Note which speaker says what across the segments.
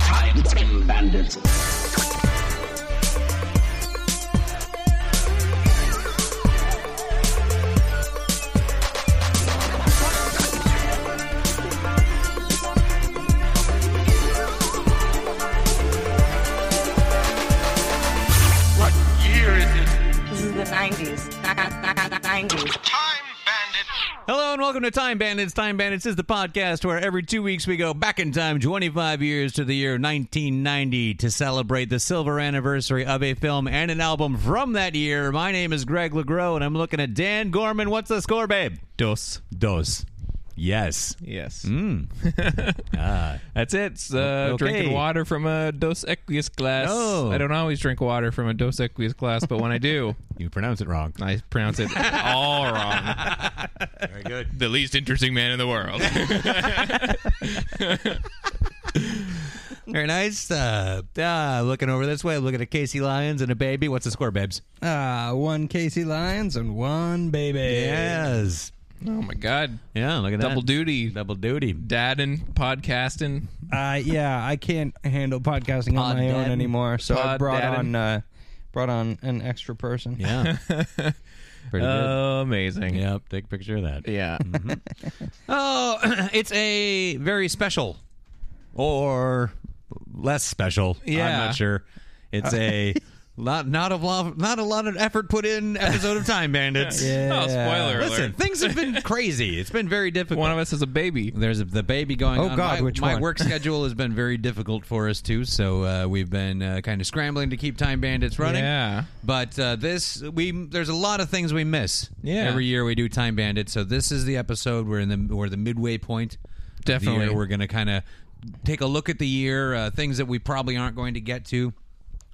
Speaker 1: Crime Bandits.
Speaker 2: What year is it?
Speaker 3: This is the 90s. 90s.
Speaker 2: Time bandits.
Speaker 4: Hello and welcome to Time Bandits. Time Bandits is the podcast where every two weeks we go back in time 25 years to the year 1990 to celebrate the silver anniversary of a film and an album from that year. My name is Greg LeGros and I'm looking at Dan Gorman. What's the score, babe?
Speaker 5: Dos.
Speaker 4: Dos. Yes.
Speaker 5: Yes. That's it. It's, uh,
Speaker 4: Mm, Okay.
Speaker 5: Drinking water from a Dos Equis glass.
Speaker 4: Oh.
Speaker 5: I don't always drink water from a Dos Equis glass, but when I do,
Speaker 4: You pronounce it wrong.
Speaker 5: I pronounce it all wrong.
Speaker 4: Very good.
Speaker 5: The least interesting man in the world.
Speaker 4: Very nice. Uh, ah, looking over this way, looking at Casey Lyons and a baby. What's the score, babes?
Speaker 6: Ah, one Casey Lyons and one baby.
Speaker 4: Yes.
Speaker 5: oh my God.
Speaker 4: Yeah, look at that.
Speaker 5: Double duty.
Speaker 4: Double duty.
Speaker 5: Dadding, podcasting.
Speaker 6: Uh, yeah, I can't handle podcasting
Speaker 4: Pod
Speaker 6: on my own
Speaker 4: daddin'.
Speaker 6: anymore, so I
Speaker 5: Pod
Speaker 6: brought
Speaker 5: daddin'.
Speaker 6: on uh, brought on an extra person.
Speaker 4: Yeah. Pretty good. Mm-hmm.
Speaker 5: amazing.
Speaker 4: Yep, take a picture of that.
Speaker 5: Yeah.
Speaker 4: Oh, it's a very special or less special. I'm
Speaker 5: Yeah.
Speaker 4: not sure. It's a lot, not a lot, not a lot of effort put in episode of Time Bandits.
Speaker 5: Oh, spoiler
Speaker 4: Listen,
Speaker 5: alert.
Speaker 4: things have been crazy. It's been very difficult.
Speaker 5: One of us is a baby.
Speaker 4: There's a, the baby going
Speaker 6: Oh,
Speaker 4: on.
Speaker 6: God,
Speaker 4: my,
Speaker 6: which
Speaker 4: my
Speaker 6: one?
Speaker 4: work schedule has been very difficult for us too, so uh, we've been uh, kind of scrambling to keep Time Bandits running.
Speaker 5: Yeah.
Speaker 4: But uh, this we there's a lot of things we miss.
Speaker 5: Yeah.
Speaker 4: Every year we do Time Bandits, so this is the episode we're in the we're the midway point. of the year.
Speaker 5: Definitely.
Speaker 4: we're gonna kind of take a look at the year, uh, things that we probably aren't going to get to.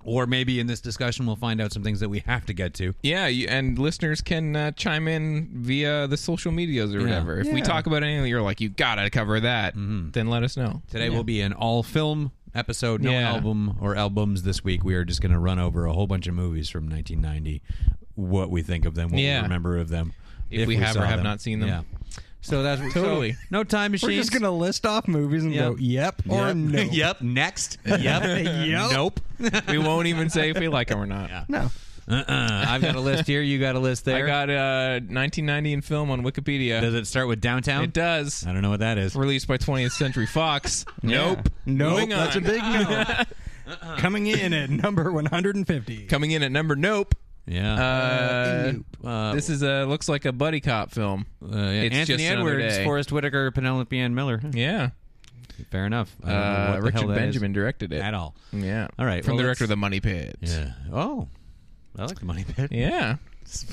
Speaker 4: Or maybe in this discussion, we'll find out some things that we have to get to.
Speaker 5: Yeah, you, and listeners can uh, chime in via the social medias or whatever. If we
Speaker 6: Yeah.
Speaker 5: talk about anything, you're like, you gotta cover that.
Speaker 4: Mm-hmm.
Speaker 5: Then let us know.
Speaker 4: Today will be an all film episode, no
Speaker 5: Yeah.
Speaker 4: album or albums this week. We are just going to run over a whole bunch of movies from 1990, what we think of them, what
Speaker 5: Yeah.
Speaker 4: we remember of them,
Speaker 5: If we have or
Speaker 4: saw
Speaker 5: have not seen them.
Speaker 4: Yeah. So that's
Speaker 5: Totally.
Speaker 4: so no time machines.
Speaker 6: We're just gonna list off movies and go, yep or
Speaker 4: Yep.
Speaker 6: no.
Speaker 4: yep. Next. Yep. yep. Nope.
Speaker 5: we won't even say if we like them or not.
Speaker 6: No.
Speaker 4: Uh-uh. I've got a list here. You got a list
Speaker 5: I
Speaker 4: there.
Speaker 5: got uh, 1990 in film on Wikipedia.
Speaker 4: Does it start with downtown?
Speaker 5: It does.
Speaker 4: I don't know what that is.
Speaker 5: Released by 20th Century Fox. nope.
Speaker 6: Nope.
Speaker 5: Moving on.
Speaker 6: That's a big no. Coming in at number 150.
Speaker 5: Coming in at number nope.
Speaker 4: Yeah.
Speaker 5: Uh,
Speaker 4: Uh,
Speaker 5: this is uh, looks like a buddy cop film.
Speaker 4: uh, yeah.
Speaker 5: it's
Speaker 4: Anthony
Speaker 5: just another
Speaker 4: Edwards,
Speaker 5: day.
Speaker 4: Forrest Whitaker, Penelope Ann Miller.
Speaker 5: Yeah.
Speaker 4: Fair enough. I don't know
Speaker 5: Uh,
Speaker 4: what the hell
Speaker 5: Richard
Speaker 4: that is
Speaker 5: Benjamin directed it.
Speaker 4: at all.
Speaker 5: Yeah.
Speaker 4: All right,
Speaker 5: From
Speaker 4: well,
Speaker 5: the
Speaker 4: let's-
Speaker 5: director of The Money Pit.
Speaker 4: Yeah. Oh, I like the money pit.
Speaker 5: Yeah.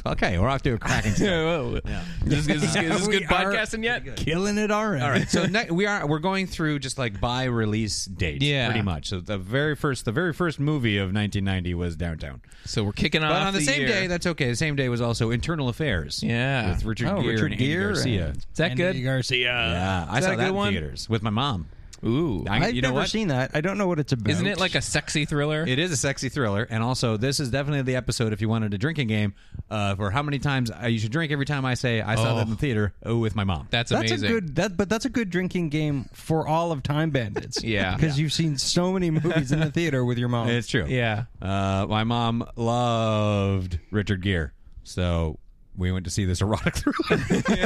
Speaker 4: Okay, we're off to a cracking start.
Speaker 5: Whoa. Is this, is this- is this
Speaker 6: We
Speaker 5: good
Speaker 6: are-
Speaker 5: podcasting yet?
Speaker 6: Killing it already.
Speaker 4: All right, so ne- we are we're going through just like by release dates,
Speaker 5: Yeah.
Speaker 4: pretty much. So the very first the very first movie of 1990 was Downtown,
Speaker 5: So we're kicking off.
Speaker 4: but on the, same
Speaker 5: year.
Speaker 4: day, that's okay. The same day was also Internal Affairs,
Speaker 5: Yeah.
Speaker 4: with Richard
Speaker 6: Oh,
Speaker 4: Gere
Speaker 6: Richard
Speaker 4: and Andy
Speaker 6: Gere
Speaker 4: Garcia.
Speaker 6: and-
Speaker 5: Is that
Speaker 6: Andy
Speaker 5: good?
Speaker 6: Garcia.
Speaker 4: yeah, I
Speaker 5: Is
Speaker 4: saw
Speaker 5: that a
Speaker 4: that
Speaker 5: good
Speaker 4: in
Speaker 5: one?
Speaker 4: theaters with my mom.
Speaker 5: Ooh.
Speaker 4: I-
Speaker 6: I've
Speaker 4: you know
Speaker 6: never
Speaker 4: what?
Speaker 6: seen that. I don't know what it's about.
Speaker 5: Isn't it like a sexy thriller?
Speaker 4: It is a sexy thriller, and also this is definitely the episode if you wanted a drinking game uh, for how many times uh, you should drink every time I say I saw that
Speaker 5: Oh.
Speaker 4: in the theater uh, with my mom.
Speaker 5: that's
Speaker 6: That's
Speaker 5: amazing.
Speaker 6: a good that, but that's a good drinking game for all of Time Bandits.
Speaker 5: Yeah.
Speaker 6: because you've seen so many movies in the theater with your mom.
Speaker 4: It's true.
Speaker 5: Yeah.
Speaker 4: Uh, my mom loved Richard Gere, so we went to see this erotic thriller.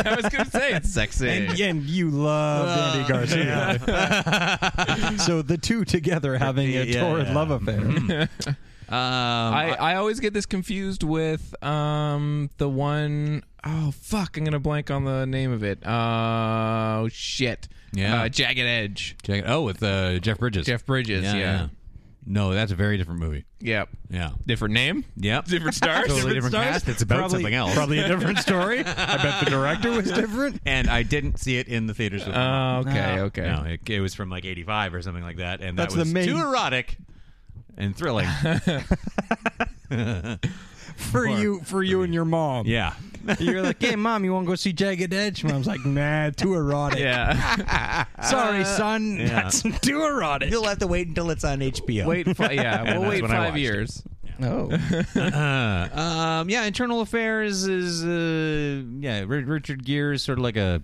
Speaker 5: I was gonna say it's sexy.
Speaker 6: and, and you love Andy Garcia. so the two together having a
Speaker 4: Yeah,
Speaker 6: torrid
Speaker 4: yeah. Mm-hmm.
Speaker 6: love affair.
Speaker 4: Um,
Speaker 5: I, I always get this confused with um the one oh fuck I'm gonna blank on the name of it. Oh shit.
Speaker 4: Yeah.
Speaker 5: Uh, Jagged Edge.
Speaker 4: Check it. Oh, with uh, Jeff Bridges.
Speaker 5: Jeff Bridges. Yeah.
Speaker 4: No, that's a very different movie.
Speaker 5: Yep.
Speaker 4: Yeah.
Speaker 5: Different name.
Speaker 4: Yep.
Speaker 5: Different stars.
Speaker 4: Totally different
Speaker 6: stars?
Speaker 4: cast. It's about
Speaker 6: Probably-
Speaker 4: something else.
Speaker 6: Probably a different story. I bet the director was different.
Speaker 4: And I didn't see it in the theaters. With my mom.
Speaker 5: Oh, okay.
Speaker 6: No.
Speaker 5: Okay.
Speaker 4: No, it, it was from like '85 or something like that, and
Speaker 6: Uh, That's
Speaker 4: that
Speaker 6: the
Speaker 4: was
Speaker 6: main-
Speaker 4: too erotic and thrilling.
Speaker 6: For you for you and your mom.
Speaker 4: yeah,
Speaker 6: You're like, hey mom, you wanna go see Jagged Edge? Mom's like, nah, too erotic.
Speaker 5: Yeah.
Speaker 6: Sorry,
Speaker 4: Uh,
Speaker 6: son. That's too erotic.
Speaker 4: you'll have to wait until it's on HBO.
Speaker 5: wait. Fi- yeah. We'll
Speaker 4: that's
Speaker 5: wait
Speaker 4: when I
Speaker 5: five
Speaker 4: watched it.
Speaker 5: years.
Speaker 4: Oh.
Speaker 6: No.
Speaker 4: Uh, Um, yeah, Internal Affairs is uh, yeah, Ri- Richard Gere is sort of like a,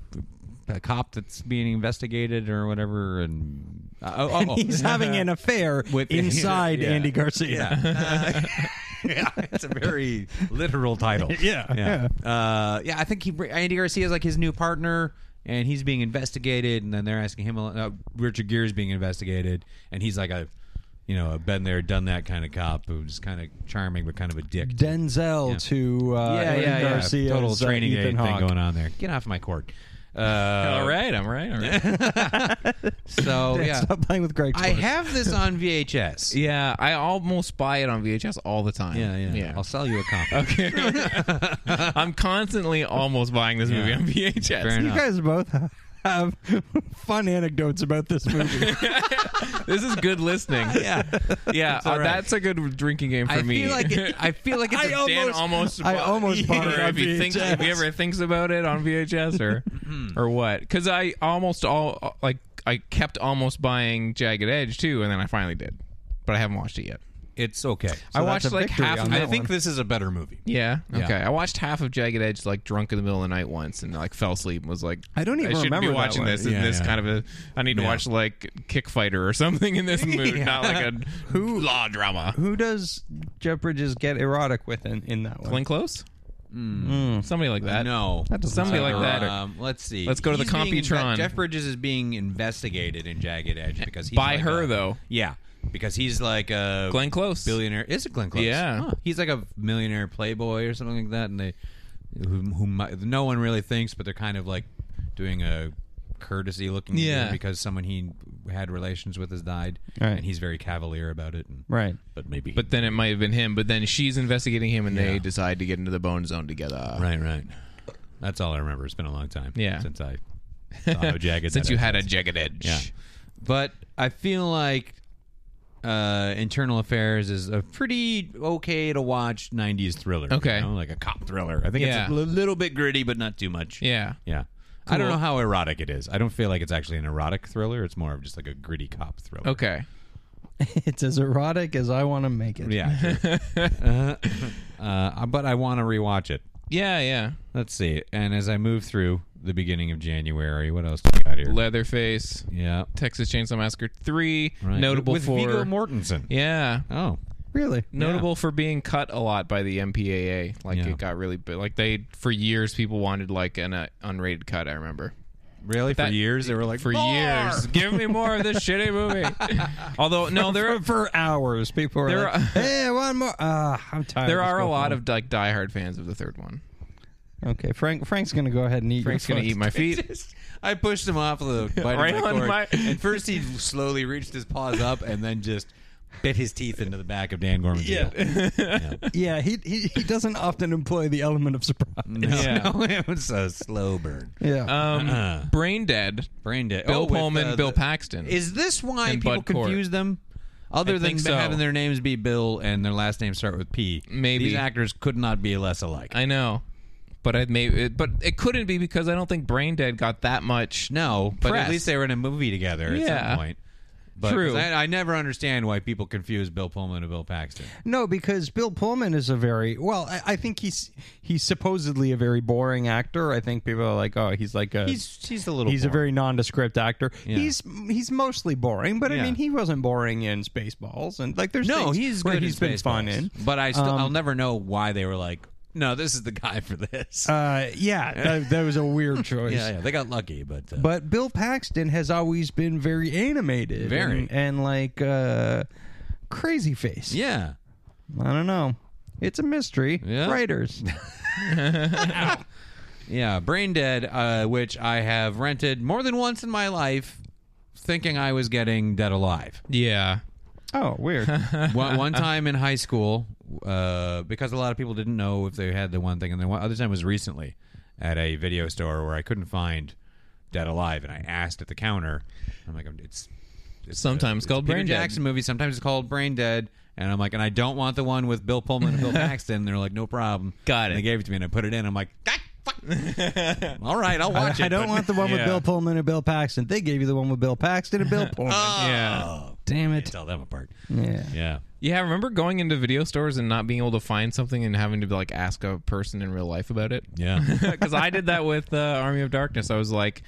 Speaker 4: a cop that's being investigated or whatever, and Uh, oh, oh, oh.
Speaker 7: He's having an affair
Speaker 4: With-
Speaker 7: inside
Speaker 4: yeah.
Speaker 7: Andy Garcia.
Speaker 4: yeah, it's a very literal title.
Speaker 7: Yeah,
Speaker 4: yeah, Uh, yeah. I think he, Andy Garcia is like his new partner, and he's being investigated, and then they're asking him. Uh, Richard Gere is being investigated, and he's like a, you know, a been there, done that kind of cop who's kind of charming but kind of a dick.
Speaker 7: Denzel
Speaker 4: Yeah.
Speaker 7: to uh,
Speaker 4: yeah,
Speaker 7: Andy
Speaker 4: yeah, yeah.
Speaker 7: Garcia's,
Speaker 4: Total
Speaker 7: uh,
Speaker 4: training
Speaker 7: Ethan
Speaker 4: aid
Speaker 7: Hawke.
Speaker 4: thing going on there. Get off my court. Uh,
Speaker 5: all right, I'm right. All right.
Speaker 4: So yeah,
Speaker 7: Stop playing with Greg.
Speaker 4: I have this on VHS.
Speaker 5: yeah, I almost buy it on VHS all the time.
Speaker 4: Yeah, yeah. I'll sell you a copy.
Speaker 5: Okay. I'm constantly almost buying this movie on VHS.
Speaker 4: Fair
Speaker 7: You
Speaker 4: enough.
Speaker 7: guys both have fun anecdotes about this movie.
Speaker 5: This is good listening.
Speaker 4: Yeah,
Speaker 5: Yeah, uh,
Speaker 4: all right.
Speaker 5: that's a good drinking game for
Speaker 4: I
Speaker 5: me.
Speaker 4: feel like it, I feel like it's
Speaker 7: I
Speaker 4: a
Speaker 7: almost-
Speaker 5: Dan almost,
Speaker 7: I almost bought it
Speaker 5: Or
Speaker 7: on
Speaker 5: if he thinks
Speaker 7: VHS.
Speaker 5: if he ever thinks about it on VHS or or what? Because I almost all like I kept almost buying Jagged Edge too, and then I finally did, but I haven't watched it yet.
Speaker 4: It's okay.
Speaker 5: I watched
Speaker 7: a
Speaker 5: like
Speaker 7: victory
Speaker 5: half.
Speaker 7: on
Speaker 5: Of
Speaker 7: that
Speaker 5: it.
Speaker 4: I think this is a better movie.
Speaker 5: Yeah. Okay. I watched half of Jagged Edge like drunk in the middle of the night once, and like fell asleep and was like,
Speaker 7: I don't even
Speaker 5: I shouldn't
Speaker 7: remember
Speaker 5: be
Speaker 7: that
Speaker 5: watching
Speaker 7: one.
Speaker 5: this. in
Speaker 4: Yeah,
Speaker 5: this
Speaker 4: yeah.
Speaker 5: kind of a, I need to
Speaker 4: Yeah.
Speaker 5: watch like Kick Fighter or something in this mood, not like a Who, law drama.
Speaker 6: Who does Jeff Bridges get erotic with in, in that one?
Speaker 5: Glenn Close, somebody like
Speaker 4: Hmm.
Speaker 5: that.
Speaker 4: No,
Speaker 5: somebody like that.
Speaker 4: Um, let's see.
Speaker 5: Let's go to the
Speaker 4: He's being
Speaker 5: Computron. Eh,
Speaker 4: inve- Jeff Bridges is being investigated in Jagged Edge because he's
Speaker 5: By
Speaker 4: like
Speaker 5: her,
Speaker 4: a-
Speaker 5: though.
Speaker 4: Yeah, because he's like a
Speaker 5: Glenn Close.
Speaker 4: billionaire. Is it Glenn Close?
Speaker 5: Yeah.
Speaker 4: Huh. he's like a millionaire playboy or something like that, and they who, who might, no one really thinks, but they're kind of like doing a courtesy looking at
Speaker 5: Yeah.
Speaker 4: him because someone he had relations with has died,
Speaker 6: Right.
Speaker 4: and he's very cavalier about it. And,
Speaker 6: Right.
Speaker 4: But maybe.
Speaker 5: But then it might have been him. But then she's investigating him, and
Speaker 4: Yeah.
Speaker 5: they decide to get into the bone zone together.
Speaker 4: right, right. That's all I remember. It's been a long time.
Speaker 5: Yeah.
Speaker 4: Since I. Saw how jagged
Speaker 5: Since
Speaker 4: that
Speaker 5: you
Speaker 4: is.
Speaker 5: had a jagged edge.
Speaker 4: Yeah. But I feel like uh, Internal Affairs is a pretty okay to watch 90s thriller.
Speaker 5: Okay.
Speaker 4: You know, like a cop thriller. I think
Speaker 5: Yeah.
Speaker 4: it's a li- little bit gritty, but not too much.
Speaker 5: Yeah.
Speaker 4: Yeah. I don't
Speaker 5: Cool.
Speaker 4: know how erotic it is. I don't feel like it's actually an erotic thriller. It's more of just like a gritty cop thriller.
Speaker 5: Okay.
Speaker 6: It's as erotic as I want to make it.
Speaker 4: Yeah. sure. uh, uh, but I want to rewatch it.
Speaker 5: Yeah. Yeah.
Speaker 4: Let's see. And as I move through the beginning of January, what else do we got here?
Speaker 5: Leatherface,
Speaker 4: yeah.
Speaker 5: Texas Chainsaw Massacre three,
Speaker 4: Right.
Speaker 5: notable
Speaker 4: With
Speaker 5: for
Speaker 4: Viggo Mortensen.
Speaker 5: yeah,
Speaker 4: Oh.
Speaker 6: Really?
Speaker 5: notable for being cut a lot by the MPAA. Like
Speaker 4: Yeah.
Speaker 5: it got really big. Like they for years people wanted like an uh, unrated cut. I remember.
Speaker 4: Really?
Speaker 5: That-
Speaker 4: for years they were like
Speaker 5: for
Speaker 4: "More!"
Speaker 5: years. Give me more of this shitty movie. Although no, there are,
Speaker 6: For hours, people are
Speaker 5: There
Speaker 6: like,
Speaker 5: are-
Speaker 6: "Hey, one more." Ah, I'm tired.
Speaker 5: there
Speaker 6: Let's
Speaker 5: are a
Speaker 6: go
Speaker 5: lot
Speaker 6: home."
Speaker 5: of like diehard fans of the third one.
Speaker 6: Okay, Frank. Frank's gonna go ahead and eat.
Speaker 5: Frank's
Speaker 6: your
Speaker 5: gonna
Speaker 6: foot.
Speaker 5: eat my feet.
Speaker 4: Just- I pushed him off the bite
Speaker 5: Right
Speaker 4: of my
Speaker 5: on
Speaker 4: cord,
Speaker 5: my-
Speaker 4: and first he slowly reached his paws up and then just bit his teeth into the back of Dan Gorman's yeah.
Speaker 7: yeah, he, he he doesn't often employ the element of surprise.
Speaker 5: Yeah.
Speaker 4: it was a slow burn.
Speaker 6: Yeah.
Speaker 5: Um,
Speaker 4: Uh-uh.
Speaker 5: Brain Dead.
Speaker 4: Brain dead.
Speaker 5: Bill
Speaker 4: Oh, with,
Speaker 5: Pullman,
Speaker 4: uh,
Speaker 5: Bill
Speaker 4: the-
Speaker 5: Paxton.
Speaker 4: Is this why
Speaker 5: And
Speaker 4: people
Speaker 5: Bud Cort.
Speaker 4: confuse them? Other
Speaker 5: I
Speaker 4: than
Speaker 5: think so.
Speaker 4: having their names be Bill and their last names start with P,
Speaker 5: Maybe.
Speaker 4: these actors could not be less alike.
Speaker 5: I know, but I may. It, but it couldn't be because I don't think Brain Dead got that much.
Speaker 4: No, but
Speaker 5: Press.
Speaker 4: at least they were in a movie together at
Speaker 5: Yeah.
Speaker 4: some point. But
Speaker 5: True.
Speaker 4: 'cause I, I never understand why people confuse Bill Pullman and Bill Paxton.
Speaker 6: no, because Bill Pullman is a very well. I, I think he's he's supposedly a very boring actor. I think people are like, "Oh, he's like a
Speaker 4: He's he's a little.
Speaker 6: he's a
Speaker 4: boring.
Speaker 6: very nondescript actor.
Speaker 4: Yeah.
Speaker 6: He's he's mostly boring, but I
Speaker 4: Yeah.
Speaker 6: mean, he wasn't boring in Spaceballs, and like there's
Speaker 4: No,
Speaker 6: things
Speaker 4: he's
Speaker 6: where
Speaker 4: good.
Speaker 6: he's
Speaker 4: in
Speaker 6: been fun in.
Speaker 4: Spaceballs. but I still I'll never know why they were like, no, this is the guy for this.
Speaker 6: Uh, yeah, that, that was a weird choice.
Speaker 4: yeah, yeah, they got lucky, but uh,
Speaker 6: But Bill Paxton has always been very animated,
Speaker 4: Very.
Speaker 6: and, and, like uh, crazy face.
Speaker 4: yeah,
Speaker 6: I don't know. It's a mystery.
Speaker 4: Yeah.
Speaker 6: Writers.
Speaker 4: yeah, Brain Dead, uh, which I have rented more than once in my life, thinking I was getting Dead Alive.
Speaker 5: Yeah.
Speaker 6: oh, weird.
Speaker 4: one, one time in high school, uh, because a lot of people didn't know if they had the one thing, and the one other time was recently at a video store where I couldn't find Dead Alive, and I asked at the counter, I'm like, it's, it's
Speaker 5: Sometimes
Speaker 4: it's a
Speaker 5: called
Speaker 4: Peter
Speaker 5: Brain Dead.
Speaker 4: Jackson movie, sometimes it's called Brain Dead, and I'm like, and I don't want the one with Bill Pullman and Bill Paxton. They're like, no problem.
Speaker 5: Got
Speaker 4: And
Speaker 5: it.
Speaker 4: they gave it to me, and I put it in. I'm like, God, fuck. all right, I'll watch it.
Speaker 6: I don't
Speaker 4: but-
Speaker 6: want the one with
Speaker 5: Yeah.
Speaker 6: Bill Pullman and Bill Paxton. They gave you the one with Bill Paxton and Bill Pullman.
Speaker 5: Yeah.
Speaker 6: Damn it.
Speaker 4: Oh, tell them apart.
Speaker 6: Yeah.
Speaker 4: Yeah.
Speaker 5: Oh, Yeah, I remember going into video stores and not being able to find something and having to like ask a person in real life about it.
Speaker 4: Yeah.
Speaker 5: Because I did that with uh, Army of Darkness. I was like,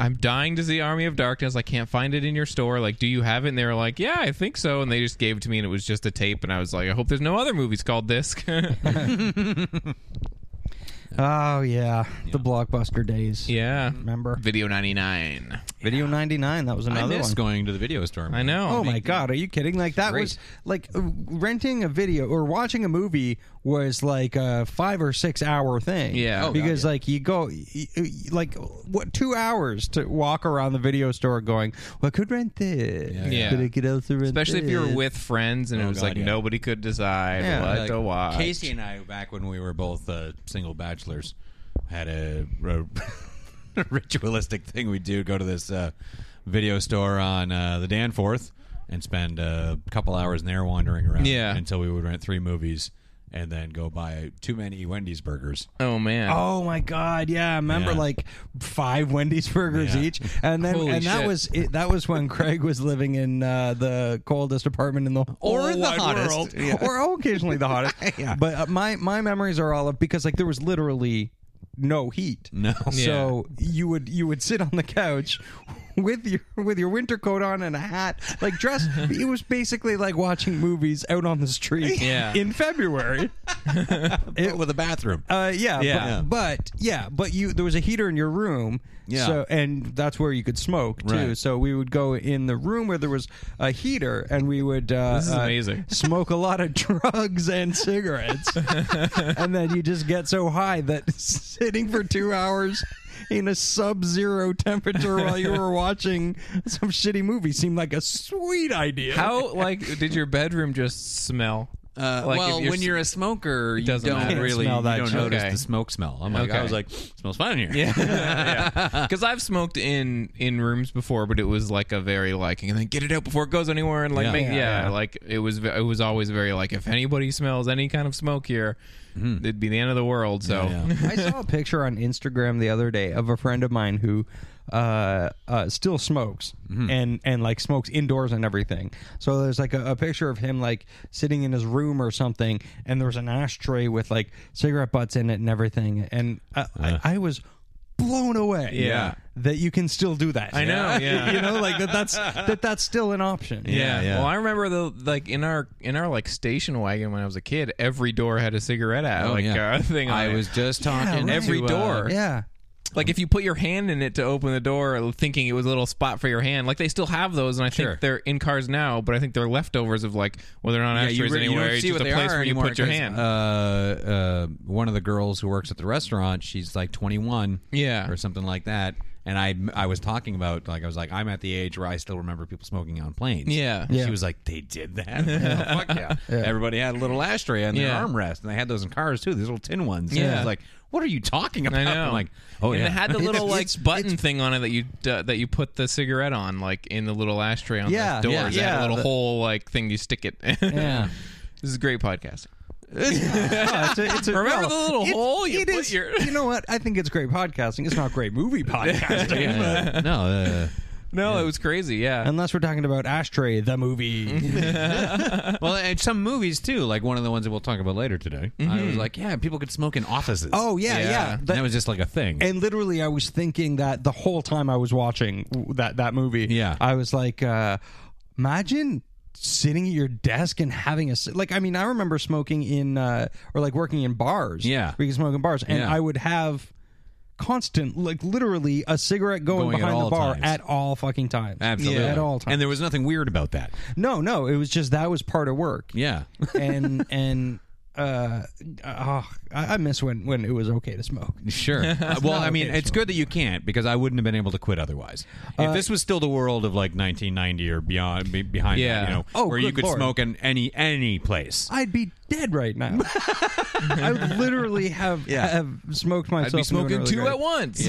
Speaker 5: I'm dying to see Army of Darkness. I can't find it in your store. Like, do you have it? And they were like, Yeah, I think so. And they just gave it to me, and it was just a tape. And I was like, I hope there's no other movies called this.
Speaker 6: Oh yeah, the blockbuster days.
Speaker 5: yeah,
Speaker 6: Remember
Speaker 5: Video 99.
Speaker 6: Video 99? That was
Speaker 4: I
Speaker 6: another
Speaker 4: miss
Speaker 6: one.
Speaker 4: going to the video store.
Speaker 5: I know.
Speaker 6: Oh my god, are you kidding? Like that
Speaker 4: great.
Speaker 6: was like uh, renting a video or watching a movie was like a 5 or 6 hour thing.
Speaker 5: Yeah. Oh, God,
Speaker 6: because like you go y- y- like what 2 hours to walk around the video store going, "Well, I could rent this."
Speaker 5: yeah.
Speaker 6: Could I could also rent
Speaker 5: Especially if you were
Speaker 6: this?"
Speaker 5: with friends and it was
Speaker 4: Oh God,
Speaker 5: like
Speaker 4: yeah.
Speaker 5: nobody could decide
Speaker 6: Yeah.
Speaker 5: what
Speaker 4: Like,
Speaker 5: to watch.
Speaker 4: Casey and I, back when we were both uh, single bachelors, had a, a ritualistic thing we do: go to this uh, video store on uh, the Danforth and spend a couple hours in there wandering around
Speaker 5: Yeah.
Speaker 4: until we would rent three movies and then go buy too many Wendy's burgers.
Speaker 5: oh man.
Speaker 6: Oh my god, yeah, I remember
Speaker 4: Yeah.
Speaker 6: like 5 Wendy's burgers
Speaker 4: Yeah.
Speaker 6: each. And then
Speaker 5: Holy
Speaker 6: and that
Speaker 5: shit.
Speaker 6: was it, that was when Craig was living in uh, the coldest apartment in the whole
Speaker 4: Or in the
Speaker 6: wide
Speaker 4: hottest.
Speaker 6: world.
Speaker 4: Yeah.
Speaker 6: or oh, occasionally the hottest. But uh, my my memories are all of because like there was literally no heat.
Speaker 4: No.
Speaker 6: So you would you would sit on the couch with your with your winter coat on and a hat, like dressed. it was basically like watching movies out on the street
Speaker 5: Yeah.
Speaker 6: in February.
Speaker 4: It with a bathroom.
Speaker 6: Uh, yeah,
Speaker 5: Yeah.
Speaker 6: But, but yeah, but you there was a heater in your room,
Speaker 4: Yeah.
Speaker 6: So and that's where you could smoke too.
Speaker 4: Right.
Speaker 6: So we would go in the room where there was a heater, and we would uh,
Speaker 5: This is
Speaker 6: uh,
Speaker 5: amazing.
Speaker 6: smoke a lot of drugs and cigarettes, and then you just get so high that sitting for two hours. In a sub-zero temperature while you were watching some shitty movie seemed like a sweet idea.
Speaker 5: How like did your bedroom just smell?
Speaker 4: Uh,
Speaker 5: Like, if
Speaker 4: well,
Speaker 5: you're
Speaker 4: when
Speaker 5: s-
Speaker 4: you're a smoker, you don't
Speaker 5: doesn't matter.
Speaker 4: really
Speaker 6: Smell
Speaker 4: you
Speaker 6: that
Speaker 4: don't
Speaker 6: shit.
Speaker 4: notice
Speaker 5: Okay.
Speaker 4: the smoke smell. I'm like, I
Speaker 5: Okay.
Speaker 4: was like, smells fine in here.
Speaker 5: Because I've smoked in in rooms before, but it was like a very like and then get it out before it goes anywhere and like
Speaker 4: Yeah.
Speaker 5: make- yeah,
Speaker 6: Yeah.
Speaker 5: like it was ve- it was always very like if anybody smells any kind of smoke here, it'd be the end of the world. So
Speaker 4: Hmm. Yeah.
Speaker 6: I saw a picture on Instagram the other day of a friend of mine who uh, uh, still smokes
Speaker 5: Mm-hmm.
Speaker 6: and and like smokes indoors and everything. So there's like a, a picture of him like sitting in his room or something, and there was an ashtray with like cigarette butts in it and everything. And I, I, I was blown away.
Speaker 5: Yeah.
Speaker 6: that you can still do that.
Speaker 5: I know, yeah.
Speaker 6: you know, like that. That's that. That's still an option.
Speaker 5: Yeah,
Speaker 4: yeah.
Speaker 5: Well, I remember the like in our in our like station wagon when I was a kid, every door had a cigarette out
Speaker 4: Oh,
Speaker 5: like
Speaker 4: yeah.
Speaker 5: uh, thing. On
Speaker 4: I
Speaker 5: it.
Speaker 4: was just talking
Speaker 6: right.
Speaker 5: every
Speaker 4: to, uh,
Speaker 5: door.
Speaker 6: yeah.
Speaker 5: Like if you put your hand in it to open the door, thinking it was a little spot for your hand. Like they still have those, and I
Speaker 4: Sure.
Speaker 5: think they're in cars now. But I think they're leftovers of like well, they're not ashtrays
Speaker 4: you re- you don't
Speaker 5: anywhere. it's
Speaker 4: see what
Speaker 5: just a
Speaker 4: they
Speaker 5: place
Speaker 4: are
Speaker 5: where you
Speaker 4: anymore
Speaker 5: put your
Speaker 4: 'cause,
Speaker 5: hand.
Speaker 4: Uh, uh, one of the girls who works at the restaurant, she's like 21,
Speaker 5: Yeah.
Speaker 4: or something like that. And I, I was talking about like I was like I'm at the age where I still remember people smoking on planes.
Speaker 5: Yeah.
Speaker 4: And
Speaker 6: Yeah.
Speaker 4: She was like, they did that. Fuck yeah. Everybody had a little ashtray on their
Speaker 5: Yeah.
Speaker 4: armrest, and they had those in cars too. These little tin ones. And I
Speaker 5: Yeah.
Speaker 4: was like, what are you talking about?
Speaker 5: I know.
Speaker 4: am like, oh
Speaker 5: and
Speaker 4: yeah.
Speaker 5: it had the little like
Speaker 6: it's-
Speaker 5: button thing on it that you uh, that you put the cigarette on, like in the little ashtray on
Speaker 6: Yeah,
Speaker 5: the doors. It
Speaker 6: yeah,
Speaker 5: had a
Speaker 6: yeah,
Speaker 5: little
Speaker 6: the-
Speaker 5: hole like thing you stick it.
Speaker 6: Yeah.
Speaker 5: this is great podcasting.
Speaker 6: No, it's a- it's a-
Speaker 5: Remember
Speaker 6: no,
Speaker 5: the little
Speaker 6: it's-
Speaker 5: hole you
Speaker 6: it
Speaker 5: put
Speaker 6: is-
Speaker 5: your-
Speaker 6: You know what? I think it's great podcasting. It's not great movie podcasting.
Speaker 4: Yeah. no. Uh,
Speaker 5: No, it was crazy. Yeah.
Speaker 6: Unless we're talking about Ashtray, the movie.
Speaker 4: uh, well, and some movies too, like one of the ones that we'll talk about later today. I
Speaker 5: Mm-hmm.
Speaker 4: was like, yeah, people could smoke in offices.
Speaker 6: oh yeah,
Speaker 5: Yeah.
Speaker 6: yeah.
Speaker 5: And
Speaker 4: and that was just like a thing.
Speaker 6: and literally, I was thinking that the whole time I was watching w- that that movie.
Speaker 4: Yeah.
Speaker 6: I was like, uh, imagine sitting at your desk and having a c- like. I mean, I remember smoking in uh, or like working in bars.
Speaker 4: Yeah.
Speaker 6: we could smoke in bars, and
Speaker 4: Yeah.
Speaker 6: I would have constant, like literally, a cigarette going,
Speaker 4: Going at
Speaker 6: behind the
Speaker 4: all
Speaker 6: bar
Speaker 4: times.
Speaker 6: at all fucking times.
Speaker 4: Absolutely.
Speaker 6: at all times.
Speaker 4: And there was nothing weird about that.
Speaker 6: No, no, it was just that was part of work.
Speaker 4: Yeah.
Speaker 6: And and uh, oh, I I miss when when it was okay to smoke.
Speaker 4: Sure. Uh, well,
Speaker 6: not
Speaker 4: I mean,
Speaker 6: okay, Uh,
Speaker 4: it's
Speaker 6: so-
Speaker 4: good that you can't because I wouldn't have been able to quit otherwise. if this was still the world of like 1990 or beyond, be, behind,
Speaker 5: Yeah.
Speaker 4: that, you know,
Speaker 6: Oh,
Speaker 4: where you
Speaker 6: good
Speaker 4: could
Speaker 6: Lord.
Speaker 4: smoke in any any place.
Speaker 6: I'd be dead right now. I would literally have
Speaker 4: Yeah.
Speaker 6: have smoked myself.
Speaker 5: I'd be smoking two at once.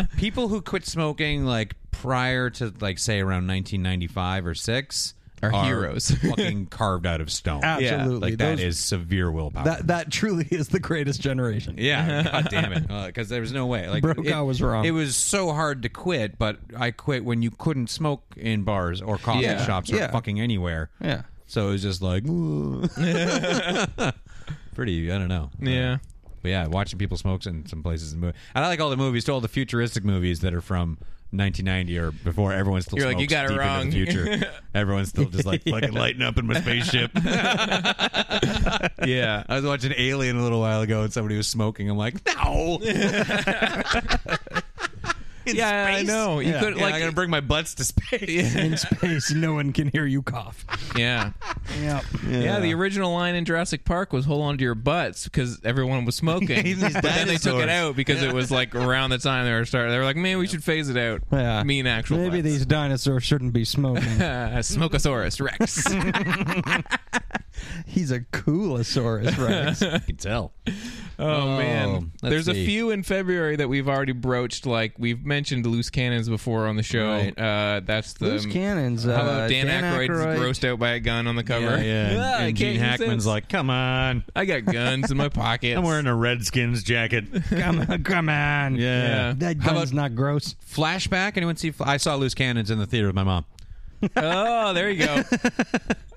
Speaker 4: People who quit smoking like prior to like say around 1995 or six
Speaker 5: Are heroes.
Speaker 4: fucking carved out of stone.
Speaker 6: Absolutely.
Speaker 4: Like that
Speaker 6: Those-
Speaker 4: is severe willpower.
Speaker 6: That that truly is the greatest generation.
Speaker 4: Yeah, god damn it, because there was no way. Like
Speaker 6: Brokaw
Speaker 4: it,
Speaker 6: was wrong.
Speaker 4: It was so hard to quit, but I quit when you couldn't smoke in bars or coffee
Speaker 5: Yeah.
Speaker 4: shops or
Speaker 6: Yeah.
Speaker 4: fucking anywhere.
Speaker 6: Yeah.
Speaker 4: So it was just like, pretty. I don't know.
Speaker 5: Yeah.
Speaker 4: But yeah, watching people smoke in some places in the movie. And I like all the movies, too, all the futuristic movies that are from 1990 or before. Everyone still
Speaker 5: You're like,
Speaker 4: smokes
Speaker 5: "You got it
Speaker 4: deep into
Speaker 5: wrong."
Speaker 4: the future. Everyone's still just like fucking lighting up in my spaceship.
Speaker 5: Yeah.
Speaker 4: I was watching Alien a little while ago, and somebody was smoking. I'm like, no.
Speaker 5: yeah, I know. You
Speaker 7: Yeah.
Speaker 5: could
Speaker 4: Yeah,
Speaker 5: like
Speaker 4: I'm gonna bring my butts to space.
Speaker 5: yeah.
Speaker 6: in space, no one can hear you cough.
Speaker 5: yeah.
Speaker 6: Yeah.
Speaker 5: Yeah, the original line in Jurassic Park was "Hold on to your butts" because everyone was smoking.
Speaker 4: Even these
Speaker 5: but then they took
Speaker 4: dinosaurs.
Speaker 5: it out because it was like around the time they were starting. They were like, "Man, we should phase it out."
Speaker 6: Yeah.
Speaker 5: mean actual.
Speaker 6: Maybe
Speaker 5: butts.
Speaker 6: these dinosaurs shouldn't be smoking.
Speaker 5: uh, Smokosaurus Rex.
Speaker 6: He's a coolosaurus rex.
Speaker 5: Um,
Speaker 4: I can tell.
Speaker 5: Oh, man,
Speaker 4: Um, let's
Speaker 5: there's
Speaker 4: see.
Speaker 5: a few in February that we've already broached. Like we've mentioned loose cannons before on the show.
Speaker 4: Right.
Speaker 5: Uh, that's the
Speaker 6: Loose cannons.
Speaker 5: How
Speaker 6: Uh,
Speaker 5: about Dan, Aykroyd's
Speaker 6: Aykroyd.
Speaker 5: grossed out by a gun on the cover?
Speaker 4: Yeah, yeah.
Speaker 5: Ah, I
Speaker 4: and
Speaker 5: can't
Speaker 4: Gene
Speaker 5: use
Speaker 4: Hackman's
Speaker 5: this.
Speaker 4: like, come on.
Speaker 5: I got guns in my pockets.
Speaker 4: I'm wearing a Redskins jacket.
Speaker 6: Come on, come on.
Speaker 4: Yeah.
Speaker 6: That
Speaker 4: How
Speaker 6: gun's
Speaker 4: about-
Speaker 6: not gross.
Speaker 4: Flashback? Anyone see? I saw Loose Cannons in the theater with my mom.
Speaker 5: Oh, there you go.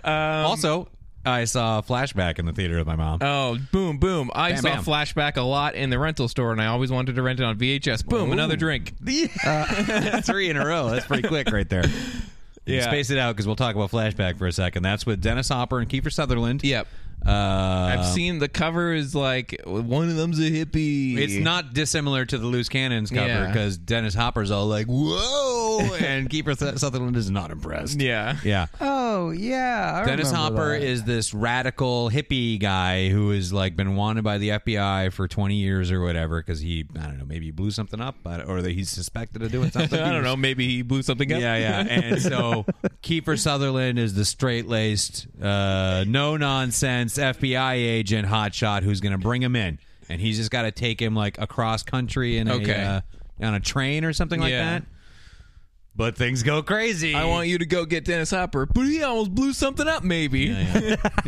Speaker 4: also, I saw Flashback in the theater with my mom.
Speaker 5: Um, Oh, boom, boom. I
Speaker 4: Bam,
Speaker 5: saw
Speaker 4: bam.
Speaker 5: Flashback a lot in the rental store, and I always wanted to rent it on VHS. Boom, another drink.
Speaker 4: Three in a row. That's pretty quick right there.
Speaker 5: Yeah.
Speaker 4: Space it out because we'll talk about Flashback for a second. That's with Dennis Hopper and Kiefer Sutherland.
Speaker 5: Yep.
Speaker 4: Uh,
Speaker 5: I've seen the cover is like one of them's a hippie.
Speaker 4: It's not dissimilar to the Loose Cannons cover
Speaker 5: Yeah.
Speaker 4: because Dennis Hopper's all like, "Whoa," and Kiefer Su- Sutherland is not impressed.
Speaker 5: Yeah.
Speaker 4: Yeah.
Speaker 6: Oh yeah. I
Speaker 4: Dennis
Speaker 6: remember
Speaker 4: Hopper
Speaker 6: that.
Speaker 4: is this radical hippie guy who is like been wanted by the FBI for 20 years or whatever because he I don't know maybe he blew something up but- or that he's suspected of doing something.
Speaker 5: I don't know. Maybe he blew something up.
Speaker 4: Yeah, yeah. And so Kiefer Sutherland is the straight laced, uh, no nonsense FBI agent hotshot who's going to bring him in, and he's just got to take him like across country in a,
Speaker 5: Okay.
Speaker 4: uh, on a train or something like
Speaker 5: Yeah.
Speaker 4: that. But things go crazy.
Speaker 5: I want you to go get Dennis Hopper, but he almost blew something up. Maybe.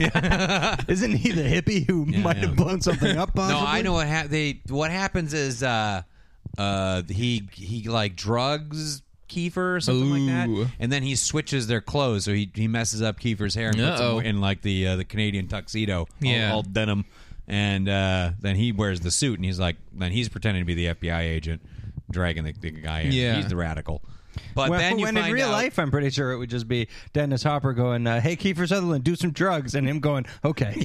Speaker 7: Isn't he the hippie who might
Speaker 4: yeah.
Speaker 7: have blown something up?
Speaker 4: No,
Speaker 7: Possibly?
Speaker 4: I know what hap they. What happens is uh, uh, he he like drugs Kiefer or something
Speaker 5: Ooh.
Speaker 4: like that, and then he switches their clothes, so he he messes up Kiefer's hair and puts
Speaker 5: Uh-oh.
Speaker 4: him in like the uh, the Canadian tuxedo, all-
Speaker 5: Yeah.
Speaker 4: all, denim, and uh, then he wears the suit, and he's like, then he's pretending to be the FBI agent, dragging the, the guy in.
Speaker 5: Yeah.
Speaker 4: he's the radical. But
Speaker 6: Well,
Speaker 4: then you
Speaker 6: when
Speaker 4: find
Speaker 6: in real
Speaker 4: out,
Speaker 6: life, I'm pretty sure it would just be Dennis Hopper going, uh, "Hey, Kiefer Sutherland, do some drugs," and him going, "Okay."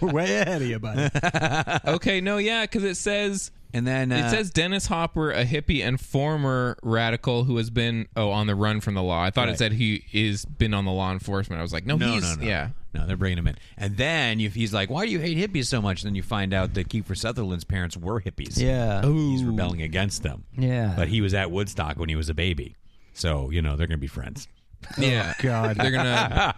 Speaker 7: way ahead of you, buddy.
Speaker 5: okay. No. Yeah. Because it says.
Speaker 4: and then
Speaker 5: It
Speaker 4: uh,
Speaker 5: says Dennis Hopper, a hippie and former radical who has been oh on the run from the law. I thought it said he is been on the law enforcement. I was like, no,
Speaker 4: No,
Speaker 5: he's
Speaker 4: no, no.
Speaker 5: yeah.
Speaker 4: No, they're bringing him in. And then you, he's like, why do you hate hippies so much? Then you find out that Kiefer Sutherland's parents were hippies.
Speaker 6: Yeah.
Speaker 4: He's rebelling against them.
Speaker 6: Yeah.
Speaker 4: But he was at Woodstock when he was a baby. So, you know, they're going to be friends.
Speaker 5: Yeah.
Speaker 6: God,
Speaker 5: They're gonna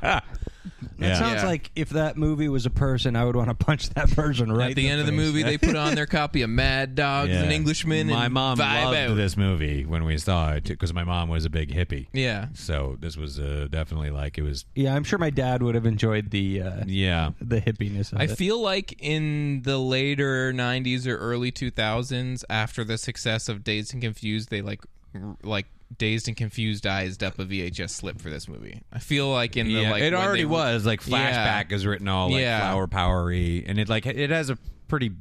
Speaker 6: that
Speaker 4: yeah.
Speaker 6: sounds
Speaker 5: Yeah.
Speaker 6: like if that movie was a person, I would want to punch that person right
Speaker 5: at the end of the movie they put on their copy of Mad Dogs
Speaker 4: Yeah.
Speaker 5: and Englishmen.
Speaker 4: My
Speaker 5: and
Speaker 4: mom
Speaker 5: vibe
Speaker 4: loved
Speaker 5: out.
Speaker 4: this movie when we saw it because my mom was a big hippie.
Speaker 5: Yeah.
Speaker 4: So this was uh, definitely like it was.
Speaker 6: Yeah, I'm sure my dad would have enjoyed the uh,
Speaker 4: Yeah.
Speaker 6: the hippiness of
Speaker 5: I
Speaker 6: it.
Speaker 5: feel like in the later 90s or early 2000s, after the success of Dazed and Confused, they like r- like Dazed and Confused ized up a VHS slip for this movie. I feel like in the
Speaker 4: yeah,
Speaker 5: like
Speaker 4: it
Speaker 5: when
Speaker 4: already
Speaker 5: they-
Speaker 4: was like
Speaker 5: Yeah.
Speaker 4: flashback is written all like
Speaker 5: Yeah.
Speaker 4: flower powery, and it like it has a pretty,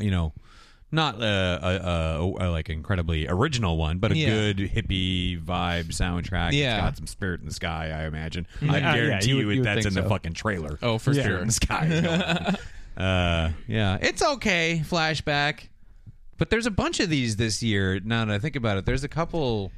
Speaker 4: you know, not uh, a, a, a like incredibly original one, but a
Speaker 5: Yeah.
Speaker 4: good hippie vibe soundtrack.
Speaker 5: Yeah.
Speaker 4: it's got some spirit in the sky. I imagine. I
Speaker 6: yeah, you
Speaker 4: guarantee
Speaker 6: would-
Speaker 4: you,
Speaker 6: you would
Speaker 4: that's
Speaker 6: think
Speaker 4: in the
Speaker 6: so.
Speaker 4: fucking trailer.
Speaker 5: Oh, for
Speaker 4: Spirit
Speaker 5: sure.
Speaker 4: in the sky. is going on. uh, yeah, it's okay. Flashback, but there's a bunch of these this year. Now that I think about it, there's a couple.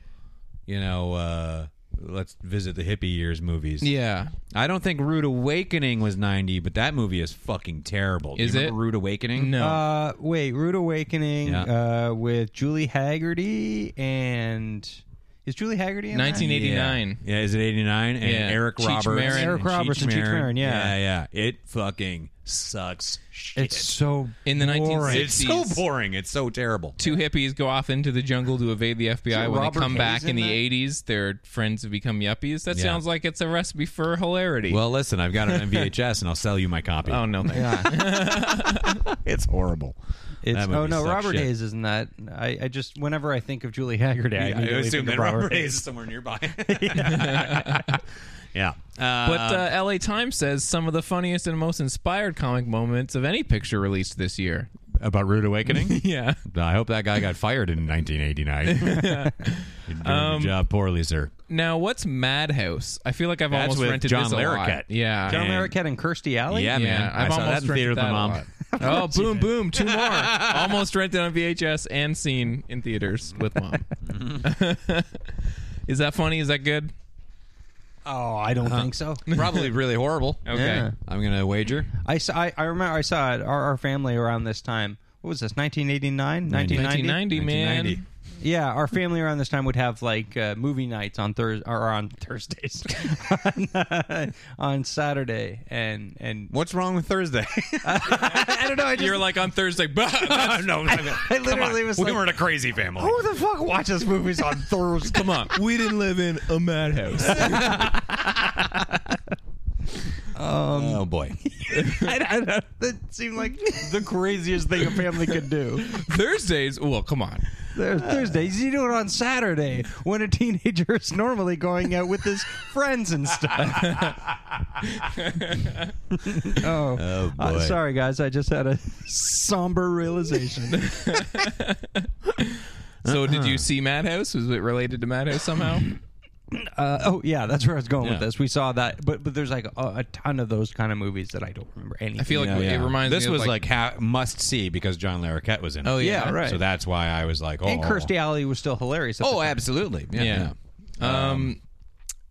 Speaker 4: You know, uh, let's visit the hippie years movies.
Speaker 5: Yeah.
Speaker 4: I don't think Rude Awakening was 90, but that movie is fucking terrible. Do
Speaker 5: Is
Speaker 4: you remember
Speaker 5: it?
Speaker 4: Rude Awakening?
Speaker 5: No.
Speaker 6: Uh, wait, Rude Awakening
Speaker 4: Yeah.
Speaker 6: uh, with Julie Haggerty and is Julie Haggerty in that?
Speaker 5: 1980 89.
Speaker 4: Yeah, is it 89? And
Speaker 5: Yeah.
Speaker 4: Eric
Speaker 5: Cheech
Speaker 4: Roberts.
Speaker 5: Marin.
Speaker 4: and
Speaker 5: Eric
Speaker 6: Roberts and Cheech Marin, yeah.
Speaker 4: Yeah, yeah. It fucking sucks. Shit.
Speaker 6: It's so
Speaker 5: In the
Speaker 6: boring.
Speaker 5: 1960s.
Speaker 4: It's so boring. It's so terrible.
Speaker 5: Two hippies go off into the jungle to evade the FBI. When
Speaker 6: Robert
Speaker 5: they come
Speaker 6: Hayes
Speaker 5: back in
Speaker 6: in
Speaker 5: the
Speaker 6: that?
Speaker 5: 80s, their friends have become yuppies. That
Speaker 4: Yeah.
Speaker 5: sounds like it's a recipe for hilarity.
Speaker 4: Well, listen, I've got it on VHS and I'll sell you my copy.
Speaker 5: oh, no. thanks.
Speaker 4: it's horrible.
Speaker 6: It's,
Speaker 4: That
Speaker 6: oh
Speaker 4: movie
Speaker 6: no,
Speaker 4: sucks
Speaker 6: Robert
Speaker 4: shit.
Speaker 6: Hayes isn't that. I, I just whenever I think of Julie Haggerty,
Speaker 4: Yeah,
Speaker 6: I,
Speaker 4: I
Speaker 6: immediately
Speaker 4: assume
Speaker 6: think
Speaker 4: that
Speaker 6: of
Speaker 4: Robert Hayes is somewhere nearby. yeah. Uh,
Speaker 5: But uh, LA Times says some of the funniest and most inspired comic moments of any picture released this year.
Speaker 4: about Rude Awakening?
Speaker 5: Yeah.
Speaker 4: I hope that guy got fired in 1989. You're doing your job poorly, sir.
Speaker 5: Now, what's Madhouse? I feel like I've
Speaker 4: That's
Speaker 5: almost
Speaker 4: with
Speaker 5: rented
Speaker 4: John
Speaker 5: this a lot.
Speaker 4: Larroquette.
Speaker 5: Yeah.
Speaker 6: John
Speaker 4: And-
Speaker 6: Larroquette and Kirstie Alley.
Speaker 4: Yeah,
Speaker 5: yeah,
Speaker 4: man.
Speaker 5: I've
Speaker 4: I saw that
Speaker 5: almost
Speaker 4: in theater
Speaker 5: rented
Speaker 4: with
Speaker 5: that
Speaker 4: my
Speaker 5: a
Speaker 4: mom.
Speaker 5: lot. oh, boom, boom, two more. almost rented on VHS and seen in theaters with mom.
Speaker 4: Mm-hmm.
Speaker 5: Is that funny? Is that good?
Speaker 6: Oh, I don't think so.
Speaker 4: Probably really horrible.
Speaker 5: Okay.
Speaker 6: Yeah.
Speaker 4: I'm gonna wager.
Speaker 6: I saw. I, I remember I saw it. Our, our family around this time. What was this? 1989, 1990.
Speaker 5: 1990, man.
Speaker 4: 1990.
Speaker 6: Yeah, our family around this time would have like uh, movie nights on Thursday or on Thursdays on, uh, on Saturday, and and
Speaker 4: What's wrong with Thursday?
Speaker 6: I don't know. I
Speaker 5: You're like on Thursday. Bah,
Speaker 4: no,
Speaker 6: I literally was like,
Speaker 4: we're a crazy family.
Speaker 6: who the fuck watches movies on Thursday?
Speaker 5: Come on. We didn't live in a madhouse.
Speaker 4: oh boy,
Speaker 6: I, I don't know. That seemed like the craziest thing a family could do.
Speaker 5: Thursdays. Well, come on.
Speaker 6: There's Thursdays. You do it on Saturday when a teenager is normally going out with his friends and stuff. oh,
Speaker 4: oh boy.
Speaker 6: Uh, sorry, guys. I just had a somber realization.
Speaker 5: So,
Speaker 4: Uh-uh.
Speaker 5: did you see Madhouse? Was it related to Madhouse somehow?
Speaker 6: Uh, oh, yeah, that's where I was going
Speaker 4: Yeah.
Speaker 6: with this. We saw that, but but there's like a, a ton of those kind of movies that I don't remember anything.
Speaker 5: I feel like
Speaker 4: Yeah,
Speaker 5: it
Speaker 4: yeah.
Speaker 5: reminds
Speaker 4: this
Speaker 5: me.
Speaker 4: was
Speaker 5: of
Speaker 4: like, ha- must see because John Larroquette was in. it.
Speaker 5: Oh, yeah.
Speaker 6: Yeah, right.
Speaker 4: So that's why I was like, oh,
Speaker 6: and Kirstie Alley was still hilarious. at the
Speaker 4: Oh,
Speaker 6: time.
Speaker 4: absolutely. Yeah.
Speaker 5: yeah. Um,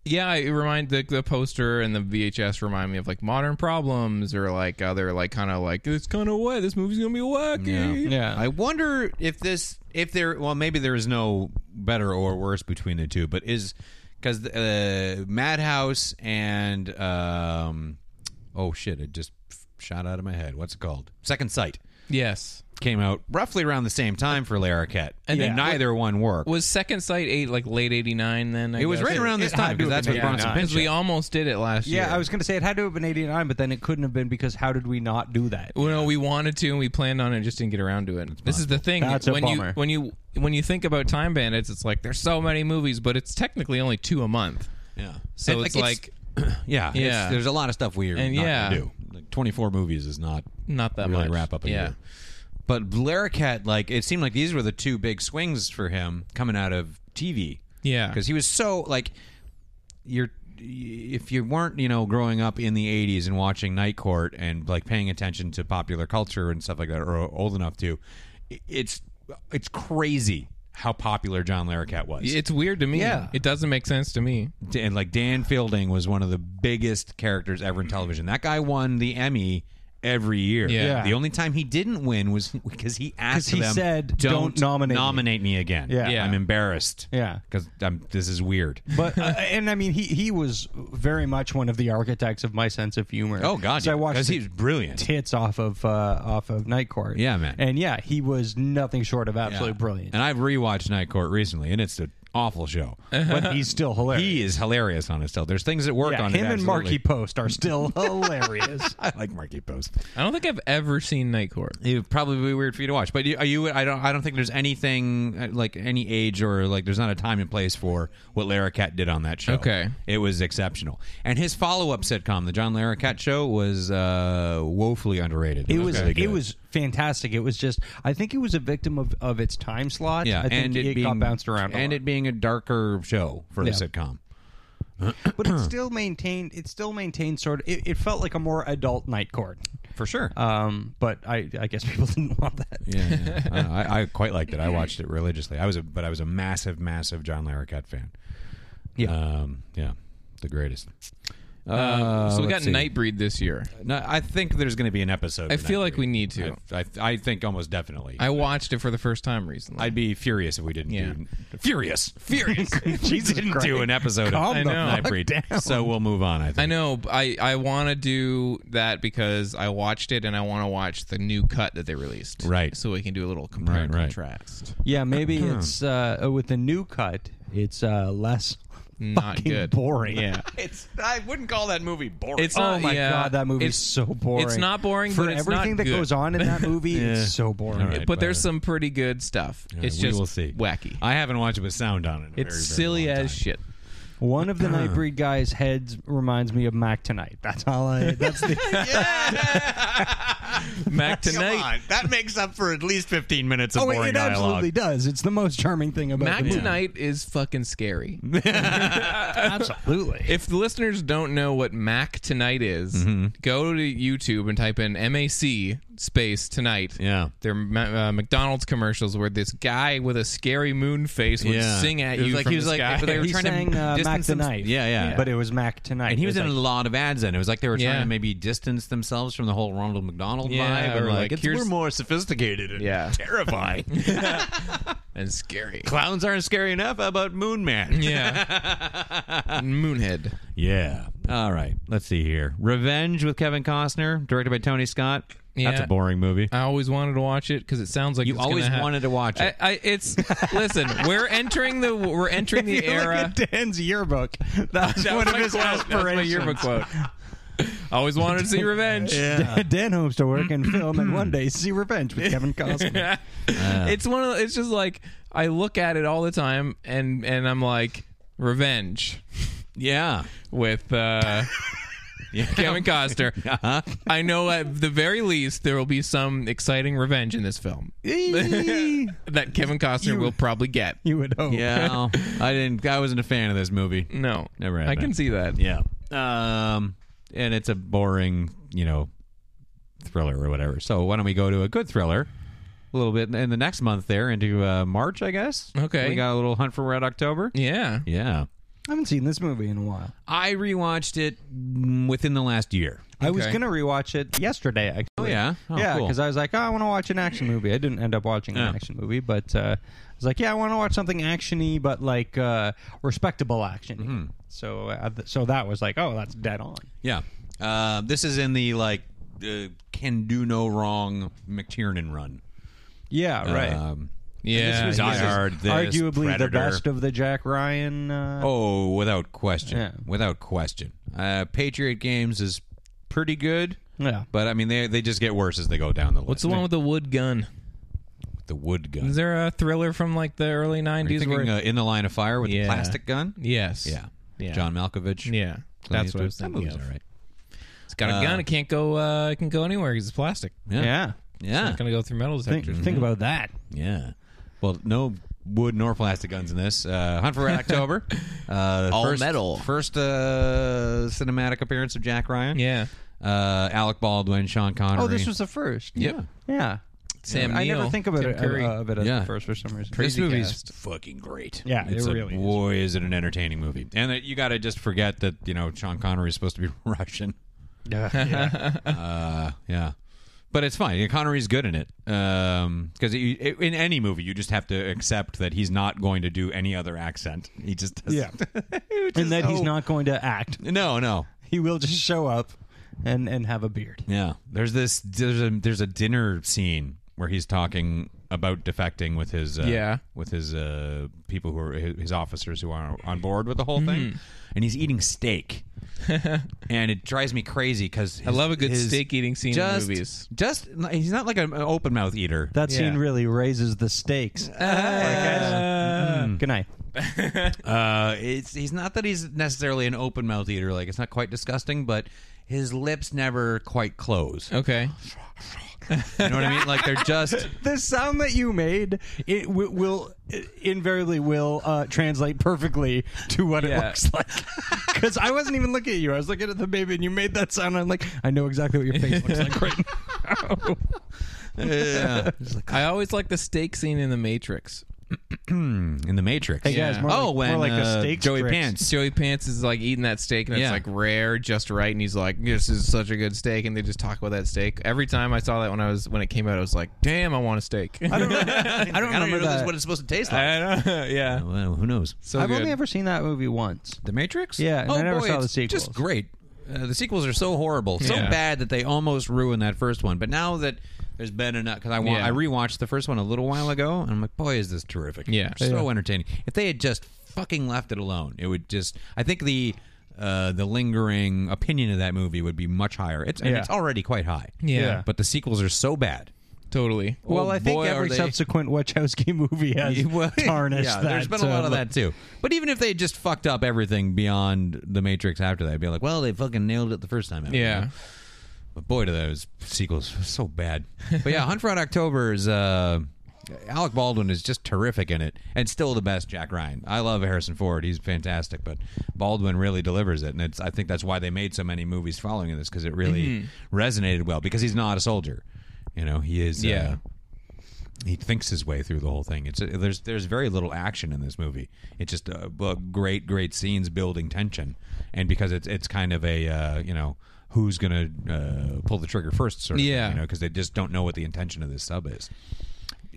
Speaker 5: yeah, it remind the, the poster and the VHS remind me of like modern problems or like other like kind of like it's kind of wet. This movie's gonna be wacky.
Speaker 6: Yeah.
Speaker 4: I wonder if this, if there, well, maybe there is no better or worse between the two, but is because uh, Madhouse and um, oh shit, it just shot out of my head. What's it called? Second Sight
Speaker 5: Yes.
Speaker 4: came out roughly around the same time for Larroquette, and
Speaker 5: then-
Speaker 4: neither one worked.
Speaker 5: Was Second Sight eight like late eighty nine? Then I
Speaker 4: it was
Speaker 5: guess?
Speaker 4: right around this time
Speaker 6: to
Speaker 4: because
Speaker 6: have
Speaker 4: that's what
Speaker 6: been
Speaker 4: Bronson
Speaker 6: 89.
Speaker 4: Pinchot.
Speaker 5: Because we almost did it last year.
Speaker 6: Yeah, I was going to say it had to have been 89, but then it couldn't have been because how did we not do that?
Speaker 5: Well, no, we wanted to and we planned on it, just didn't get around to it. This is the thing.
Speaker 6: That's a
Speaker 5: when
Speaker 6: bummer.
Speaker 5: you when you when you think about Time Bandits, it's like there's so many movies, but it's technically only two a month.
Speaker 4: Yeah.
Speaker 5: So
Speaker 4: And,
Speaker 5: it's like
Speaker 4: yeah,
Speaker 5: Yeah.
Speaker 4: it's- there's a lot of stuff we are
Speaker 5: And
Speaker 4: not
Speaker 5: yeah.
Speaker 4: gonna do. Like 24 movies is not
Speaker 5: Not that
Speaker 4: really
Speaker 5: much.
Speaker 4: wrap up a
Speaker 5: Yeah.
Speaker 4: year. But Larroquette, like it seemed like these were the two big swings for him coming out of TV.
Speaker 5: yeah,
Speaker 4: because he was so like you're if you weren't you know growing up in the 80s and watching night court and like paying attention to popular culture and stuff like that or old enough to i- it's it's crazy how popular john larroquette was
Speaker 5: it's weird to me.
Speaker 4: Yeah.
Speaker 5: it doesn't make sense to me.
Speaker 4: and like Dan Fielding was one of the biggest characters ever in television. That guy won the Emmy every year.
Speaker 5: Yeah. Yeah.
Speaker 4: The only time he didn't win was because he asked
Speaker 6: he
Speaker 4: them,
Speaker 6: said, "Don't nominate me."
Speaker 4: me again.
Speaker 6: Yeah. Yeah.
Speaker 4: I'm embarrassed.
Speaker 6: Yeah.
Speaker 4: because this is weird.
Speaker 6: But uh, and I mean he he was very much one of the architects of my sense of humor.
Speaker 4: Oh God,
Speaker 6: 'Cause I watched
Speaker 4: because
Speaker 6: the
Speaker 4: he's brilliant.
Speaker 6: hits off of uh, off of Night Court.
Speaker 4: Yeah, man.
Speaker 6: And yeah, he was nothing short of absolutely
Speaker 4: Yeah.
Speaker 6: brilliant.
Speaker 4: And I've rewatched Night Court recently, and it's an awful show.
Speaker 6: but he's still hilarious.
Speaker 4: he is hilarious on his stuff. There's things that work
Speaker 6: yeah,
Speaker 4: on
Speaker 6: him
Speaker 4: it,
Speaker 6: and
Speaker 4: absolutely.
Speaker 6: Marky Post are still hilarious.
Speaker 4: I like Marky Post.
Speaker 5: I don't think I've ever seen Night Court.
Speaker 4: It would probably be weird for you to watch, but you, are you? I don't. I don't think there's anything uh, like any age or like there's not a time and place for what Larroquette did on that show.
Speaker 5: Okay.
Speaker 4: it was exceptional, and his follow-up sitcom, the John Larroquette Show, was uh, woefully underrated.
Speaker 6: It was
Speaker 4: really good.
Speaker 6: it was fantastic. It was just I think it was a victim of, of its time slot.
Speaker 4: yeah,
Speaker 6: I think
Speaker 4: and
Speaker 6: it,
Speaker 4: it, being,
Speaker 6: got bounced around. a
Speaker 4: and
Speaker 6: lot.
Speaker 4: it being a darker show for a
Speaker 6: Yeah.
Speaker 4: sitcom.
Speaker 6: but it still maintained it still maintained sort of it, it felt like a more adult night court
Speaker 4: For sure.
Speaker 6: um but i i guess people didn't want that
Speaker 4: yeah, yeah. I, don't know. I, I quite liked it. I watched it religiously. I was a but I was a massive, massive John Larroquette fan.
Speaker 6: Yeah.
Speaker 4: um, yeah, the greatest. Uh,
Speaker 5: Um, so we
Speaker 4: let's
Speaker 5: got
Speaker 4: see.
Speaker 5: Nightbreed this year.
Speaker 4: No, I think there's going to be an episode.
Speaker 5: I
Speaker 4: of
Speaker 5: feel
Speaker 4: Nightbreed.
Speaker 5: like we need to.
Speaker 4: I, I, I think almost definitely.
Speaker 5: I
Speaker 4: I,
Speaker 5: watched it for the first time recently.
Speaker 4: would be furious if we didn't.
Speaker 5: Yeah.
Speaker 4: do Furious, furious. she didn't
Speaker 6: Christ.
Speaker 4: do an episode.
Speaker 6: Calm
Speaker 4: of
Speaker 6: the
Speaker 5: fuck
Speaker 4: Nightbreed. So we'll move on. I think.
Speaker 5: I know. but I I want to do that because I watched it and I want to watch the new cut that they released.
Speaker 4: Right.
Speaker 5: So we can do a little compare and
Speaker 4: Right, right.
Speaker 5: contrast.
Speaker 6: yeah maybe it's uh with the new cut it's uh less
Speaker 5: not
Speaker 7: fucking
Speaker 5: good.
Speaker 7: boring.
Speaker 5: Yeah.
Speaker 4: It's I wouldn't call that movie boring.
Speaker 5: It's
Speaker 6: Oh
Speaker 5: not-
Speaker 6: my
Speaker 5: yeah,
Speaker 6: god, that movie's
Speaker 5: it's-
Speaker 6: so boring.
Speaker 5: It's not boring,
Speaker 6: for
Speaker 5: but it's
Speaker 6: everything
Speaker 5: not
Speaker 6: that
Speaker 5: good.
Speaker 6: goes on in that movie. It's so boring.
Speaker 4: right.
Speaker 5: But there's
Speaker 4: Better.
Speaker 5: some pretty good stuff. it's
Speaker 4: we
Speaker 5: just
Speaker 4: will see.
Speaker 5: wacky.
Speaker 4: I haven't watched it with sound on it. in a
Speaker 5: It's
Speaker 4: very, very
Speaker 5: silly
Speaker 4: long
Speaker 5: as
Speaker 4: time.
Speaker 5: shit.
Speaker 6: One of the Nightbreed guys' heads reminds me of Mac tonight. That's all I. That's the
Speaker 5: Mac
Speaker 4: Come
Speaker 5: tonight.
Speaker 4: on, that makes up for at least 15 minutes of
Speaker 6: oh,
Speaker 4: boring
Speaker 6: it
Speaker 4: dialogue.
Speaker 6: absolutely does. It's the most charming thing about
Speaker 5: Mac
Speaker 6: the movie.
Speaker 5: tonight is fucking scary.
Speaker 6: Absolutely.
Speaker 5: If the listeners don't know what Mac tonight is,
Speaker 4: Mm-hmm.
Speaker 5: go to YouTube and type in MAC space tonight.
Speaker 4: Yeah.
Speaker 5: They're Ma- uh, McDonald's commercials where this guy with a scary moon face would
Speaker 4: Yeah.
Speaker 5: sing at
Speaker 4: It was
Speaker 5: you
Speaker 4: like
Speaker 5: from
Speaker 4: he was
Speaker 5: the
Speaker 4: like-
Speaker 5: sky.
Speaker 4: they were
Speaker 6: he
Speaker 4: trying to
Speaker 6: sang uh, Mac
Speaker 4: distance them-
Speaker 6: tonight.
Speaker 4: Yeah, yeah.
Speaker 6: But it was Mac tonight.
Speaker 4: And he was
Speaker 6: It's
Speaker 4: in a
Speaker 6: like,
Speaker 4: lot of ads then. It was like they were
Speaker 5: Yeah.
Speaker 4: trying to maybe distance themselves from the whole Ronald McDonald
Speaker 5: Yeah,
Speaker 4: vibe. And
Speaker 5: or
Speaker 4: like,
Speaker 5: like,
Speaker 4: it's,
Speaker 5: here's-
Speaker 4: we're more sophisticated and
Speaker 5: Yeah.
Speaker 4: terrifying.
Speaker 5: and scary.
Speaker 4: Clowns aren't scary enough. How about Moon Man?
Speaker 5: Yeah. Moonhead.
Speaker 4: Yeah. All right. Let's see here. Revenge with Kevin Costner, directed by Tony Scott. That's
Speaker 5: Yeah.
Speaker 4: a boring movie.
Speaker 5: I always wanted to watch it because it sounds like
Speaker 4: You
Speaker 5: it's gonna
Speaker 4: always
Speaker 5: hap-
Speaker 4: wanted to watch it.
Speaker 5: I, I, it's listen. We're entering the we're entering the
Speaker 6: Look
Speaker 5: era.
Speaker 6: at Dan's yearbook. That's
Speaker 5: That
Speaker 6: one
Speaker 5: was
Speaker 6: of
Speaker 5: my
Speaker 6: his
Speaker 5: quote. That was my
Speaker 6: aspirations.
Speaker 5: yearbook quote. I always wanted to see revenge.
Speaker 6: Dan- Dan hopes to work in film and one day see revenge with Kevin Costner.
Speaker 5: It's one of it's just like I look at it all the time and and I'm like revenge
Speaker 4: Yeah.
Speaker 5: with uh Kevin Costner.
Speaker 4: Uh-huh.
Speaker 5: I know at the very least there will be some exciting revenge in this film that Kevin Costner will probably get.
Speaker 6: you would hope.
Speaker 4: Yeah. I didn't. I wasn't a fan of this movie.
Speaker 5: No,
Speaker 4: Never
Speaker 5: I
Speaker 4: happened.
Speaker 5: can see that.
Speaker 4: Yeah. Um, and it's a boring, you know, thriller or whatever. So why don't we go to a good thriller a little bit in the next month there into uh, March, I guess.
Speaker 5: Okay.
Speaker 4: We got a little hunt for Red October.
Speaker 5: Yeah.
Speaker 4: Yeah.
Speaker 6: I haven't seen this movie in a while.
Speaker 4: I rewatched it mm, within the last year.
Speaker 6: I was
Speaker 5: Okay.
Speaker 6: gonna rewatch it yesterday. Actually.
Speaker 4: Oh, yeah? Oh,
Speaker 6: yeah,
Speaker 4: cool.
Speaker 6: because I was like, oh, I want to watch an action movie. I didn't end up watching
Speaker 4: Yeah.
Speaker 6: an action movie, but uh, I was like, yeah, I want to watch something actiony, but like uh, respectable action.
Speaker 4: Mm-hmm.
Speaker 6: So, uh, th- so that was like, oh, that's dead on.
Speaker 4: Yeah. Uh, this is in the like uh, can do no wrong McTiernan run.
Speaker 6: Uh, Yeah, right.
Speaker 4: Um,
Speaker 5: Yeah.
Speaker 4: was Die Hard, this,
Speaker 6: arguably the
Speaker 4: Predator.
Speaker 6: best of the Jack Ryan. Uh,
Speaker 4: Oh, without question.
Speaker 6: Yeah.
Speaker 4: Without question. Uh, Patriot Games is pretty good.
Speaker 6: Yeah.
Speaker 4: But I mean, they they just get worse as they go down the list.
Speaker 5: What's the one with the wood gun?
Speaker 4: the wood gun?
Speaker 5: Is there a thriller from like the
Speaker 4: Are
Speaker 5: early
Speaker 4: you
Speaker 5: nineties
Speaker 4: thinking
Speaker 5: where
Speaker 4: uh, in the line of fire with the
Speaker 5: Yeah.
Speaker 4: plastic gun?
Speaker 5: Yes.
Speaker 4: Yeah,
Speaker 5: Yeah.
Speaker 4: John Malkovich.
Speaker 5: Yeah.
Speaker 4: Clint
Speaker 5: That's what
Speaker 4: Eastwood.
Speaker 5: I was
Speaker 4: That
Speaker 5: thinking
Speaker 4: movie's
Speaker 5: of.
Speaker 4: all right.
Speaker 5: It's got a
Speaker 4: Uh,
Speaker 5: gun, it can't go uh it can go anywhere because it's plastic.
Speaker 4: Yeah. Mm-hmm.
Speaker 6: yeah.
Speaker 5: It's
Speaker 4: Yeah.
Speaker 5: not gonna go through metal
Speaker 6: Think,
Speaker 5: detectors.
Speaker 6: think about that.
Speaker 4: Yeah. Well, no wood nor plastic guns in this. Uh, Hunt for Red October. Uh,
Speaker 5: All
Speaker 4: first,
Speaker 5: metal.
Speaker 4: First uh, cinematic appearance of Jack Ryan.
Speaker 5: Yeah.
Speaker 4: Uh, Alec Baldwin, Sean Connery.
Speaker 6: Oh, this was the first.
Speaker 4: Yep.
Speaker 6: Yeah.
Speaker 5: Sam
Speaker 6: I never
Speaker 5: Neill,
Speaker 6: think about
Speaker 5: Tim
Speaker 6: it,
Speaker 5: Curry.
Speaker 6: uh, of it as
Speaker 4: Yeah.
Speaker 6: the first for some reason.
Speaker 4: This
Speaker 5: Crazy
Speaker 4: movie's
Speaker 5: cast.
Speaker 4: fucking great.
Speaker 6: Yeah, it
Speaker 4: it's a-
Speaker 6: really is.
Speaker 4: boy, is. it an entertaining movie. And that you got to just forget that you know Sean Connery is supposed to be Russian. Yeah, yeah. uh, yeah. But it's fine. Connery's good in it Um, because in any movie you just have to accept that he's not going to do any other accent. He just does
Speaker 6: Yeah. and that he's
Speaker 4: so-
Speaker 6: not going to act.
Speaker 4: No, no.
Speaker 6: He will just show up and and have a beard.
Speaker 4: Yeah. There's this. There's a. There's a dinner scene where he's talking about defecting with his. Uh,
Speaker 5: Yeah.
Speaker 4: With his uh, people who are his his officers who are on board with the whole
Speaker 5: Mm-hmm.
Speaker 4: thing, and he's eating steak, and it drives me crazy because
Speaker 5: I love a good steak eating scene
Speaker 4: Just,
Speaker 5: in movies.
Speaker 4: just he's not like an open mouth eater.
Speaker 6: That scene
Speaker 5: Yeah.
Speaker 6: really raises the stakes. Like, guys, Good night.
Speaker 4: Uh, it's he's not that he's necessarily an open mouth eater. Like it's not quite disgusting, but his lips never quite close.
Speaker 5: Okay.
Speaker 6: Oh,
Speaker 4: You know what I mean? Like they're just
Speaker 6: The sound that you made it w- will it invariably will uh, translate perfectly to what it
Speaker 5: Yeah.
Speaker 6: looks like. Because I wasn't even looking at you; I was looking at the baby, and you made that sound. I'm like, I know exactly what your face looks like right now.
Speaker 4: yeah.
Speaker 5: I always like the steak scene in The Matrix.
Speaker 4: in the Matrix.
Speaker 6: Hey, guys,
Speaker 5: Yeah.
Speaker 6: more
Speaker 4: Oh,
Speaker 6: like,
Speaker 4: when
Speaker 6: more like
Speaker 4: uh,
Speaker 6: a steak
Speaker 4: Joey
Speaker 6: strips.
Speaker 4: Pants
Speaker 5: Joey Pants is like eating that steak that's
Speaker 4: Yeah.
Speaker 5: like rare, just right, and he's like, "This is such a good steak," and they just talk about that steak. Every time I saw that when I was when it came out, I was like, "Damn, I want a steak." I don't,
Speaker 4: I don't,
Speaker 6: remember
Speaker 4: even know this is
Speaker 6: that.
Speaker 4: what it's supposed to taste like. Uh,
Speaker 5: yeah,
Speaker 4: well, who knows?
Speaker 5: so
Speaker 6: I've
Speaker 5: good.
Speaker 6: only ever seen that movie once.
Speaker 4: The Matrix?
Speaker 6: Yeah, and
Speaker 4: oh
Speaker 6: I never
Speaker 4: boy,
Speaker 6: saw the
Speaker 4: it's Just
Speaker 6: sequels.
Speaker 4: great. Uh, the sequels are so horrible, so
Speaker 5: Yeah.
Speaker 4: bad that they almost ruined that first one. But now that There's been enough because I want
Speaker 5: Yeah.
Speaker 4: I rewatched the first one a little while ago, and I'm like, boy, is this terrific!
Speaker 5: Yeah.
Speaker 4: so entertaining. If they had just fucking left it alone, it would just. I think the uh, the lingering opinion of that movie would be much higher. It's and
Speaker 6: Yeah.
Speaker 4: it's already quite high.
Speaker 5: Yeah. Yeah.
Speaker 4: but the sequels are so bad.
Speaker 5: Totally.
Speaker 6: Well,
Speaker 4: Oh,
Speaker 6: I think
Speaker 4: boy, are
Speaker 6: every
Speaker 4: they-
Speaker 6: subsequent Wachowski movie has
Speaker 4: Well,
Speaker 7: tarnished
Speaker 4: yeah,
Speaker 7: that.
Speaker 4: There's been a lot
Speaker 7: uh,
Speaker 4: of that too. But even if they just fucked up everything beyond the Matrix after that, I'd be like, well, they fucking nailed it the first time. out, you
Speaker 5: Yeah.
Speaker 4: know? But boy, do those sequels were so bad. But yeah, Hunt for Red October is. Uh, Alec Baldwin is just terrific in it, and still the best Jack Ryan. I love Harrison Ford; he's fantastic, but Baldwin really delivers it, and it's. I think that's why they made so many movies following this because it really resonated well. Because he's not a soldier, you know. He is.
Speaker 5: Yeah.
Speaker 4: Uh, he thinks his way through the whole thing. It's there's there's very little action in this movie. It's just uh, well, great great scenes building tension, and because it's it's kind of a uh, you know who's gonna uh, pull the trigger first sort of thing,
Speaker 5: Yeah.
Speaker 4: you know because they just don't know what the intention of this sub is.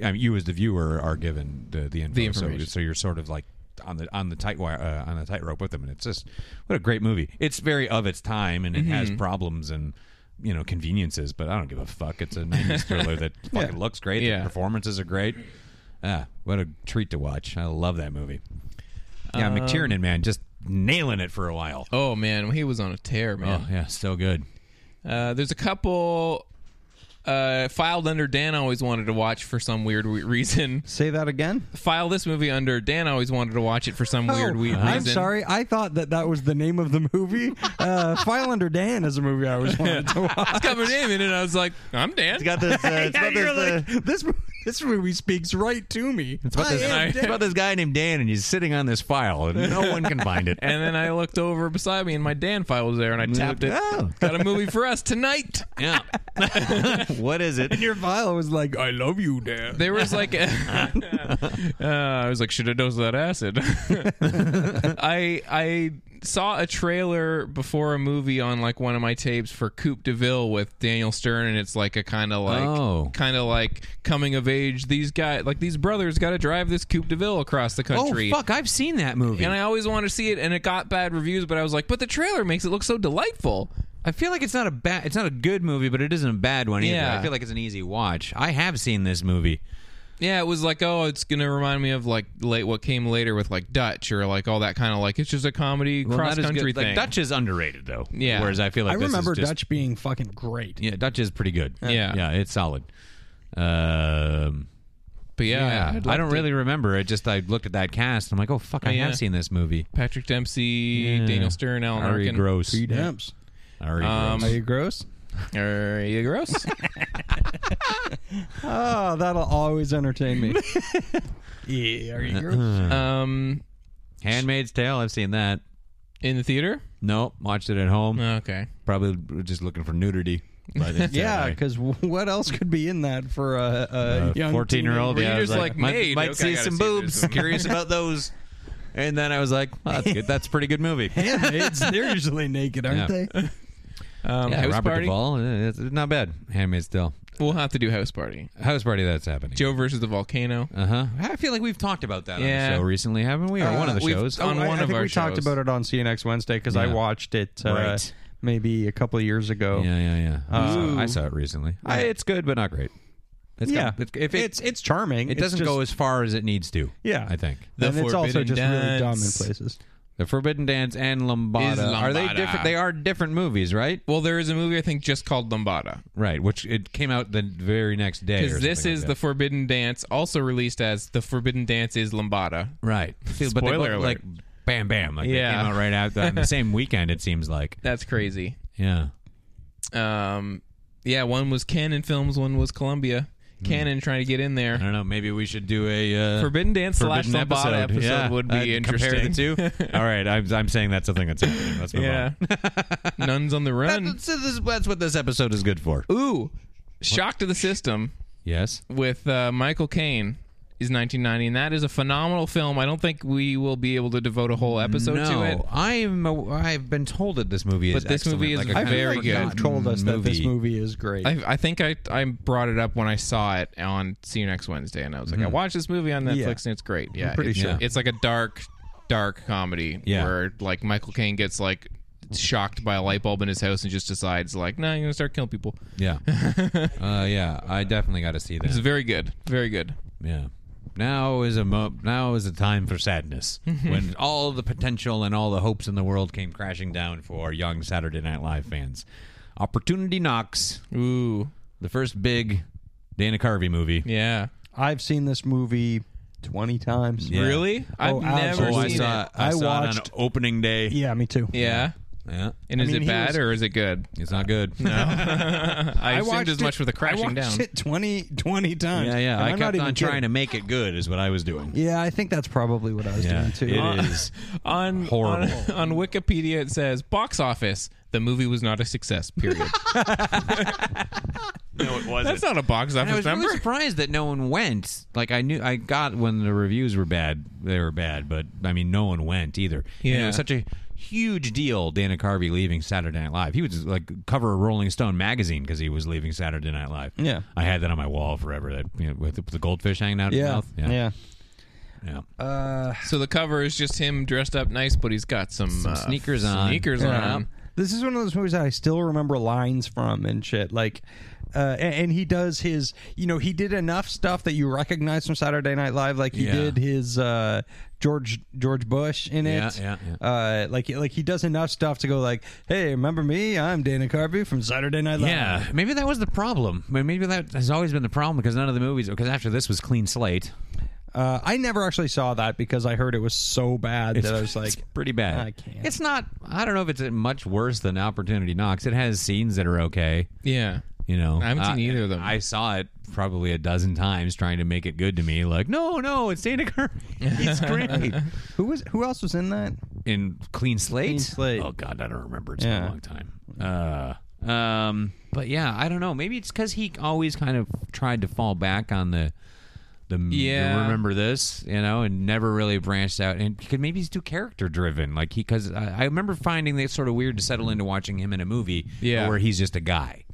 Speaker 4: I mean, you as the viewer are given the the, info,
Speaker 5: The
Speaker 4: so-
Speaker 5: information.
Speaker 4: So, you're sort of like on the on the tight wire uh, on the tightrope with them, and it's just what a great movie. It's very of its time, and it has problems and. You know conveniences, but I don't give a fuck. It's a '90s thriller that fucking looks great. The
Speaker 5: Yeah.
Speaker 4: performances are great. Ah, what a treat to watch. I love that movie. Yeah, McTiernan, man, just nailing it for a while.
Speaker 5: Oh man, he was on a tear,
Speaker 4: Oh,
Speaker 5: man.
Speaker 4: yeah, so good.
Speaker 5: Uh, there's a couple. Uh, filed under Dan always wanted to watch for some weird we- reason.
Speaker 6: Say that again.
Speaker 5: File this movie under Dan always wanted to watch it for some weird
Speaker 6: Oh,
Speaker 5: we- reason.
Speaker 6: I'm sorry. I thought that that was the name of the movie. Uh, File Under Dan is a movie I always wanted to watch.
Speaker 5: It's coming in, and I was like, I'm Dan.
Speaker 8: Got this. Uh, it's got this,
Speaker 6: You're
Speaker 8: uh,
Speaker 6: like, this this movie speaks right to me.
Speaker 4: It's about, this, it's about this guy named Dan, and he's sitting on this file, and no one can find it.
Speaker 5: and then I looked over beside me, and my Dan file was there, and I tapped it.
Speaker 4: Oh.
Speaker 5: Got a movie for us tonight.
Speaker 4: yeah. what is it?
Speaker 6: Your file was like, I love you, Dan.
Speaker 5: There was like, a, uh, I was like, should I dose that acid? I I saw a trailer before a movie on like one of my tapes for Coupe de Ville with Daniel Stern, and it's like a kind of like
Speaker 4: Oh.
Speaker 5: kind of like coming of age. These guys, like these brothers, got to drive this Coupe de Ville across the
Speaker 4: Oh,
Speaker 5: country.
Speaker 4: fuck, I've seen that movie.
Speaker 5: And I always wanted to see it, and it got bad reviews. But I was like, but the trailer makes it look so delightful.
Speaker 4: I feel like it's not a bad, it's not a good movie, but it isn't a bad one either.
Speaker 5: Yeah.
Speaker 4: I feel like it's an easy watch. I have seen this movie.
Speaker 5: Yeah, it was like, oh, it's gonna remind me of like late what came later with like Dutch or like all that kind of like it's just a comedy
Speaker 4: Well, not
Speaker 5: cross
Speaker 4: as good-
Speaker 5: country
Speaker 4: like,
Speaker 5: thing.
Speaker 4: Dutch is underrated though.
Speaker 5: Yeah.
Speaker 4: Whereas I feel like
Speaker 7: I
Speaker 4: this is
Speaker 7: remember
Speaker 4: just-
Speaker 7: Dutch being fucking great.
Speaker 4: Yeah, Dutch is pretty good.
Speaker 5: Yeah.
Speaker 4: yeah, it's solid. Um,
Speaker 5: but yeah,
Speaker 4: Yeah,
Speaker 5: I'd
Speaker 4: I
Speaker 5: like
Speaker 4: don't
Speaker 5: to-
Speaker 4: really remember. It just I looked at that cast. and I'm like, oh fuck, I
Speaker 5: Yeah.
Speaker 4: have seen this movie.
Speaker 5: Patrick Dempsey,
Speaker 4: Yeah.
Speaker 5: Daniel Stern, Alan
Speaker 4: Ari
Speaker 5: Arkin.
Speaker 4: Gross.
Speaker 6: Demps.
Speaker 4: Ari
Speaker 5: Um,
Speaker 4: Gross.
Speaker 6: Are you gross?
Speaker 5: Are you gross?
Speaker 6: Oh, that'll always entertain me.
Speaker 7: Yeah, are
Speaker 4: Uh-uh.
Speaker 7: you gross?
Speaker 5: um,
Speaker 4: Handmaid's Tale. I've seen that.
Speaker 5: in the theater?
Speaker 4: Nope, watched it at home.
Speaker 5: Okay.
Speaker 4: Probably just looking for nudity. But it's,
Speaker 6: yeah,
Speaker 4: uh,
Speaker 6: because what else could be in that for a, a young
Speaker 4: 14 year old.
Speaker 5: Were you
Speaker 4: Yeah, I was
Speaker 5: just like,
Speaker 4: might,
Speaker 5: made?
Speaker 4: might
Speaker 5: Okay, I
Speaker 4: see
Speaker 5: gotta
Speaker 4: some
Speaker 5: see
Speaker 4: boobs.
Speaker 5: this.
Speaker 4: Curious about those. And then I was like, well, that's good. That's a pretty good movie.
Speaker 6: teenager? Handmaids, they're usually naked, aren't
Speaker 4: Yeah.
Speaker 6: they?
Speaker 5: Um,
Speaker 4: Yeah,
Speaker 5: house
Speaker 4: Robert
Speaker 5: party.
Speaker 4: Duvall. uh, It's not bad. Handmaid's Tale.
Speaker 5: We'll have to do house party.
Speaker 4: House party. That's happening.
Speaker 5: Joe versus the volcano.
Speaker 4: Uh huh. I feel like we've talked about that on
Speaker 5: Yeah.
Speaker 4: the show recently, haven't we? Or one
Speaker 6: Uh,
Speaker 4: of the
Speaker 5: we've-
Speaker 4: shows.
Speaker 5: oh, On
Speaker 6: I,
Speaker 5: one
Speaker 6: I
Speaker 5: of
Speaker 6: think
Speaker 5: our
Speaker 6: we talked
Speaker 5: shows.
Speaker 6: about it on See You Next Wednesday because I
Speaker 4: Yeah.
Speaker 6: watched it uh,
Speaker 4: Right.
Speaker 6: maybe a couple of years ago.
Speaker 4: Yeah, yeah, yeah. I saw-
Speaker 6: Ooh.
Speaker 4: I saw it recently. I, it's good, but not great. It's
Speaker 6: Yeah.
Speaker 4: got- it's, if it,
Speaker 6: it's it's charming.
Speaker 4: it doesn't
Speaker 6: it's
Speaker 4: go
Speaker 6: just-
Speaker 4: as far as it needs to.
Speaker 6: Yeah.
Speaker 4: I think
Speaker 5: The
Speaker 6: and it's also
Speaker 5: Forbidden
Speaker 6: just really dumb in
Speaker 5: Dance.
Speaker 6: places.
Speaker 4: the Forbidden Dance and Lombada,
Speaker 5: Is
Speaker 4: are they
Speaker 5: Lombada.
Speaker 4: different? They are different movies, right?
Speaker 5: Well, there is a movie I think just called Lombada.
Speaker 4: Right. Which it came out the very next day.
Speaker 5: Because this is the Forbidden Dance, also released as the Forbidden Dance is Lombada.
Speaker 4: right. See, but they
Speaker 5: Spoiler
Speaker 4: both,
Speaker 5: alert.
Speaker 4: like bam, bam. Like
Speaker 5: Yeah.
Speaker 4: they came out right after on the same weekend. It seems like.
Speaker 5: That's crazy.
Speaker 4: Yeah.
Speaker 5: Um, yeah, one was Canon Films, one was Columbia. Canon trying to get in
Speaker 4: I
Speaker 5: there.
Speaker 4: don't know. Maybe we should do a uh,
Speaker 5: Forbidden Dance slash
Speaker 4: Forbidden
Speaker 5: Lombada episode,
Speaker 4: Yeah.
Speaker 5: would be
Speaker 4: I'd
Speaker 5: interesting.
Speaker 4: Compare the two. All right, I'm, I'm saying that's a thing that's happening. Let's move
Speaker 5: Yeah,
Speaker 4: on.
Speaker 5: Nuns on the Run.
Speaker 4: That's, this- that's what this episode is good for.
Speaker 5: Ooh, Shock to the System
Speaker 4: Yes.
Speaker 5: with uh, Michael Caine is 1990, and that is a phenomenal film. I don't think we will be able to devote a whole episode
Speaker 4: no,
Speaker 5: to it.
Speaker 4: I'm. a- I've been told that this movie is.
Speaker 5: But this movie
Speaker 4: excellent.
Speaker 5: is
Speaker 4: Like, I
Speaker 5: very
Speaker 4: kind of
Speaker 5: good.
Speaker 4: forgotten
Speaker 6: They've told us that this movie is great.
Speaker 5: I, I think I, I brought it up when I saw it on See You Next Wednesday, and I was like, I watched this movie on Netflix,
Speaker 6: Mm-hmm. Yeah.
Speaker 5: and it's great. Yeah,
Speaker 6: pretty
Speaker 5: it's,
Speaker 4: sure.
Speaker 5: It's like a dark, dark comedy
Speaker 4: Yeah.
Speaker 5: where like Michael Caine gets like shocked by a light bulb in his house and just decides like, nah, I'm gonna start killing people.
Speaker 4: Yeah. uh, yeah. I definitely got to see
Speaker 5: It's
Speaker 4: that.
Speaker 5: very good, very good.
Speaker 4: Yeah. Now is a mo- now is a time for sadness when all the potential and all the hopes in the world came crashing down for young Saturday Night Live fans. Opportunity knocks.
Speaker 5: Ooh,
Speaker 4: The first big Dana Carvey movie.
Speaker 5: yeah.
Speaker 6: I've seen this movie 20 times.
Speaker 4: Yeah.
Speaker 5: Really?
Speaker 6: Oh,
Speaker 5: I've never
Speaker 4: Oh, I
Speaker 5: seen
Speaker 4: saw.
Speaker 5: it.
Speaker 4: I,
Speaker 6: I
Speaker 4: saw it on
Speaker 6: watched-
Speaker 4: opening day.
Speaker 6: Yeah, me too.
Speaker 5: Yeah.
Speaker 4: Yeah.
Speaker 5: And is
Speaker 6: mean,
Speaker 5: it
Speaker 6: he
Speaker 5: bad
Speaker 6: was-
Speaker 5: or is it good?
Speaker 4: It's not good.
Speaker 5: I, assumed as
Speaker 6: it-
Speaker 5: much for the
Speaker 6: I
Speaker 5: crashing
Speaker 6: watched
Speaker 5: down.
Speaker 6: it 20, 20 times.
Speaker 4: Yeah, yeah. I
Speaker 6: And I'm not
Speaker 4: kept
Speaker 6: even
Speaker 4: on trying
Speaker 6: kidding.
Speaker 4: to make it good, is what I was doing.
Speaker 6: Yeah, I think that's probably what I was doing too. Uh,
Speaker 4: it is.
Speaker 5: on
Speaker 4: Horrible.
Speaker 5: on, on Wikipedia it says box office. The movie was not a success. Period.
Speaker 4: No, it wasn't.
Speaker 5: That's not a box
Speaker 4: And I
Speaker 5: office
Speaker 4: was
Speaker 5: number.
Speaker 4: really surprised that no one went. Like I knew I got when the reviews were bad, they were bad, but I mean no one went either. And it
Speaker 5: Yeah.
Speaker 4: was such a huge deal. Dana Carvey leaving Saturday Night Live. He was like cover of Rolling Stone magazine because he was leaving Saturday Night Live.
Speaker 6: Yeah.
Speaker 4: I had that on my wall forever. That you know, with the goldfish hanging out of his
Speaker 6: Yeah,
Speaker 4: mouth.
Speaker 6: yeah. Uh,
Speaker 4: yeah.
Speaker 5: so the cover is just him dressed up nice, but he's got some, uh,
Speaker 4: sneakers on.
Speaker 5: Sneakers
Speaker 6: Yeah.
Speaker 5: on.
Speaker 6: Um, This is one of those movies that I still remember lines from and shit. Like, uh, and, and he does his, you know, he did enough stuff that you recognize from Saturday Night Live. Like he
Speaker 4: Yeah.
Speaker 6: did his uh, George George Bush in
Speaker 4: Yeah,
Speaker 6: it.
Speaker 4: yeah, yeah.
Speaker 6: Uh, like like he does enough stuff to go like, hey, remember me? I'm Dana Carvey from Saturday Night Live.
Speaker 4: Yeah, maybe that was the problem. I mean, Maybe that has always been the problem because none of the movies. Because after this was clean slate.
Speaker 6: Uh, I never actually saw that because I heard it was so bad that I was like,
Speaker 4: it's pretty bad.
Speaker 6: I can't.
Speaker 4: It's not. I don't know if it's much worse than Opportunity Knocks. It has scenes that are okay.
Speaker 5: Yeah.
Speaker 4: You know,
Speaker 5: I haven't seen
Speaker 4: Uh,
Speaker 5: either of them.
Speaker 4: I saw it probably a dozen times trying to make it good to me. Like, no, no, it's Dana Carvey. He's great
Speaker 6: who was who else was in that?
Speaker 4: in Clean Slate.
Speaker 6: Clean Slate.
Speaker 4: Oh God, I don't remember. It's been
Speaker 6: Yeah.
Speaker 4: a long time. Uh, um, but yeah, I don't know. Maybe it's because he always kind of tried to fall back on the. The, the
Speaker 5: Yeah.
Speaker 4: remember this, you know, and never really branched out. And because maybe he's too character driven, like he because I, I remember finding it sort of weird to settle into watching him in a movie,
Speaker 5: Yeah.
Speaker 4: where he's just a guy.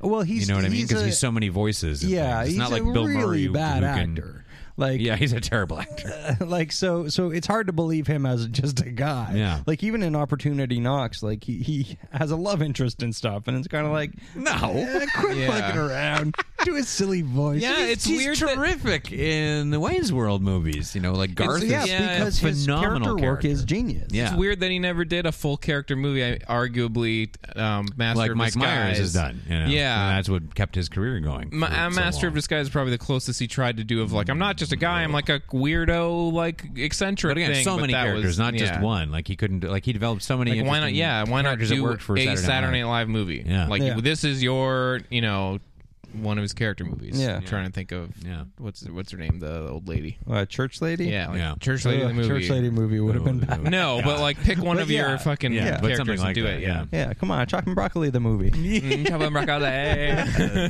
Speaker 6: Well,
Speaker 4: You
Speaker 6: he's
Speaker 4: know what I mean? Because
Speaker 6: a-
Speaker 4: he's so many voices. and
Speaker 6: yeah,
Speaker 4: things. it's
Speaker 6: he's
Speaker 4: not like
Speaker 6: a
Speaker 4: Bill Murray,
Speaker 6: really
Speaker 4: who
Speaker 6: bad
Speaker 4: can-
Speaker 6: actor. Like
Speaker 4: Yeah, he's a terrible actor.
Speaker 6: like so so it's hard to believe him as just a guy
Speaker 4: Yeah.
Speaker 6: like even in opportunity knocks like he, he has a love interest and stuff and it's kind of like
Speaker 4: No,
Speaker 6: eh, quit
Speaker 5: Mm. Yeah.
Speaker 6: fucking around do a silly voice
Speaker 5: Yeah, it's
Speaker 4: he's
Speaker 5: weird that-
Speaker 4: Terrific in the Wayne's World movies. You know, like Garth.
Speaker 6: yeah,
Speaker 4: is
Speaker 5: yeah,
Speaker 6: because
Speaker 4: a
Speaker 6: his
Speaker 4: phenomenal
Speaker 6: character work is genius
Speaker 4: yeah,
Speaker 5: It's weird that he never did a full character movie. I arguably um, Master
Speaker 4: like
Speaker 5: of
Speaker 4: Mike
Speaker 5: Disguise.
Speaker 4: Myers has done. You know?
Speaker 5: Yeah.
Speaker 4: and that's what kept his career going.
Speaker 5: Ma-
Speaker 4: for
Speaker 5: uh,
Speaker 4: so
Speaker 5: Master of
Speaker 4: long.
Speaker 5: Disguise is probably the closest he tried to do of like I'm not just a guy. I'm like a weirdo, like eccentric.
Speaker 4: But again,
Speaker 5: thing,
Speaker 4: so many
Speaker 5: that
Speaker 4: characters,
Speaker 5: was,
Speaker 4: not just
Speaker 5: yeah.
Speaker 4: one. Like he couldn't. do- Like he developed so many.
Speaker 5: Like why not?
Speaker 4: interesting
Speaker 5: Yeah, why not
Speaker 4: characters that
Speaker 5: do
Speaker 4: worked for
Speaker 5: a Saturday,
Speaker 4: Saturday,
Speaker 5: Night Live movie?
Speaker 4: Yeah.
Speaker 5: like
Speaker 6: Yeah.
Speaker 5: this is your, you know, one of his character movies.
Speaker 6: Yeah.
Speaker 5: I'm trying to think of
Speaker 4: Yeah.
Speaker 5: what's what's her name, the old lady.
Speaker 6: uh, church lady
Speaker 5: Yeah, like
Speaker 4: Yeah.
Speaker 5: Church Lady
Speaker 6: Ugh,
Speaker 5: the movie.
Speaker 6: church lady movie would have been bad
Speaker 5: No, but like pick one
Speaker 6: But
Speaker 5: of
Speaker 6: yeah.
Speaker 5: your fucking
Speaker 4: Yeah, but
Speaker 5: characters
Speaker 4: something
Speaker 5: and
Speaker 4: like
Speaker 5: do
Speaker 4: that,
Speaker 5: it.
Speaker 4: yeah.
Speaker 5: Yeah.
Speaker 6: yeah come on chalk and broccoli the movie
Speaker 5: Mm, come on, broccoli.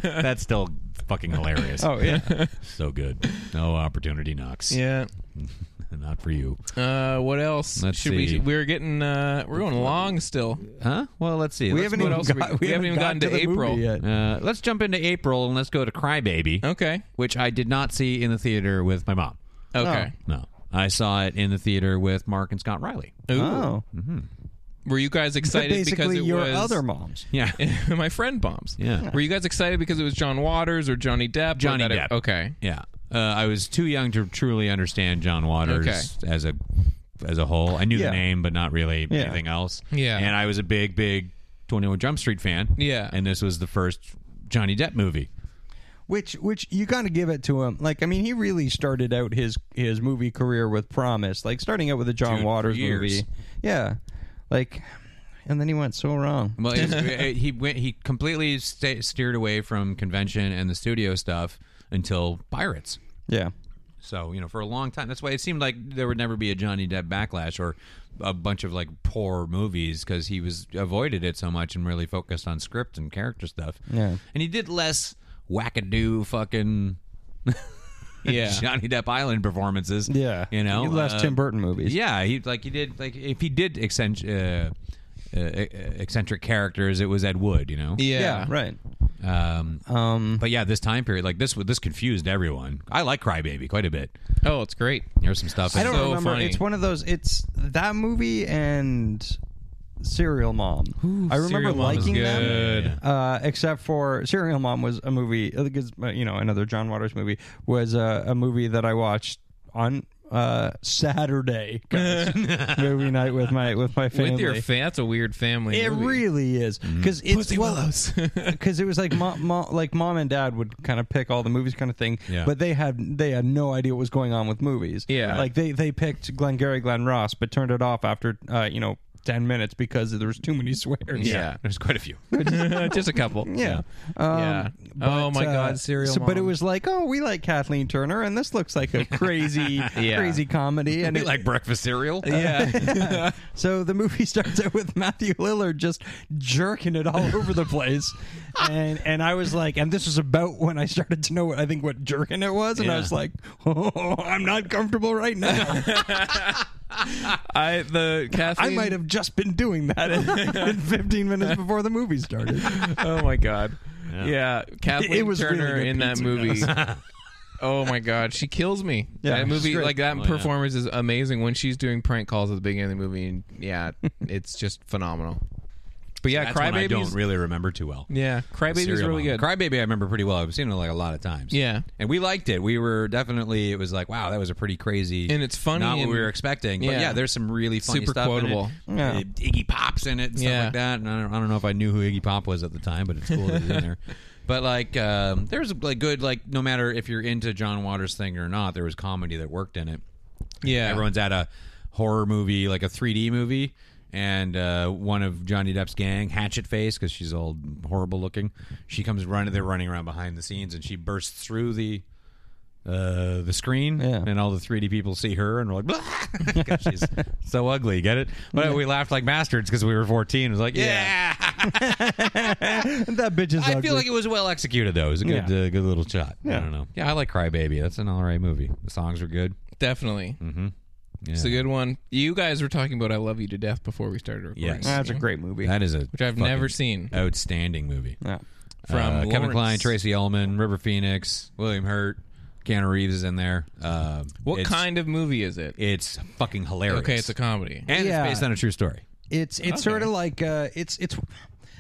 Speaker 4: That's still fucking hilarious.
Speaker 6: oh yeah
Speaker 4: so good. No opportunity knocks.
Speaker 5: yeah.
Speaker 4: not for you.
Speaker 5: Uh, what else?
Speaker 4: Let's
Speaker 5: Should
Speaker 4: see.
Speaker 5: we? We're getting. Uh, we're going long still.
Speaker 4: Huh? Well, let's see.
Speaker 6: we
Speaker 4: Let's
Speaker 6: haven't
Speaker 5: what
Speaker 6: even,
Speaker 5: else we-
Speaker 6: got-
Speaker 5: we haven't even gotten
Speaker 6: got
Speaker 5: to
Speaker 6: the movie
Speaker 5: April.
Speaker 6: yet
Speaker 4: Uh, let's jump into April and let's go to Crybaby.
Speaker 5: Okay.
Speaker 4: Which I did not see in the theater with my mom.
Speaker 5: Okay.
Speaker 4: No. I saw it in the theater with Mark and Scott Riley.
Speaker 5: Ooh.
Speaker 6: oh
Speaker 5: Were you guys
Speaker 6: so
Speaker 5: excited because
Speaker 6: basically
Speaker 5: it
Speaker 6: your
Speaker 5: was
Speaker 6: other moms
Speaker 4: Yeah.
Speaker 5: my friend bombs?
Speaker 4: Yeah.
Speaker 5: Were you guys excited because it was John Waters or Johnny Depp? or
Speaker 4: Johnny
Speaker 5: that-
Speaker 4: Depp.
Speaker 5: okay.
Speaker 4: yeah. Uh, I was too young to truly understand John Waters
Speaker 5: Okay.
Speaker 4: as a as a whole. I knew
Speaker 6: Yeah.
Speaker 4: the name, but not really
Speaker 6: Yeah.
Speaker 4: anything else.
Speaker 5: Yeah.
Speaker 4: And I was a big, big 21 Jump Street fan.
Speaker 5: Yeah.
Speaker 4: And this was the first Johnny Depp movie.
Speaker 6: which which you got to give it to him. Like I mean, he really started out his his movie career with promise. Like starting out with a John
Speaker 4: Dude,
Speaker 6: Waters
Speaker 4: for years.
Speaker 6: movie. Yeah, like, and then he went so wrong.
Speaker 4: Well, it was- it- he went. He completely sta steered away from convention and the studio stuff until Pirates.
Speaker 6: Yeah,
Speaker 4: So you know, for a long time, that's why it seemed like there would never be a Johnny Depp backlash or a bunch of like poor movies because he was avoided it so much and really focused on script and character stuff.
Speaker 6: Yeah.
Speaker 4: and he did less wackadoo fucking
Speaker 5: Yeah.
Speaker 4: Johnny Depp Island performances.
Speaker 6: yeah.
Speaker 4: you know,
Speaker 6: he left
Speaker 4: uh,
Speaker 6: Tim Burton movies.
Speaker 4: yeah, he like he did like if he did eccentric, uh, uh, eccentric characters, it was Ed Wood, you know.
Speaker 5: Yeah.
Speaker 6: yeah, right.
Speaker 4: Um, but yeah, this time period, like this, this confused everyone. I like Crybaby quite a bit.
Speaker 5: Oh, it's great.
Speaker 4: There's some stuff.
Speaker 6: I don't
Speaker 5: So
Speaker 6: remember.
Speaker 5: funny.
Speaker 6: It's one of those. It's that movie and Serial Mom. I remember
Speaker 5: Serial Mom is
Speaker 6: liking them.
Speaker 5: good.
Speaker 6: Uh, except for Serial Mom was a movie, uh, because, uh, you know, another John Waters movie was uh, a movie that I watched on uh, Saturday guys. movie night with my with my family.
Speaker 5: With your fan, that's a weird family.
Speaker 6: It
Speaker 5: movie. Mm-hmm.
Speaker 6: really is because it's
Speaker 5: Pussy
Speaker 6: well,
Speaker 5: Willows.
Speaker 6: because it was like mom, mom, like mom and dad would kind of pick all the movies, kind of thing.
Speaker 4: Yeah.
Speaker 6: But they had they had no idea what was going on with movies.
Speaker 5: Yeah.
Speaker 6: like they they picked Glengarry Glen Ross, but turned it off after uh, you know ten minutes because there was too many swears.
Speaker 5: yeah,
Speaker 4: There's quite a few.
Speaker 5: just a couple.
Speaker 6: Yeah. Um,
Speaker 5: yeah. oh my
Speaker 6: uh,
Speaker 5: God, serial.
Speaker 6: so- But it
Speaker 5: Mom.
Speaker 6: was like, oh, we like Kathleen Turner, and this looks like a crazy,
Speaker 5: Yeah.
Speaker 6: crazy comedy. And it,
Speaker 4: like breakfast cereal.
Speaker 5: yeah.
Speaker 6: so the movie starts out with Matthew Lillard just jerking it all over the place, and and I was like, and this was about when I started to know what I think what jerking it was, and I
Speaker 5: Yeah.
Speaker 6: was like, oh, I'm not comfortable right now.
Speaker 5: I the
Speaker 6: I
Speaker 5: Kathleen.
Speaker 6: might have just been doing that in, in 15 minutes before the movie started.
Speaker 5: Oh my God. Yeah, Kathleen
Speaker 6: It was
Speaker 5: Turner
Speaker 6: really good
Speaker 5: in that
Speaker 6: pizza,
Speaker 5: movie. oh my God, she kills me.
Speaker 6: Yeah,
Speaker 5: that movie,
Speaker 6: she's great.
Speaker 5: like that performance, is amazing when she's doing prank calls at the beginning of the movie. And yeah, it's just phenomenal. But yeah,
Speaker 4: That's one I don't
Speaker 5: Crybabies.
Speaker 4: really remember too well.
Speaker 5: yeah, Crybabies is
Speaker 4: Serial
Speaker 5: really
Speaker 4: Mom.
Speaker 5: good.
Speaker 4: Crybaby, I remember pretty well. I've seen it like a lot of times.
Speaker 5: Yeah.
Speaker 4: and we liked it. We were definitely. It was like, wow, that was a pretty crazy.
Speaker 5: And it's funny
Speaker 4: Not what
Speaker 5: and-
Speaker 4: we were expecting. But
Speaker 5: Yeah.
Speaker 4: yeah, there's some really funny
Speaker 5: Super
Speaker 4: stuff. in it.
Speaker 5: quotable.
Speaker 6: Yeah.
Speaker 4: Uh, Iggy Pop's in it and stuff
Speaker 5: Yeah.
Speaker 4: like that. And I don't, I don't know if I knew who Iggy Pop was at the time, but it's cool that he's in there. But like, um, there's like good like no matter if you're into John Waters thing or not, there was comedy that worked in it
Speaker 5: yeah,
Speaker 4: everyone's at a horror movie, like a 3D movie, and uh, one of Johnny Depp's gang, Hatchet Face, because she's all horrible looking. She comes running. They're running around behind the scenes, and she bursts through the uh, the screen,
Speaker 6: Yeah.
Speaker 4: and all the 3D people see her, and we're like, "Blah!" 'Cause she's so ugly. Get it? But we laughed like bastards because we were 14. It was like, yeah.
Speaker 6: that bitch is.
Speaker 4: I
Speaker 6: ugly.
Speaker 4: feel like it was well executed though. It was a good,
Speaker 6: Yeah.
Speaker 4: uh, good little shot. I don't know. Yeah, I like Crybaby. That's an all right movie. The songs were good.
Speaker 5: definitely. Mm-hmm. It's a good one. You guys were talking about "I Love You to Death" before we started recording.
Speaker 4: Yes.
Speaker 6: that's a great movie.
Speaker 4: That is a
Speaker 5: which I've never seen.
Speaker 4: outstanding movie.
Speaker 6: yeah.
Speaker 5: From
Speaker 4: Uh, Kevin
Speaker 5: Lawrence.
Speaker 4: Klein, Tracy Ullman, River Phoenix, William Hurt, Keanu Reeves is in there. Uh,
Speaker 5: What
Speaker 4: it's-
Speaker 5: kind of movie is it?
Speaker 4: It's fucking hilarious.
Speaker 5: Okay, it's a comedy.
Speaker 4: and
Speaker 6: Yeah.
Speaker 4: it's based on a true story.
Speaker 6: it's it's sort of like uh, it's it's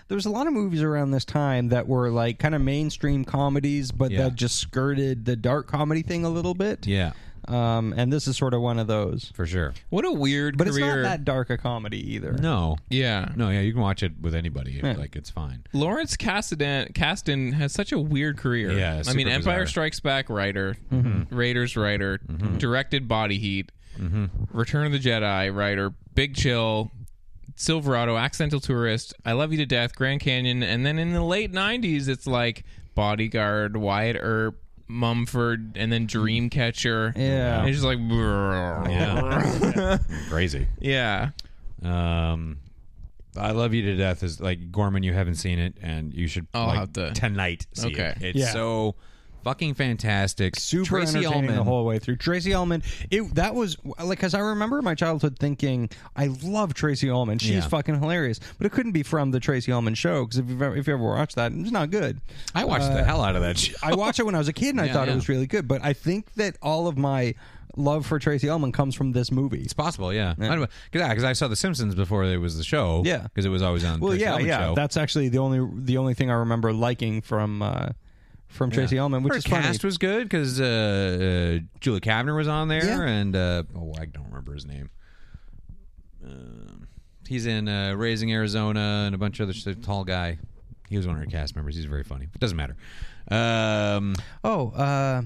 Speaker 6: there was a lot of movies around this time that were like kind of mainstream comedies, but
Speaker 4: Yeah.
Speaker 6: that just skirted the dark comedy thing a little bit.
Speaker 4: Yeah,
Speaker 6: Um, and this is sort of one of those,
Speaker 4: for sure.
Speaker 5: What a weird
Speaker 6: but it's
Speaker 5: career.
Speaker 6: not that dark a comedy either.
Speaker 4: No,
Speaker 5: yeah.
Speaker 4: no, yeah, you can watch it with anybody. If, Like it's fine.
Speaker 5: Lawrence Kasdan, Kasdan has such a weird career.
Speaker 4: Yeah,
Speaker 5: I mean,
Speaker 4: super
Speaker 5: Empire
Speaker 4: bizarre. Mm-hmm.
Speaker 5: Strikes Back writer, Raiders writer, directed Body Heat, Return of the Jedi writer, Big Chill, Silverado, Accidental Tourist, I Love You to Death, Grand Canyon, and then in the late '90s, it's like Bodyguard, Wyatt Earp, Mumford, and then Dreamcatcher.
Speaker 6: Yeah.
Speaker 5: it's just like yeah.
Speaker 4: Crazy.
Speaker 5: yeah.
Speaker 4: Um, I love you to death is like Gorman. You haven't seen it, and you should.
Speaker 5: I'll
Speaker 4: like,
Speaker 5: have to-
Speaker 4: tonight. See
Speaker 5: Okay.
Speaker 4: it. it's
Speaker 6: Yeah.
Speaker 4: so fucking fantastic.
Speaker 6: super
Speaker 4: Tracy
Speaker 6: entertaining
Speaker 4: Ullman.
Speaker 6: the whole way through. Tracy Ullman, it that was like because I remember my childhood thinking I love Tracy Ullman. She's
Speaker 4: Yeah.
Speaker 6: fucking hilarious, but it couldn't be from the Tracy Ullman show because if you've ever, if you ever watched that, it's not good.
Speaker 4: I watched the hell out of that show.
Speaker 6: uh, I watched it when I was a kid and I thought
Speaker 4: yeah.
Speaker 6: it was really good, but I think that all of my love for Tracy Ullman comes from this movie.
Speaker 4: It's possible, yeah. Because I saw The Simpsons before it was the show.
Speaker 6: Yeah.
Speaker 4: because it was always on.
Speaker 6: Well,
Speaker 4: Tracy
Speaker 6: yeah,
Speaker 4: Ullman
Speaker 6: yeah.
Speaker 4: Show.
Speaker 6: That's actually the only the only thing I remember liking from uh, from Tracy Ullman, which
Speaker 4: Her
Speaker 6: is
Speaker 4: cast
Speaker 6: funny.
Speaker 4: was good because uh, uh, Julia Kavner was on there,
Speaker 6: Yeah.
Speaker 4: and uh, oh, I don't remember his name. Um he's in uh, Raising Arizona and a bunch of other shit. Tall guy. He was one of her cast members. He's very funny. It doesn't matter. Um,
Speaker 6: oh, uh,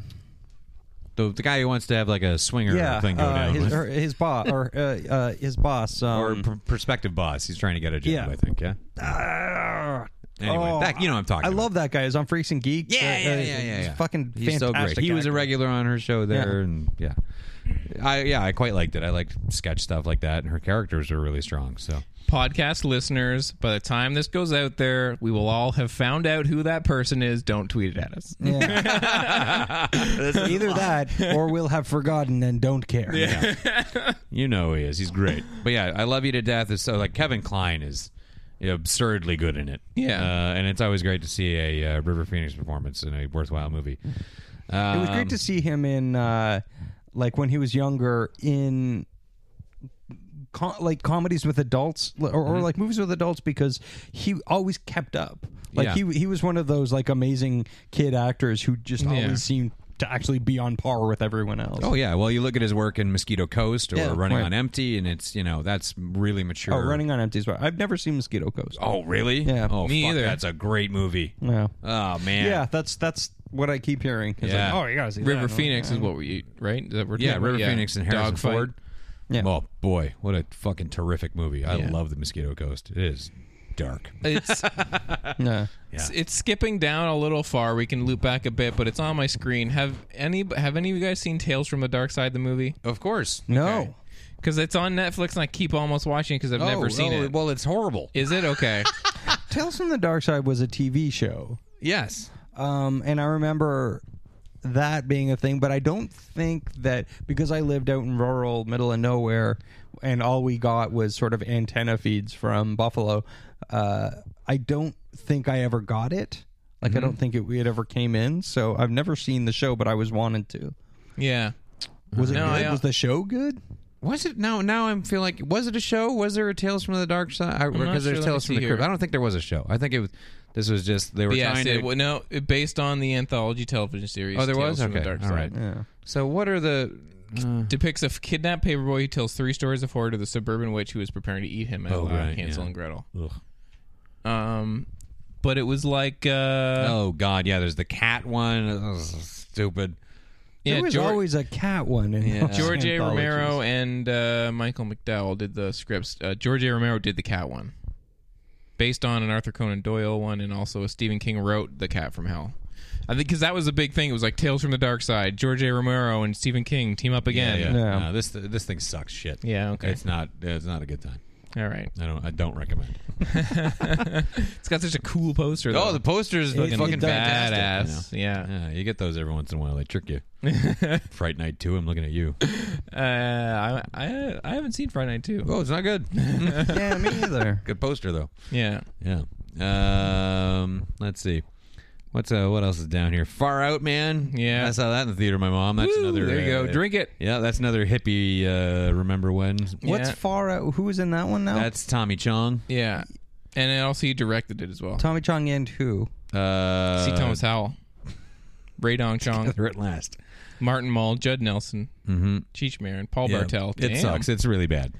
Speaker 4: the, the guy who wants to have like a swinger
Speaker 6: yeah,
Speaker 4: thing go
Speaker 6: uh,
Speaker 4: down
Speaker 6: his,
Speaker 4: with-
Speaker 6: her, his boss or uh, uh, his boss. Um,
Speaker 4: or pr- prospective boss. He's trying to get a job.
Speaker 6: Yeah.
Speaker 4: I think. Yeah. anyway,
Speaker 6: oh,
Speaker 4: that, you know what I'm talking.
Speaker 6: I
Speaker 4: about.
Speaker 6: love that guy. He's on Freaks and Geeks.
Speaker 4: Yeah,
Speaker 6: Uh,
Speaker 4: yeah,
Speaker 6: uh,
Speaker 4: yeah, yeah,
Speaker 6: he's
Speaker 4: yeah.
Speaker 6: Fucking
Speaker 4: He's so great.
Speaker 6: fantastic
Speaker 4: He was a
Speaker 6: actor.
Speaker 4: regular on her show there,
Speaker 6: Yeah.
Speaker 4: and yeah, I yeah, I quite liked it. I liked sketch stuff like that, and her characters were really strong. So
Speaker 5: podcast listeners, by the time this goes out there, we will all have found out who that person is. Don't tweet it at us.
Speaker 6: Yeah. Either that, or we'll have forgotten and don't care.
Speaker 4: you know who he is. He's great. but yeah, I love you to death. Is so like Kevin Klein is absurdly good in it.
Speaker 5: Yeah.
Speaker 4: uh, and it's always great to see a uh, River Phoenix performance in a worthwhile movie.
Speaker 6: Mm-hmm. It was great to see him in, uh, like when he was younger in co- like comedies with adults or, or like movies with adults because he always kept up. Like
Speaker 5: Yeah.
Speaker 6: he he was one of those like amazing kid actors who just always seemed to actually be on par with everyone else.
Speaker 4: Oh yeah, well you look at his work in Mosquito Coast or
Speaker 6: Yeah.
Speaker 4: Running
Speaker 6: Right.
Speaker 4: on Empty, and it's you know that's really mature.
Speaker 6: Oh, running on empty spot. I've never seen Mosquito Coast.
Speaker 4: Oh really?
Speaker 6: Yeah.
Speaker 4: Oh,
Speaker 5: Me
Speaker 4: fuck,
Speaker 5: either.
Speaker 4: That's a great movie.
Speaker 6: Yeah.
Speaker 4: Oh man.
Speaker 6: Yeah, that's that's what I keep hearing. It's
Speaker 4: Yeah.
Speaker 6: Like, oh, you gotta see
Speaker 5: River
Speaker 6: that.
Speaker 5: Phoenix is what we right? Is that what we're
Speaker 4: Yeah,
Speaker 5: talking
Speaker 4: River
Speaker 5: about?
Speaker 4: Phoenix and Harrison
Speaker 5: Dogfight.
Speaker 4: Ford.
Speaker 6: Yeah.
Speaker 4: Oh boy, what a fucking terrific movie! I
Speaker 5: Yeah.
Speaker 4: love the Mosquito Coast. It is dark.
Speaker 5: It's
Speaker 6: Yeah.
Speaker 4: Yeah.
Speaker 5: it's skipping down a little far. We can loop back a bit, but it's on my screen. Have any have any of you guys seen Tales from the Dark Side the movie?
Speaker 4: Of course.
Speaker 6: No.
Speaker 5: Because it's on Netflix and I keep almost watching it because I've never seen it. Is
Speaker 4: Oh, Well, it's horrible.
Speaker 5: it okay?
Speaker 6: Tales from the Dark Side was a TV show.
Speaker 4: yes.
Speaker 6: Um, and I remember that being a thing, but I don't think that because I lived out in rural middle of nowhere and all we got was sort of antenna feeds from Buffalo, uh, I don't think I ever got it. Like I
Speaker 5: Mm-hmm.
Speaker 6: don't think it, it ever came in, so I've never seen the show, but I was wanted to.
Speaker 5: yeah.
Speaker 6: Was it
Speaker 5: No,
Speaker 6: good?
Speaker 5: I- uh,
Speaker 6: was the show good?
Speaker 4: Was it now? Now I'm feel like was it a show? Was there a Tales from the Dark Side? I-
Speaker 5: not
Speaker 4: Because
Speaker 5: sure.
Speaker 4: there's
Speaker 5: Let me
Speaker 4: Tales from
Speaker 5: see
Speaker 4: the Crypt.
Speaker 5: here.
Speaker 4: I don't think there was a show. I think it was. This was just they were
Speaker 5: Yes,
Speaker 4: trying
Speaker 5: it,
Speaker 4: to.
Speaker 5: well, no, it- based on the anthology television series.
Speaker 4: oh, there was.
Speaker 5: Tales from the
Speaker 4: Okay.
Speaker 5: Dark
Speaker 4: All
Speaker 5: Side.
Speaker 4: right. So what are the? uh,
Speaker 5: depicts a f- kidnapped paperboy who tells three stories of horror to the suburban witch who is preparing to eat him and
Speaker 4: Oh,
Speaker 5: allow
Speaker 4: right,
Speaker 5: Hansel
Speaker 4: yeah.
Speaker 5: and Gretel. Um, but it was like uh,
Speaker 4: oh God, yeah. There's the cat one. Ugh, stupid.
Speaker 5: yeah,
Speaker 6: there was
Speaker 5: George,
Speaker 6: always a cat one in those
Speaker 5: George A.
Speaker 6: anthologies.
Speaker 5: Romero and uh, Michael McDowell did the scripts. Uh, George A. Romero did the cat one, based on an Arthur Conan Doyle one, and also a Stephen King wrote The Cat from Hell. I think because that was a big thing. It was like Tales from the Dark Side. George A. Romero and Stephen King team up again.
Speaker 4: Yeah.
Speaker 6: Yeah.
Speaker 4: No, this this thing sucks shit.
Speaker 5: Yeah, okay.
Speaker 4: It's not. It's not a good time.
Speaker 5: All right.
Speaker 4: I don't. I don't recommend.
Speaker 5: It's got such a cool poster.
Speaker 4: Oh,
Speaker 5: though.
Speaker 4: the poster is fucking,
Speaker 6: it
Speaker 4: fucking
Speaker 6: does.
Speaker 4: badass.
Speaker 5: Badass, yeah.
Speaker 4: yeah. You get those every once in a while. They trick you. Fright Night Two. I'm looking at you.
Speaker 5: Uh, I, I I haven't seen Friday Night Two.
Speaker 4: Oh, it's not good.
Speaker 6: yeah, me either.
Speaker 4: good poster though.
Speaker 5: Yeah.
Speaker 4: Yeah. Um. Let's see. What's uh? What else is down here? Far Out Man.
Speaker 5: Yeah.
Speaker 4: I saw that in the theater. My mom. That's
Speaker 5: Woo,
Speaker 4: another.
Speaker 5: there you
Speaker 4: uh,
Speaker 5: go. Drink it.
Speaker 4: Yeah, that's another hippie. Uh, remember when?
Speaker 6: What's
Speaker 5: Yeah.
Speaker 6: far out? Who was in that one now?
Speaker 4: That's Tommy Chong.
Speaker 5: Yeah. And then also he directed it as well.
Speaker 6: Tommy Chong and who?
Speaker 4: Uh,
Speaker 5: See Thomas Howell, Ray Dong Chong,
Speaker 4: They're at last.
Speaker 5: Martin Mull, Judd Nelson, mm-hmm. Cheech Marin, Paul
Speaker 4: Yeah.
Speaker 5: Bartel.
Speaker 4: It
Speaker 5: Damn.
Speaker 4: sucks. It's really bad.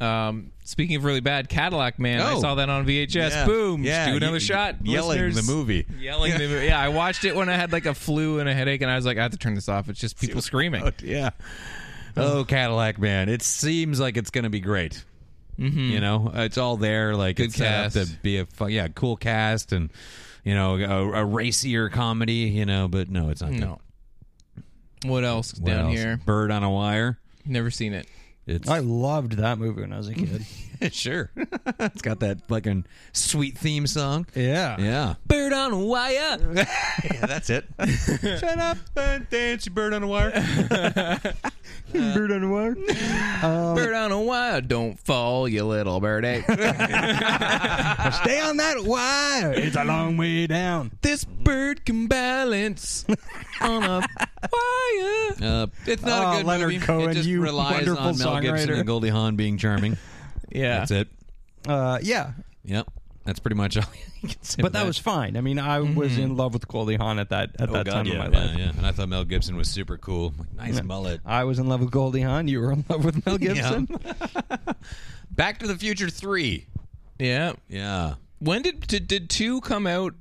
Speaker 5: Um, speaking of really bad, Cadillac Man. I
Speaker 4: Oh.
Speaker 5: saw that on VHS.
Speaker 4: Yeah.
Speaker 5: Boom.
Speaker 4: Yeah,
Speaker 5: Just Do
Speaker 4: you-
Speaker 5: another
Speaker 4: you-
Speaker 5: shot.
Speaker 4: Yelling
Speaker 5: Listeners.
Speaker 4: the movie.
Speaker 5: Yelling the movie. Yeah, I watched it when I had like a flu and a headache, and I was like, I have to turn this off. It's just people screaming.
Speaker 4: yeah. Oh, Cadillac Man. It seems like it's going to be great. You know, it's all there. Like
Speaker 5: Good
Speaker 4: it's set up
Speaker 5: cast.
Speaker 4: to be a fun, yeah, cool cast and you know a, a racier comedy. You know, but no, it's not.
Speaker 5: No. What else
Speaker 4: good. What
Speaker 5: down
Speaker 4: else?
Speaker 5: here?
Speaker 4: Bird on a wire.
Speaker 5: Never seen it.
Speaker 4: It's
Speaker 6: I loved that movie when I was a kid.
Speaker 4: sure. it's got that fucking sweet theme song.
Speaker 6: yeah.
Speaker 4: Yeah.
Speaker 5: Bird on a wire.
Speaker 4: Yeah, that's it. Shut up and dance, you bird on a wire.
Speaker 6: Bird on wire.
Speaker 5: bird on a wire, don't fall, you little birdie.
Speaker 6: Stay on that wire. It's a long way down.
Speaker 5: this bird can balance on a wire.
Speaker 4: Uh, it's not
Speaker 6: Oh,
Speaker 4: a good
Speaker 6: Leonard
Speaker 4: movie.
Speaker 6: Cohen,
Speaker 4: it just
Speaker 6: you
Speaker 4: relies
Speaker 6: wonderful
Speaker 4: on Mel Gibson
Speaker 6: songwriter.
Speaker 4: and Goldie Hawn being charming.
Speaker 5: Yeah,
Speaker 4: That's it.
Speaker 6: Uh, yeah,
Speaker 4: Yep. That's pretty much all you can say.
Speaker 6: but that was fine. I mean, I was in love with Goldie Hawn at that at that time
Speaker 4: Mm-hmm. Oh, yeah,
Speaker 6: of my
Speaker 4: yeah,
Speaker 6: life.
Speaker 4: yeah. And I thought Mel Gibson was super cool. Like, nice mullet.
Speaker 6: I was in love with Goldie Hawn. You were in love with Mel Gibson.
Speaker 4: Back to the Future 3.
Speaker 5: yeah.
Speaker 4: Yeah.
Speaker 5: When did did, did two come out?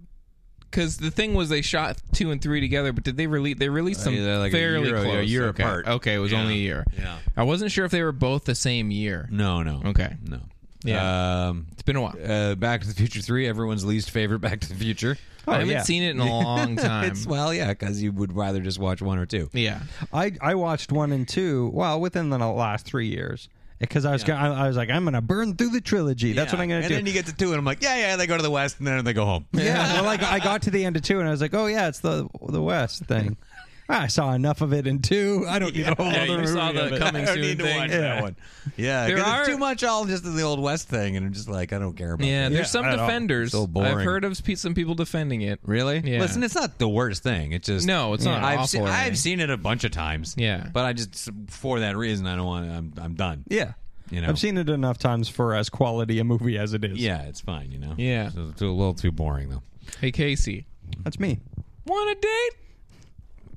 Speaker 5: Because the thing was, they shot two and three together, but did they release? They released them
Speaker 4: Uh, yeah, like a
Speaker 5: fairly
Speaker 4: year- a
Speaker 5: close,
Speaker 4: year
Speaker 5: okay.
Speaker 4: apart.
Speaker 5: Okay, it was
Speaker 4: Yeah.
Speaker 5: only a year.
Speaker 4: Yeah. Mm.
Speaker 5: I wasn't sure if they were both the same year.
Speaker 4: No, no.
Speaker 5: Okay.
Speaker 4: No.
Speaker 5: Yeah.
Speaker 4: Um,
Speaker 5: It's been a while.
Speaker 4: uh, Back to the Future 3, everyone's least favorite Back to the Future.
Speaker 5: I haven't
Speaker 6: yeah.
Speaker 5: seen it in a long time.
Speaker 4: Oh, It's, well, yeah, because you would rather just watch one or two.
Speaker 5: yeah,
Speaker 6: I I watched one and two. Well, within the last three years. Because I was, gonna, I, I was like, I'm gonna burn through the trilogy. That's what I'm gonna
Speaker 4: and
Speaker 6: do.
Speaker 4: then you get to two, and I'm like, yeah, yeah, they go to the West, and then they go home.
Speaker 6: Yeah, well, like I got to the end of two, and I was like, "Oh yeah, it's the the West thing." I saw enough of it in two. I don't need a whole
Speaker 5: Yeah,
Speaker 6: other
Speaker 5: you saw
Speaker 6: movie
Speaker 5: the
Speaker 6: of it.
Speaker 5: coming
Speaker 4: I don't
Speaker 5: soon
Speaker 4: need to
Speaker 5: thing.
Speaker 4: watch
Speaker 6: Yeah.
Speaker 4: that one. Yeah,
Speaker 5: There
Speaker 4: 'cause it's
Speaker 5: are-
Speaker 4: too much all just in the old West thing, and I'm just like, I don't care about.
Speaker 5: yeah.
Speaker 4: that.
Speaker 5: There's some
Speaker 6: I don't-
Speaker 5: defenders.
Speaker 4: so boring.
Speaker 5: I've heard of pe- some people defending it.
Speaker 4: Really?
Speaker 5: Yeah.
Speaker 4: Listen, it's not the worst thing. It's just
Speaker 5: No, it's not
Speaker 4: I've
Speaker 5: awful
Speaker 4: seen,
Speaker 5: or
Speaker 4: I've
Speaker 5: anything.
Speaker 4: seen it a bunch of times.
Speaker 5: Yeah.
Speaker 4: but I just for that reason I don't want. I'm I'm done.
Speaker 6: Yeah.
Speaker 4: you know.
Speaker 5: Oh.
Speaker 6: I've seen it enough times for as quality a movie as it is.
Speaker 4: Yeah, it's fine, you know.
Speaker 5: Yeah.
Speaker 4: It's a little too boring though.
Speaker 5: Hey, Casey,
Speaker 6: That's me.
Speaker 5: want a date?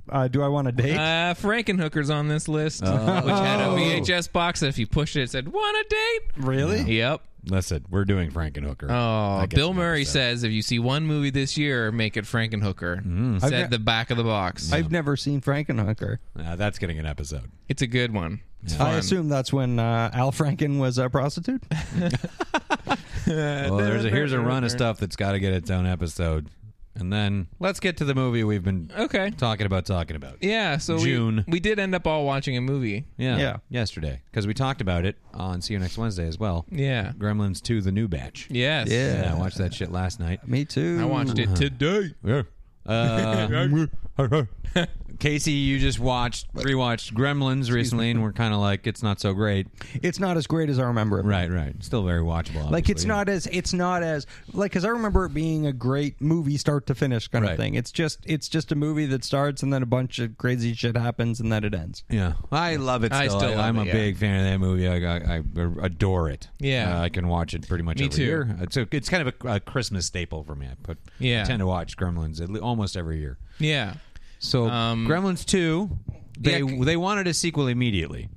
Speaker 6: Uh, do I want a date?
Speaker 5: Uh, Frankenhooker's on this list,
Speaker 4: Oh.
Speaker 5: which had a VHS box that if you pushed it, it said, Want a date?
Speaker 6: really?
Speaker 5: Yep.
Speaker 4: Listen, we're doing Frankenhooker.
Speaker 5: Oh,
Speaker 4: I guess
Speaker 5: Bill
Speaker 4: another
Speaker 5: Murray
Speaker 4: set.
Speaker 5: says if you see one movie this year, make it Frankenhooker.
Speaker 4: Mm.
Speaker 5: Said
Speaker 6: I've got-
Speaker 5: the back of the box.
Speaker 6: I've never seen Frankenhooker.
Speaker 4: Uh, that's getting an episode.
Speaker 5: it's a good one. It's fun.
Speaker 6: I assume that's when uh, Al Franken was a prostitute.
Speaker 4: Well, there's a, here's a run of stuff that's got to get its own episode, and then let's get to the movie we've been
Speaker 5: Okay.
Speaker 4: talking about talking about.
Speaker 5: Yeah. So
Speaker 4: June.
Speaker 5: We, we did end up all watching a movie.
Speaker 4: Yeah,
Speaker 6: Yeah.
Speaker 4: yesterday because we talked about it on See You Next Wednesday as well.
Speaker 5: Yeah.
Speaker 4: Gremlins 2: The New Batch.
Speaker 5: Yes.
Speaker 6: Yeah.
Speaker 4: Yeah, I watched that shit last night.
Speaker 6: Me too.
Speaker 5: I watched it today.
Speaker 4: Yeah. Uh, Casey, you just watched rewatched Gremlins recently, and we're kind of like, it's not so great.
Speaker 6: It's not as great as I remember it.
Speaker 4: Right, right. Still very watchable.
Speaker 6: Like it's
Speaker 4: obviously.
Speaker 6: not as it's not as like because I remember it being a great movie start to finish kind
Speaker 4: Right.
Speaker 6: of thing. It's just it's just a movie that starts and then a bunch of crazy shit happens and then it ends.
Speaker 4: Yeah, I love it. Still.
Speaker 5: I
Speaker 4: I
Speaker 5: still love
Speaker 4: am
Speaker 5: it,
Speaker 4: a
Speaker 5: yeah.
Speaker 4: big fan of that movie. I, I, I adore it.
Speaker 5: Yeah.
Speaker 4: Uh, I can watch it pretty much
Speaker 5: Me
Speaker 4: every
Speaker 5: too.
Speaker 4: year. It's a, it's kind of a, a Christmas staple for me. I put
Speaker 5: Yeah.
Speaker 4: I tend to watch Gremlins at le- almost every year.
Speaker 5: Yeah.
Speaker 4: So
Speaker 5: Um,
Speaker 4: Gremlins two, they
Speaker 5: Yeah, c-
Speaker 4: they wanted a sequel immediately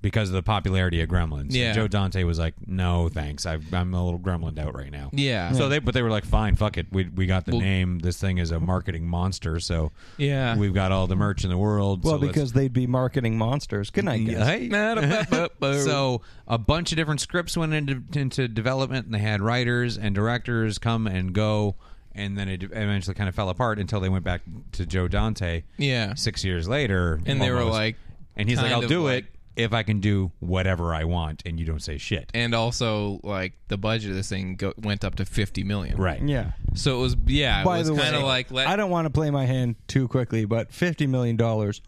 Speaker 4: because of the popularity of Gremlins. And
Speaker 5: Yeah.
Speaker 4: Joe Dante was like, "No, thanks. I, I'm a little gremlined out right now."
Speaker 5: Yeah.
Speaker 4: So they but they were like, "Fine, fuck it. We we got the name. This thing is a marketing monster. So
Speaker 5: Yeah.
Speaker 4: we've got all the merch in the world.
Speaker 6: Well,
Speaker 4: so let's-
Speaker 6: because they'd be marketing monsters. Good night,
Speaker 5: Mm,
Speaker 6: guys.
Speaker 5: so
Speaker 4: so a bunch of different scripts went into, into development, and they had writers and directors come and go, and then it eventually kind of fell apart until they went back to Joe Dante.
Speaker 5: Yeah.
Speaker 4: six years later,
Speaker 5: And they were
Speaker 4: almost.
Speaker 5: like,
Speaker 4: and he's like,
Speaker 5: kind
Speaker 4: "I'll
Speaker 5: of
Speaker 4: do
Speaker 5: like-
Speaker 4: it if I can do whatever I want, and you don't say shit."
Speaker 5: and also like the budget of this thing go- went up to 50 million.
Speaker 4: right?
Speaker 6: Yeah.
Speaker 5: So it was yeah,
Speaker 6: By
Speaker 5: it was
Speaker 6: the
Speaker 5: kind
Speaker 6: way,
Speaker 5: of like let
Speaker 6: I don't want to play my hand too quickly, but fifty million dollars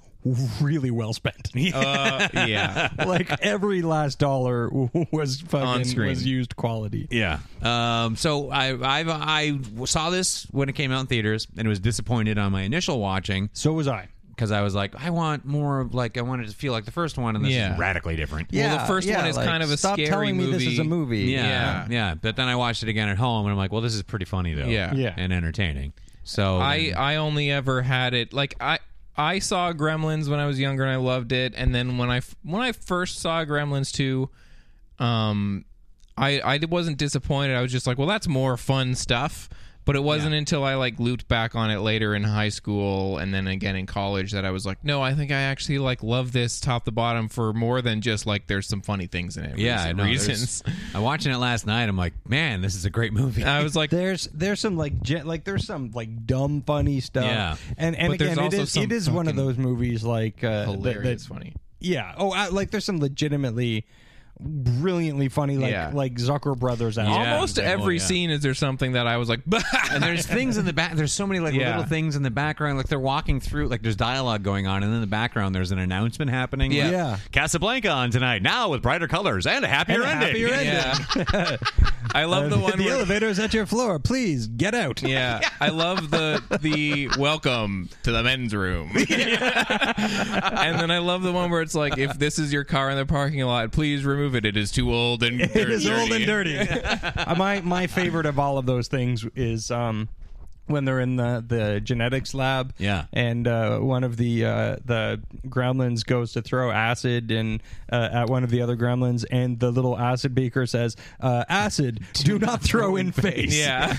Speaker 6: really well spent.
Speaker 5: uh, yeah.
Speaker 6: like every last dollar was fucking
Speaker 5: On screen.
Speaker 6: was used quality.
Speaker 4: Yeah. Um, so I I've, I saw this when it came out in theaters, and was disappointed on my initial watching
Speaker 6: So was I.
Speaker 4: because I was like, I want more of like I wanted to feel like the first one, and this
Speaker 5: Yeah.
Speaker 4: is radically different.
Speaker 5: Well, the first one is kind of a
Speaker 6: stop
Speaker 5: scary
Speaker 6: telling me this is a movie.
Speaker 4: Yeah,
Speaker 5: Yeah.
Speaker 4: yeah, But then I watched it again at home, and I'm like, well, this is pretty funny though,
Speaker 5: Yeah.
Speaker 6: Yeah.
Speaker 4: and entertaining. So
Speaker 5: I I only ever had it like I I saw Gremlins when I was younger and I loved it, and then when I f- when I first saw Gremlins two, um, I I wasn't disappointed. I was just like, well, that's more fun stuff. But it wasn't until I like looped back on it later in high school and then again in college that I was like, no, I think I actually like love this top to bottom for more than just like there's some funny things in it.
Speaker 4: yeah, I
Speaker 5: Reason-
Speaker 4: know, there's-
Speaker 5: reasons.
Speaker 4: I'm watching it last night. I'm like, man, this is a great movie.
Speaker 5: I was like,
Speaker 6: There's there's some like jet like there's some like dumb funny stuff.
Speaker 4: Yeah.
Speaker 6: And and
Speaker 5: But there's
Speaker 6: again it
Speaker 5: also
Speaker 6: is
Speaker 5: some
Speaker 6: it is one of
Speaker 5: fucking
Speaker 6: those movies like uh, that-
Speaker 5: hilarious,
Speaker 6: that,
Speaker 5: funny.
Speaker 6: Yeah. Oh, I, like there's some legitimately brilliantly funny like
Speaker 5: Yeah.
Speaker 6: like Zucker brothers out.
Speaker 4: Yeah.
Speaker 5: Almost
Speaker 4: exactly,
Speaker 5: every
Speaker 4: yeah.
Speaker 5: scene is there something that I was like,
Speaker 4: and there's things in the back. There's so many like
Speaker 5: Yeah.
Speaker 4: little things in the background. Like they're walking through. Like there's dialogue going on, and in the background there's an announcement happening. like,
Speaker 6: Yeah.
Speaker 4: Casablanca on tonight now with brighter colors and a happier
Speaker 6: And a
Speaker 4: ending.
Speaker 6: happier ending.
Speaker 5: Yeah. I love the one
Speaker 6: the
Speaker 5: where,
Speaker 6: elevator is at your floor. Please get out.
Speaker 5: yeah. I love the the welcome to the men's room. and then I love the one where it's like if this is your car in the parking lot, please remove it. It is too old and
Speaker 6: It is old and dirty. Uh, my my favorite of all of those things is um, when they're in the, the genetics lab.
Speaker 4: Yeah.
Speaker 6: and uh, one of the uh, the gremlins goes to throw acid in uh, at one of the other gremlins, and the little acid beaker says, uh, "Acid, do, not, throw in face."
Speaker 5: Yeah.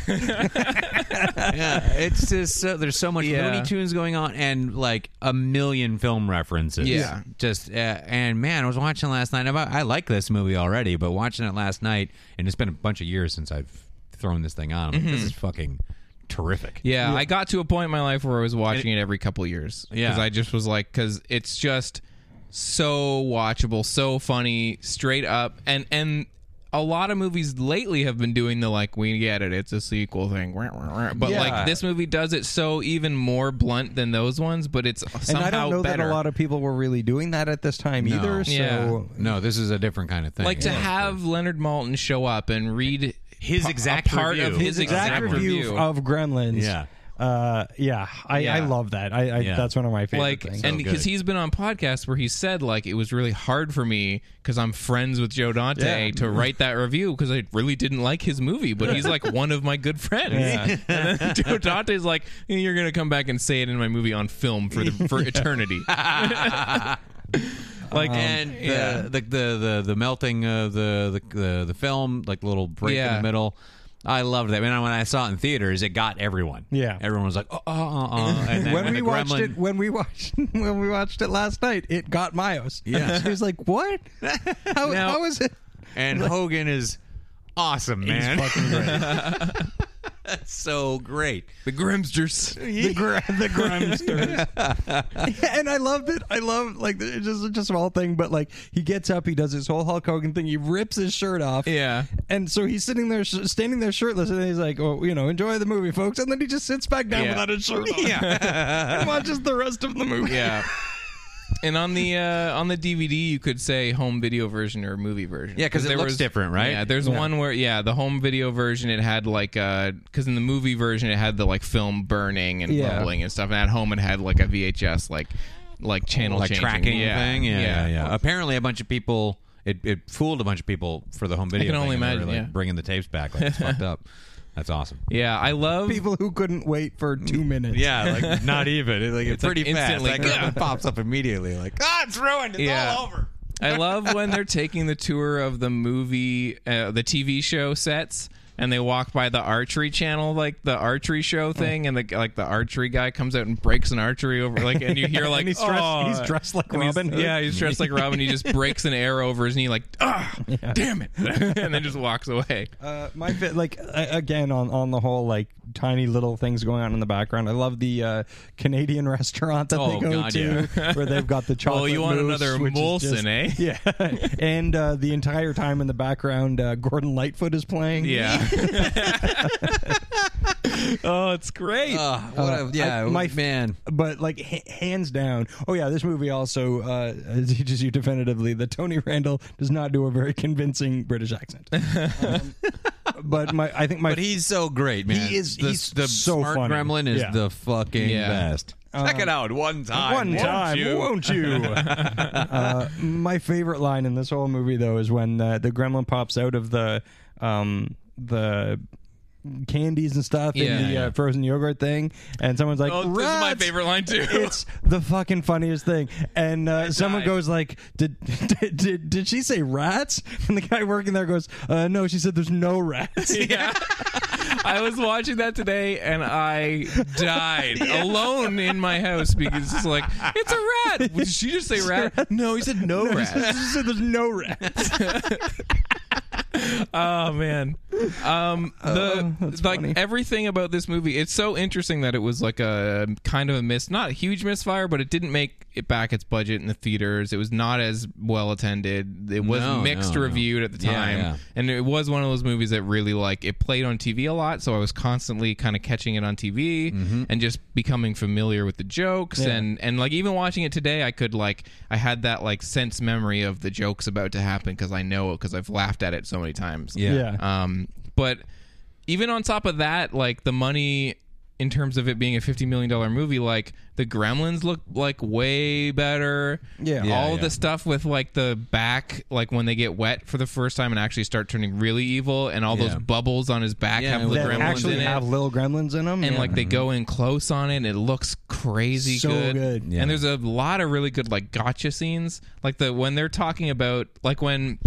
Speaker 4: yeah, it's just so, there's so much
Speaker 5: Yeah.
Speaker 4: Looney Tunes going on, and like a million film references.
Speaker 5: Yeah.
Speaker 4: just uh, and man, I was watching last night. I, I like this movie already, but watching it last night, and it's been a bunch of years since I've thrown this thing on. I'm like, This is fucking terrific.
Speaker 5: Mm-hmm. Yeah, I got to a point in my life where I was watching it, every couple years.
Speaker 4: Yeah.
Speaker 5: because I just was like, because it's just so watchable, so funny, straight up, and and a lot of movies lately have been doing the like, we get it, it's a sequel thing, Wah, wah, wah. but
Speaker 6: Yeah.
Speaker 5: like this movie does it so even more blunt than those ones, but it's
Speaker 6: And
Speaker 5: somehow
Speaker 6: I don't know
Speaker 5: better.
Speaker 6: that a lot of people were really doing that at this time either. So
Speaker 5: Yeah.
Speaker 4: No, this is a different kind of thing.
Speaker 5: like to
Speaker 4: Yeah.
Speaker 5: have Leonard Malton show up and read
Speaker 4: His
Speaker 5: pa- a
Speaker 4: exact
Speaker 5: part
Speaker 4: review.
Speaker 5: of his,
Speaker 4: His
Speaker 5: exact,
Speaker 6: exact
Speaker 5: review.
Speaker 6: review of Gremlins.
Speaker 4: Yeah.
Speaker 7: Uh, yeah, I, I
Speaker 5: Yeah.
Speaker 7: love that. I, I
Speaker 4: Yeah. Oh,
Speaker 7: that's one of my favorite
Speaker 5: like
Speaker 7: things.
Speaker 5: and because
Speaker 4: good.
Speaker 5: he's been on podcasts where he said like it was really hard for me because i'm friends with joe dante
Speaker 7: Yeah.
Speaker 5: to write that review because i really didn't like his movie but he's like one of my good friends and then joe dante's like you're gonna come back and say it in my movie on film for the for eternity
Speaker 4: like and the, the, the the the melting of the the the, the film, like the little break in
Speaker 5: Yeah.
Speaker 4: the middle. I loved that. And when I saw it in theaters, it got everyone.
Speaker 7: Yeah.
Speaker 4: everyone was like, "Oh, oh, oh, oh." And then
Speaker 6: when we
Speaker 4: the
Speaker 6: watched
Speaker 4: gremlin,
Speaker 6: it, when we watched, when we watched it last night, it got Myos.
Speaker 4: Yeah.
Speaker 6: he was like, "What? How,
Speaker 4: Now-
Speaker 6: how is it?"
Speaker 4: and Hogan is awesome, man.
Speaker 7: fucking great.
Speaker 4: so great.
Speaker 5: the grimsters
Speaker 7: the, gr- the Grimsters.
Speaker 6: and I loved it. I love like it's just it's just a small thing, but like he gets up, he does his whole Hulk Hogan thing, he rips his shirt off,
Speaker 5: Yeah.
Speaker 6: and so he's sitting there, sh- standing there shirtless, and he's like, "Oh, you know, enjoy the movie, folks," and then he just sits back down
Speaker 5: Yeah.
Speaker 6: without his shirt on, and watches the rest of the movie.
Speaker 5: yeah and on the uh, on the DVD, you could say home video version or movie version.
Speaker 4: Yeah, 'cause it
Speaker 5: there
Speaker 4: looks different, right?
Speaker 5: Yeah, there's one where yeah, the home video version it had like because in the movie version it had the like film burning and
Speaker 6: Yeah.
Speaker 5: bubbling and stuff, and at home it had like a VHS like like channel
Speaker 4: like
Speaker 5: changing.
Speaker 4: tracking
Speaker 5: yeah.
Speaker 4: thing. Yeah, yeah, yeah. Apparently, a bunch of people it, it fooled a bunch of people for the home video.
Speaker 5: can
Speaker 4: thing,
Speaker 5: only
Speaker 4: and they were,
Speaker 5: imagine,
Speaker 4: like,
Speaker 5: yeah.
Speaker 4: bringing the tapes back. Like, it's fucked up. That's awesome.
Speaker 5: Yeah, I love
Speaker 6: People who couldn't wait for two minutes.
Speaker 4: Yeah, like not even. It, like, it's
Speaker 5: like,
Speaker 4: pretty fast.
Speaker 5: instantly-
Speaker 4: Like,
Speaker 5: Yeah.
Speaker 4: it pops up immediately. Like, ah, it's ruined. It's
Speaker 5: Yeah.
Speaker 4: all over.
Speaker 5: I love when they're taking the tour of the movie, uh, the TV show sets, and they walk by the archery channel, like the archery
Speaker 6: Oh.
Speaker 5: show thing, and the like the archery guy comes out and breaks an archery over, like, and you hear like
Speaker 6: he's dressed-
Speaker 5: "Oh."
Speaker 6: he's dressed like
Speaker 5: And he's-
Speaker 6: Robin Hood.
Speaker 5: Yeah, he's dressed like Robin. He just breaks an arrow over his knee, like ah, damn it, and then just walks away.
Speaker 6: Uh, my fa- like I, again on on the whole like tiny little things going on in the background. I love the uh, Canadian restaurant that
Speaker 4: Oh,
Speaker 6: they go
Speaker 4: God,
Speaker 6: to where they've got the chocolate.
Speaker 5: Well, you want
Speaker 6: mousse,
Speaker 5: another
Speaker 6: which is
Speaker 5: Molson,
Speaker 6: just-
Speaker 5: eh?
Speaker 6: Yeah, and uh, the entire time in the background, uh, Gordon Lightfoot is playing.
Speaker 5: Yeah. oh, it's great.
Speaker 4: Uh, what a, yeah,
Speaker 6: I- my-
Speaker 4: man.
Speaker 6: But like ha- hands down, oh yeah, this movie also uh, teaches you definitively that Tony Randall does not do a very convincing British accent. Um, but my, I think my
Speaker 4: But he's so great, man.
Speaker 6: He is-
Speaker 4: The,
Speaker 6: he's
Speaker 4: the
Speaker 6: so
Speaker 4: smart
Speaker 6: funny.
Speaker 4: gremlin is
Speaker 7: Yeah.
Speaker 4: the fucking
Speaker 5: Yeah.
Speaker 4: best. Check it out one time.
Speaker 6: one
Speaker 4: won't
Speaker 6: time,
Speaker 4: you?
Speaker 6: won't you? uh, my favorite line in this whole movie, though, is when uh, the, the gremlin pops out of the um, the candies and stuff
Speaker 5: Yeah,
Speaker 6: in the
Speaker 5: yeah.
Speaker 6: Uh, frozen yogurt thing, and someone's like,
Speaker 5: oh, this is my
Speaker 6: "Rats!"
Speaker 5: favorite line too.
Speaker 6: It's the fucking funniest thing, and uh, someone
Speaker 5: died.
Speaker 6: goes like, did, "Did did did she say rats?" And the guy working there goes, uh, "No, she said there's no rats."
Speaker 5: Yeah. I was watching that today and I died alone in my house because it's like, it's a rat. Did she just say rat? No, he said no,
Speaker 6: She
Speaker 5: rat.
Speaker 6: said, she said there's no rats.
Speaker 5: Oh man. Um the like
Speaker 6: funny.
Speaker 5: everything about this movie, it's so interesting that it was like a kind of a miss not a huge misfire, but it didn't make it back its budget in the theaters. It was not as well attended. It was
Speaker 4: No,
Speaker 5: mixed
Speaker 4: no, no.
Speaker 5: reviewed at the
Speaker 4: Yeah,
Speaker 5: time.
Speaker 4: yeah.
Speaker 5: And it was one of those movies that really like it played on TV a lot, so I was constantly kind of catching it on TV and just becoming familiar with the jokes and and like even watching it today, I could like I had that like sense memory of the jokes about to happen because I know it because I've laughed at it so many times.
Speaker 4: Yeah.
Speaker 5: Um, but even on top of that, like the money in terms of it being a fifty million dollar movie, like the Gremlins look like way better.
Speaker 6: Yeah. Yeah,
Speaker 5: all
Speaker 4: yeah.
Speaker 5: the stuff with like the back, like when they get wet for the first time and actually start turning really evil, and all
Speaker 4: Yeah.
Speaker 5: those bubbles on his back
Speaker 4: Yeah,
Speaker 5: have the
Speaker 4: that
Speaker 6: That
Speaker 5: Gremlins
Speaker 6: actually
Speaker 5: in it.
Speaker 6: have little gremlins in them,
Speaker 5: and like they go in close on it and it looks crazy
Speaker 6: So good.
Speaker 4: Yeah.
Speaker 5: and there's a lot of really good like gotcha scenes like the when they're talking about like when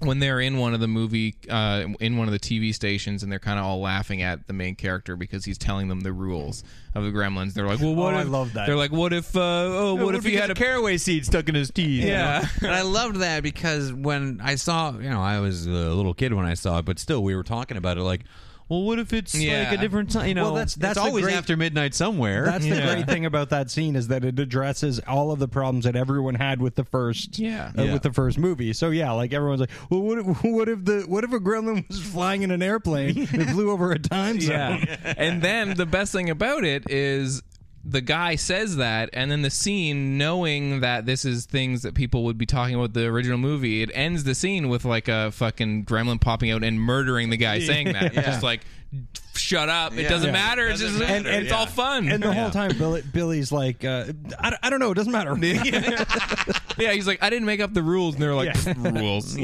Speaker 5: when they're in one of the movie uh, in one of the tv stations and they're kind of all laughing at the main character because he's telling them the rules of the gremlins they're like well what
Speaker 6: Oh, I
Speaker 5: if
Speaker 6: love that.
Speaker 5: they're like what if uh, oh what, if he had a
Speaker 4: caraway seed stuck in his teeth?
Speaker 5: Yeah.
Speaker 4: and I loved that because when I saw, you know, I was a little kid when I saw it, but still, we were talking about it like, well, what if it's
Speaker 5: Yeah.
Speaker 4: like a different time? You know,
Speaker 6: Well, that's- that's
Speaker 4: it's
Speaker 6: the
Speaker 4: always
Speaker 6: great-
Speaker 4: after midnight somewhere.
Speaker 6: That's the great thing about that scene is that it addresses all of the problems that everyone had with the first,
Speaker 5: Yeah.
Speaker 6: uh,
Speaker 4: Yeah.
Speaker 6: with the first movie. So yeah, like everyone's like, well, what if, what if the what if a gremlin was flying in an airplane and flew over a time zone?
Speaker 5: Yeah. and then the best thing about it is the guy says that, and then the scene, knowing that this is things that people would be talking about the original movie, it ends the scene with like a fucking gremlin popping out and murdering the guy saying that. Just like, shut up. It doesn't
Speaker 7: Yeah.
Speaker 5: matter. It's, just,
Speaker 7: matter.
Speaker 5: it's all fun.
Speaker 6: And the whole time, Billy, Billy's like, uh, I, I don't know, it doesn't matter.
Speaker 5: yeah, he's like, I didn't make up the rules. And they're like, "Pfft, rules.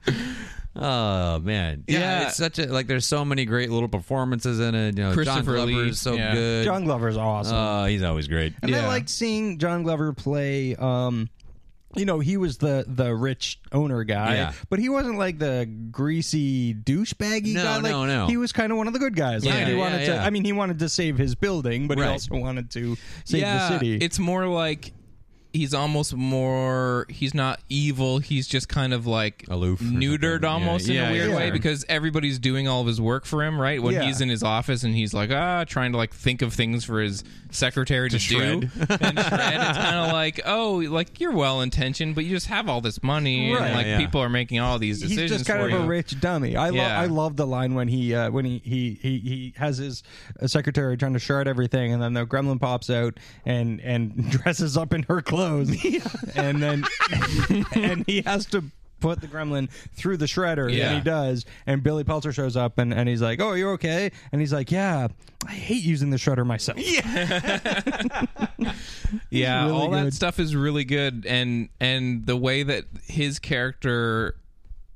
Speaker 4: Oh man, yeah,
Speaker 5: Yeah.
Speaker 4: It's such a like. There's so many great little performances in it. You know, John
Speaker 5: Christopher
Speaker 4: Glover
Speaker 5: Lee,
Speaker 4: is so
Speaker 5: yeah.
Speaker 4: good.
Speaker 6: John Glover's awesome.
Speaker 4: Oh, he's always great.
Speaker 6: And
Speaker 5: Yeah.
Speaker 6: I liked seeing John Glover play. Um, you know, he was the the rich owner guy,
Speaker 4: Yeah.
Speaker 6: but he wasn't like the greasy douchebaggy
Speaker 4: No,
Speaker 6: guy. Like,
Speaker 4: no, no.
Speaker 6: He was kind of one of the good guys. Like,
Speaker 4: Yeah,
Speaker 6: he
Speaker 4: yeah,
Speaker 6: wanted to.
Speaker 4: yeah.
Speaker 6: I mean, he wanted to save his building, but
Speaker 4: Right.
Speaker 6: he also wanted to save
Speaker 5: yeah,
Speaker 6: the city.
Speaker 5: It's more like he's almost more he's not evil, he's just kind of like
Speaker 4: Aloof or
Speaker 5: neutered
Speaker 4: something.
Speaker 5: almost
Speaker 4: Yeah,
Speaker 5: in a
Speaker 4: yeah,
Speaker 5: weird
Speaker 6: yeah.
Speaker 5: way
Speaker 6: Sure.
Speaker 5: because everybody's doing all of his work for him, right? When
Speaker 6: Yeah.
Speaker 5: he's in his office and he's like, ah, trying to like think of things for his secretary to, do
Speaker 4: shred.
Speaker 5: and shred, it's kinda like, oh, like you're well intentioned, but you just have all this money
Speaker 6: Right.
Speaker 5: and like
Speaker 4: Yeah, yeah.
Speaker 5: people are making all these
Speaker 6: he's
Speaker 5: decisions.
Speaker 6: just kind
Speaker 5: for
Speaker 6: of
Speaker 5: you.
Speaker 6: a rich dummy. I love
Speaker 5: Yeah.
Speaker 6: I love the line when he uh, when he, he he he has his uh, secretary trying to shard everything, and then the gremlin pops out and and dresses up in her clothes, and then and he has to. Put the gremlin through the shredder,
Speaker 5: Yeah.
Speaker 6: and he does. And Billy Peltzer shows up, and, and he's like, "Oh, you're okay?" And he's like, "Yeah, I hate using the shredder myself."
Speaker 5: yeah
Speaker 6: really
Speaker 5: all that
Speaker 6: good.
Speaker 5: stuff is really good and and the way that his character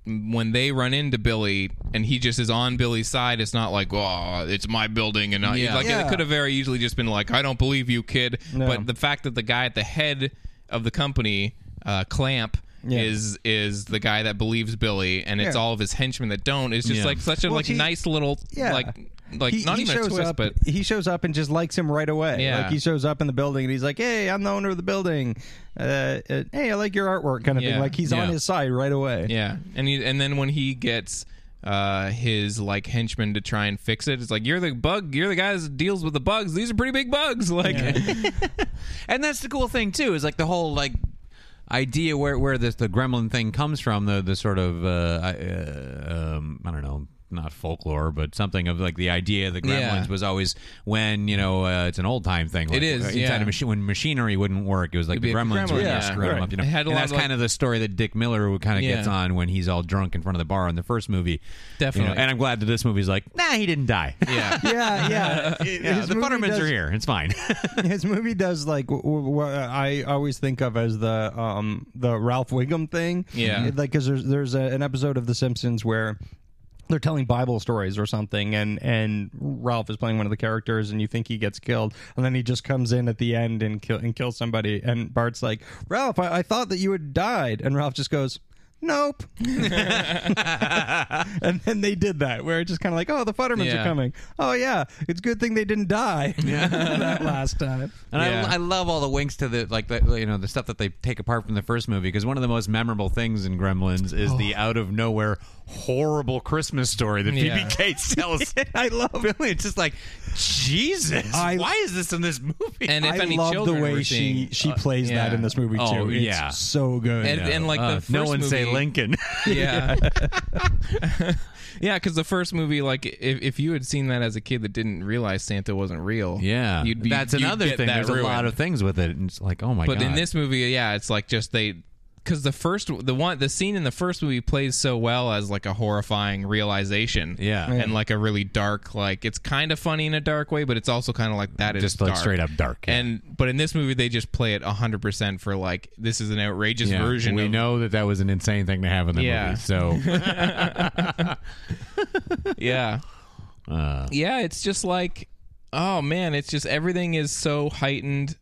Speaker 5: when they run into Billy and he just is on Billy's side, it's not like, oh, it's my building. And I,
Speaker 4: Yeah.
Speaker 5: like, it
Speaker 6: Yeah.
Speaker 5: could have very easily just been like, I don't believe you, kid.
Speaker 6: No.
Speaker 5: But the fact that the guy at the head of the company, uh, Clamp,
Speaker 6: Yeah.
Speaker 5: is is the guy that believes Billy, and it's
Speaker 6: Yeah.
Speaker 5: all of his henchmen that don't. It's just
Speaker 4: Yeah.
Speaker 5: like such a
Speaker 6: Well,
Speaker 5: like
Speaker 6: he-
Speaker 5: nice little
Speaker 6: Yeah.
Speaker 5: like like
Speaker 6: He-
Speaker 5: not
Speaker 6: he
Speaker 5: even a
Speaker 6: shows
Speaker 5: twist,
Speaker 6: up,
Speaker 5: but
Speaker 6: he shows up and just likes him right away.
Speaker 5: Yeah.
Speaker 6: Like he shows up in the building and he's like, "Hey, I'm the owner of the building. Uh, uh, hey, I like your artwork," kind of
Speaker 5: Yeah.
Speaker 6: thing. Like he's
Speaker 4: Yeah.
Speaker 6: on his side right away.
Speaker 5: Yeah, and he, and then when he gets uh his like henchmen to try and fix it, it's like you're the bug, you're the guy that deals with the bugs. These are pretty big bugs. Like,
Speaker 4: And that's the cool thing too is like the whole like idea where where this the gremlin thing comes from the the sort of uh, I- uh, um, I don't know not folklore but something of like the idea that gremlins
Speaker 5: Yeah.
Speaker 4: was always when you know uh, it's an old time thing like,
Speaker 5: It is,
Speaker 4: uh, inside
Speaker 5: yeah.
Speaker 4: a machine when machinery wouldn't work it was like
Speaker 5: It'd
Speaker 4: the
Speaker 5: be a
Speaker 4: gremlins
Speaker 5: gremlin,
Speaker 4: were
Speaker 5: yeah.
Speaker 4: yeah. screwing
Speaker 5: Right.
Speaker 4: them up you know
Speaker 5: It had a
Speaker 4: and
Speaker 5: lot
Speaker 4: that's
Speaker 5: of, like-
Speaker 4: kind of the story that Dick Miller who kind of gets
Speaker 5: Yeah.
Speaker 4: on when he's all drunk in front of the bar in the first movie You know,
Speaker 5: Definitely.
Speaker 4: and I'm glad that this movie's like nah he didn't die
Speaker 5: yeah,
Speaker 6: Yeah, yeah.
Speaker 4: Yeah,
Speaker 6: His
Speaker 4: the
Speaker 6: movie
Speaker 4: Futtermans
Speaker 6: does-
Speaker 4: are here it's fine
Speaker 6: His movie does like wh- wh- what I always think of as the um the Ralph Wiggum thing.
Speaker 5: Yeah.
Speaker 6: like because there's there's a, an episode of The Simpsons where they're telling Bible stories or something, and and Ralph is playing one of the characters, and you think he gets killed, and then he just comes in at the end and kill and kills somebody, and Bart's like, Ralph, I, I thought that you had died, and Ralph just goes. Nope. and then they did that, where it's just kind of like, oh, the Futtermans
Speaker 5: Yeah.
Speaker 6: are coming. Oh yeah, it's a good thing they didn't die that last time.
Speaker 4: And
Speaker 5: Yeah.
Speaker 4: I, I love all the winks to the like the, you know the stuff that they take apart from the first movie because one of the most memorable things in Gremlins is
Speaker 5: Oh.
Speaker 4: the out of nowhere horrible Christmas story that
Speaker 5: Yeah.
Speaker 4: PB Cates tells.
Speaker 6: I love
Speaker 4: Really, it's just like Jesus.
Speaker 6: I-
Speaker 4: why is this in this movie?
Speaker 5: and if
Speaker 6: I
Speaker 5: any
Speaker 6: love the
Speaker 5: children
Speaker 6: way
Speaker 5: were
Speaker 6: she
Speaker 5: seeing,
Speaker 6: she plays
Speaker 5: yeah.
Speaker 6: that in this movie too.
Speaker 4: uh, Oh,
Speaker 6: It's
Speaker 4: yeah.
Speaker 6: so good.
Speaker 5: and, and like
Speaker 4: Uh,
Speaker 5: the first
Speaker 4: no one say
Speaker 5: movie-
Speaker 4: Lincoln.
Speaker 5: yeah yeah because the first movie like if, if you had seen that as a kid that didn't realize santa wasn't real
Speaker 4: yeah,
Speaker 5: you'd be
Speaker 4: that's
Speaker 5: you'd
Speaker 4: another
Speaker 5: get
Speaker 4: thing.
Speaker 5: that
Speaker 4: There's a lot
Speaker 5: ruined.
Speaker 4: of things with it, and it's like oh my
Speaker 5: but
Speaker 4: god.
Speaker 5: in this movie yeah it's like just they because the first the one the scene in the first movie plays so well as like a horrifying realization
Speaker 4: Yeah. Yeah.
Speaker 5: and like a really dark like it's kind of funny in a dark way but it's also kind of like that is
Speaker 4: Just, like,
Speaker 5: dark.
Speaker 4: straight up dark, yeah.
Speaker 5: and but in this movie they just play it 100% for like this is an outrageous
Speaker 4: Yeah,
Speaker 5: version
Speaker 4: we
Speaker 5: of,
Speaker 4: know that that was an insane thing to have in the
Speaker 5: Yeah.
Speaker 4: movie. So
Speaker 5: yeah
Speaker 4: Uh.
Speaker 5: yeah it's just like oh man it's just everything is so heightened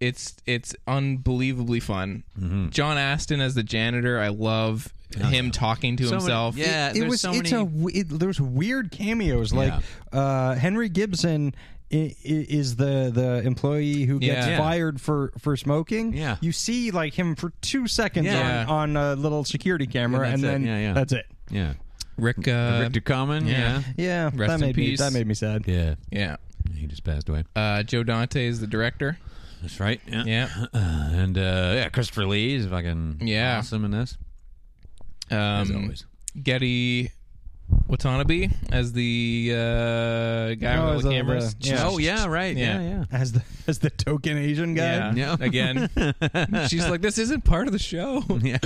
Speaker 5: it's it's unbelievably fun
Speaker 4: Mm-hmm.
Speaker 5: john aston as the janitor i love him talking to
Speaker 4: many-
Speaker 5: himself
Speaker 4: yeah,
Speaker 6: it
Speaker 4: there's
Speaker 6: was
Speaker 4: so
Speaker 6: it's
Speaker 4: many-
Speaker 6: a w- it, there's weird cameos like uh, Henry Gibson i- i- is the the employee who gets
Speaker 5: Yeah.
Speaker 6: fired for for smoking.
Speaker 4: Yeah.
Speaker 6: you see like him for two seconds
Speaker 5: Yeah.
Speaker 6: on, on a little security camera,
Speaker 4: Yeah,
Speaker 6: and
Speaker 4: that's it.
Speaker 6: then
Speaker 4: Yeah, yeah.
Speaker 6: that's it.
Speaker 4: yeah,
Speaker 5: rick uh
Speaker 4: Rick Ducommun.
Speaker 5: yeah.
Speaker 4: Yeah,
Speaker 6: Yeah,
Speaker 5: Rest in
Speaker 6: that made
Speaker 5: peace.
Speaker 6: me that made me sad.
Speaker 4: yeah,
Speaker 5: yeah
Speaker 4: He just passed away.
Speaker 5: uh joe dante is the director
Speaker 4: That's right.
Speaker 5: yeah
Speaker 4: And uh, yeah, Christopher Lee is fucking
Speaker 5: Yeah.
Speaker 4: awesome in this.
Speaker 5: um
Speaker 4: As always.
Speaker 5: getty Watanabe as the uh, guy
Speaker 6: Oh,
Speaker 5: with
Speaker 6: as
Speaker 5: all
Speaker 6: the-
Speaker 5: the cameras.
Speaker 6: the- yeah.
Speaker 4: Oh yeah, right. Yeah, yeah.
Speaker 5: Yeah.
Speaker 6: as the as the token Asian guy.
Speaker 4: Yeah.
Speaker 5: Yeah. Again, she's like, "This isn't part of the show."
Speaker 4: Yeah.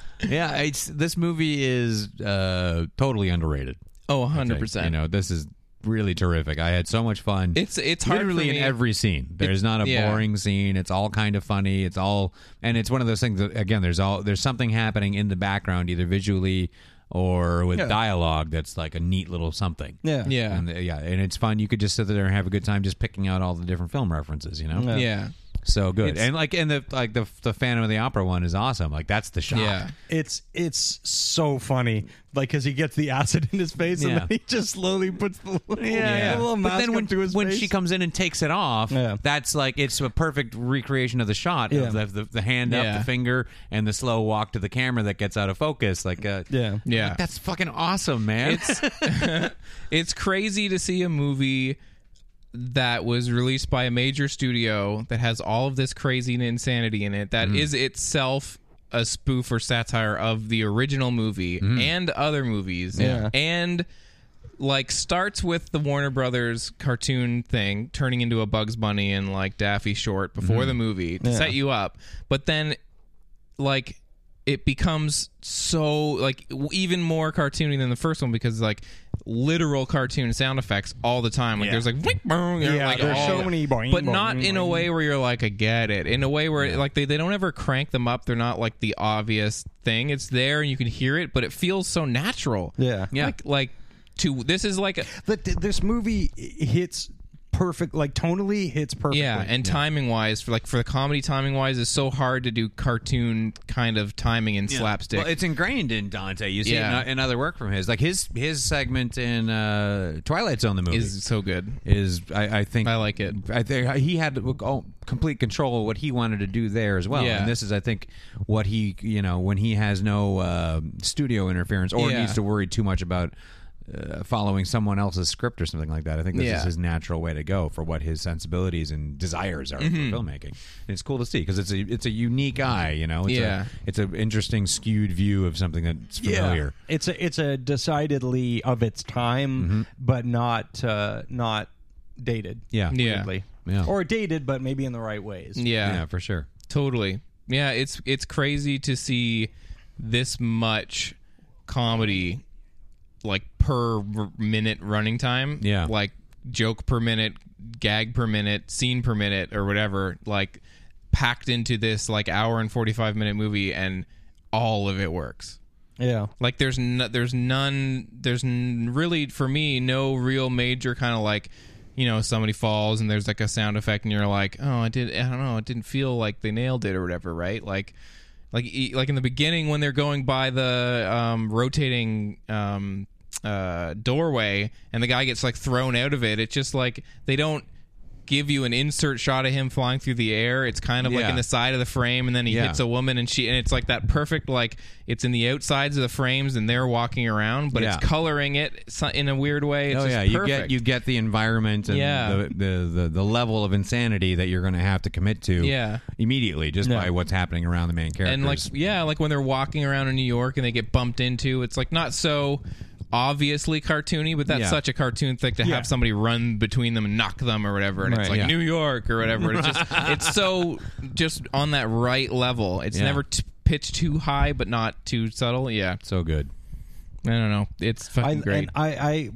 Speaker 4: yeah, it's this movie is uh totally underrated.
Speaker 5: Oh, 100
Speaker 4: Like,
Speaker 5: percent.
Speaker 4: You know, this is really terrific. I had so much fun.
Speaker 5: it's it's hard
Speaker 4: literally
Speaker 5: for
Speaker 4: in
Speaker 5: me.
Speaker 4: every scene. There's not a
Speaker 5: yeah.
Speaker 4: boring scene. It's all kind of funny. It's all and it's one of those things that again there's all there's something happening in the background either visually or with dialogue that's like a neat little something.
Speaker 6: Yeah.
Speaker 5: Yeah.
Speaker 4: And uh, yeah, and it's fun. You could just sit there and have a good time just picking out all the different film references, you know?
Speaker 6: Yeah.
Speaker 5: yeah.
Speaker 4: So good.
Speaker 5: It's-
Speaker 4: and like and the like the the Phantom of the Opera one is awesome. Like that's the shot.
Speaker 5: Yeah.
Speaker 6: It's it's so funny, like because he gets the acid in his face
Speaker 4: Yeah.
Speaker 6: and then he just slowly puts the little,
Speaker 4: Yeah,
Speaker 6: the little mask
Speaker 4: but then when,
Speaker 6: up to his
Speaker 4: when
Speaker 6: face.
Speaker 4: she comes in and takes it off,
Speaker 6: Yeah.
Speaker 4: that's like it's a perfect recreation of the shot
Speaker 6: Yeah.
Speaker 4: of the, the, the hand up,
Speaker 5: Yeah.
Speaker 4: the finger, and the slow walk to the camera that gets out of focus. Like, uh,
Speaker 6: Yeah.
Speaker 5: Yeah.
Speaker 4: like, that's fucking awesome, man.
Speaker 5: it's crazy to see a movie that was released by a major studio that has all of this crazy and insanity in it That is itself a spoof or satire of the original movie and other movies
Speaker 6: Yeah.
Speaker 5: and like starts with the Warner Brothers cartoon thing turning into a Bugs Bunny and like Daffy short before the movie to set you up but then like it becomes so like w- even more cartoony than the first one because like literal cartoon sound effects all the time. Like there's like boing, boing, you know,
Speaker 6: Yeah,
Speaker 5: like,
Speaker 6: there's
Speaker 5: all
Speaker 6: so
Speaker 4: oh.
Speaker 5: that.
Speaker 6: many boing,
Speaker 5: but not
Speaker 6: boing,
Speaker 5: in a way where you're like I get it. In a way where like they, they don't ever crank them up. They're not like the obvious thing. It's there and you can hear it, but it feels so natural.
Speaker 6: Yeah.
Speaker 4: Yeah.
Speaker 5: like like to this is like a,
Speaker 6: But th- this movie hits perfect, like tonally hits perfectly.
Speaker 5: yeah, and timing wise for like for the comedy timing wise is so hard to do cartoon kind of timing and slapstick.
Speaker 4: Well, it's ingrained in Dante. You see
Speaker 5: Yeah.
Speaker 4: it in, in other work from his. Like his his segment in uh, Twilight Zone, the movie
Speaker 5: is so good.
Speaker 4: is I, I think
Speaker 5: I like it.
Speaker 4: I think he had oh, complete control of what he wanted to do there as well.
Speaker 5: Yeah.
Speaker 4: And this is, I think, what he you know when he has no uh, studio interference or
Speaker 5: Yeah.
Speaker 4: needs to worry too much about uh, following someone else's script or something like that. I think this
Speaker 5: Yeah.
Speaker 4: is his natural way to go for what his sensibilities and desires are
Speaker 5: Mm-hmm.
Speaker 4: for filmmaking. And it's cool to see because it's a it's a unique eye. You know, it's
Speaker 5: Yeah.
Speaker 4: a, it's an interesting skewed view of something that's familiar.
Speaker 6: It's a it's a decidedly of its time,
Speaker 4: Mm-hmm.
Speaker 6: but not uh, not dated.
Speaker 4: Yeah.
Speaker 5: Yeah.
Speaker 6: weirdly.
Speaker 4: Yeah.
Speaker 6: or dated, but maybe in the right ways.
Speaker 5: Yeah.
Speaker 4: yeah, for sure.
Speaker 5: Totally. Yeah, it's it's crazy to see this much comedy like per r- minute running time.
Speaker 4: Yeah.
Speaker 5: Like joke per minute, gag per minute, scene per minute or whatever, like packed into this like hour and 45 minute movie and all of it works.
Speaker 6: yeah.
Speaker 5: Like there's no, there's none there's n- really for me no real major kind of like you know somebody falls and there's like a sound effect and you're like oh I did I don't know it didn't feel like they nailed it or whatever right like like e- like in the beginning when they're going by the um, rotating um, uh, doorway and the guy gets like thrown out of it it's just like they don't give you an insert shot of him flying through the air it's kind of like
Speaker 4: Yeah.
Speaker 5: in the side of the frame and then he
Speaker 4: Yeah.
Speaker 5: hits a woman and she and it's like that perfect like it's in the outsides of the frames and they're walking around but
Speaker 4: Yeah.
Speaker 5: it's coloring it so- in a weird way it's
Speaker 4: oh
Speaker 5: just
Speaker 4: yeah, you
Speaker 5: perfect.
Speaker 4: get you get the environment and
Speaker 5: Yeah.
Speaker 4: the, the, the the level of insanity that you're going to have to commit to
Speaker 5: Yeah.
Speaker 4: immediately just
Speaker 6: Yeah.
Speaker 4: by what's happening around the main characters.
Speaker 5: and like yeah like when they're walking around in new york and they get bumped into it's like not so obviously cartoony but that's
Speaker 4: Yeah.
Speaker 5: such a cartoon thing to
Speaker 6: Yeah.
Speaker 5: have somebody run between them and knock them or whatever and
Speaker 4: Right,
Speaker 5: it's like
Speaker 4: yeah.
Speaker 5: new york or whatever it's just it's so just on that right level it's
Speaker 4: Yeah.
Speaker 5: never t- pitched too high but not too subtle yeah
Speaker 4: so good.
Speaker 5: i don't know it's
Speaker 6: I,
Speaker 5: fucking great
Speaker 6: and I, I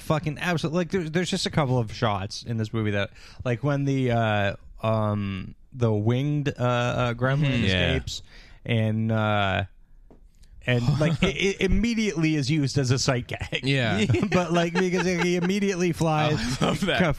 Speaker 6: fucking absolutely like. There's, there's just a couple of shots in this movie that, like, when the uh, um the winged uh, uh gremlin
Speaker 5: Hmm.
Speaker 4: Yeah.
Speaker 6: escapes, and uh, and like it, it immediately is used as a sight gag.
Speaker 5: Yeah.
Speaker 6: but like because he immediately flies, kinda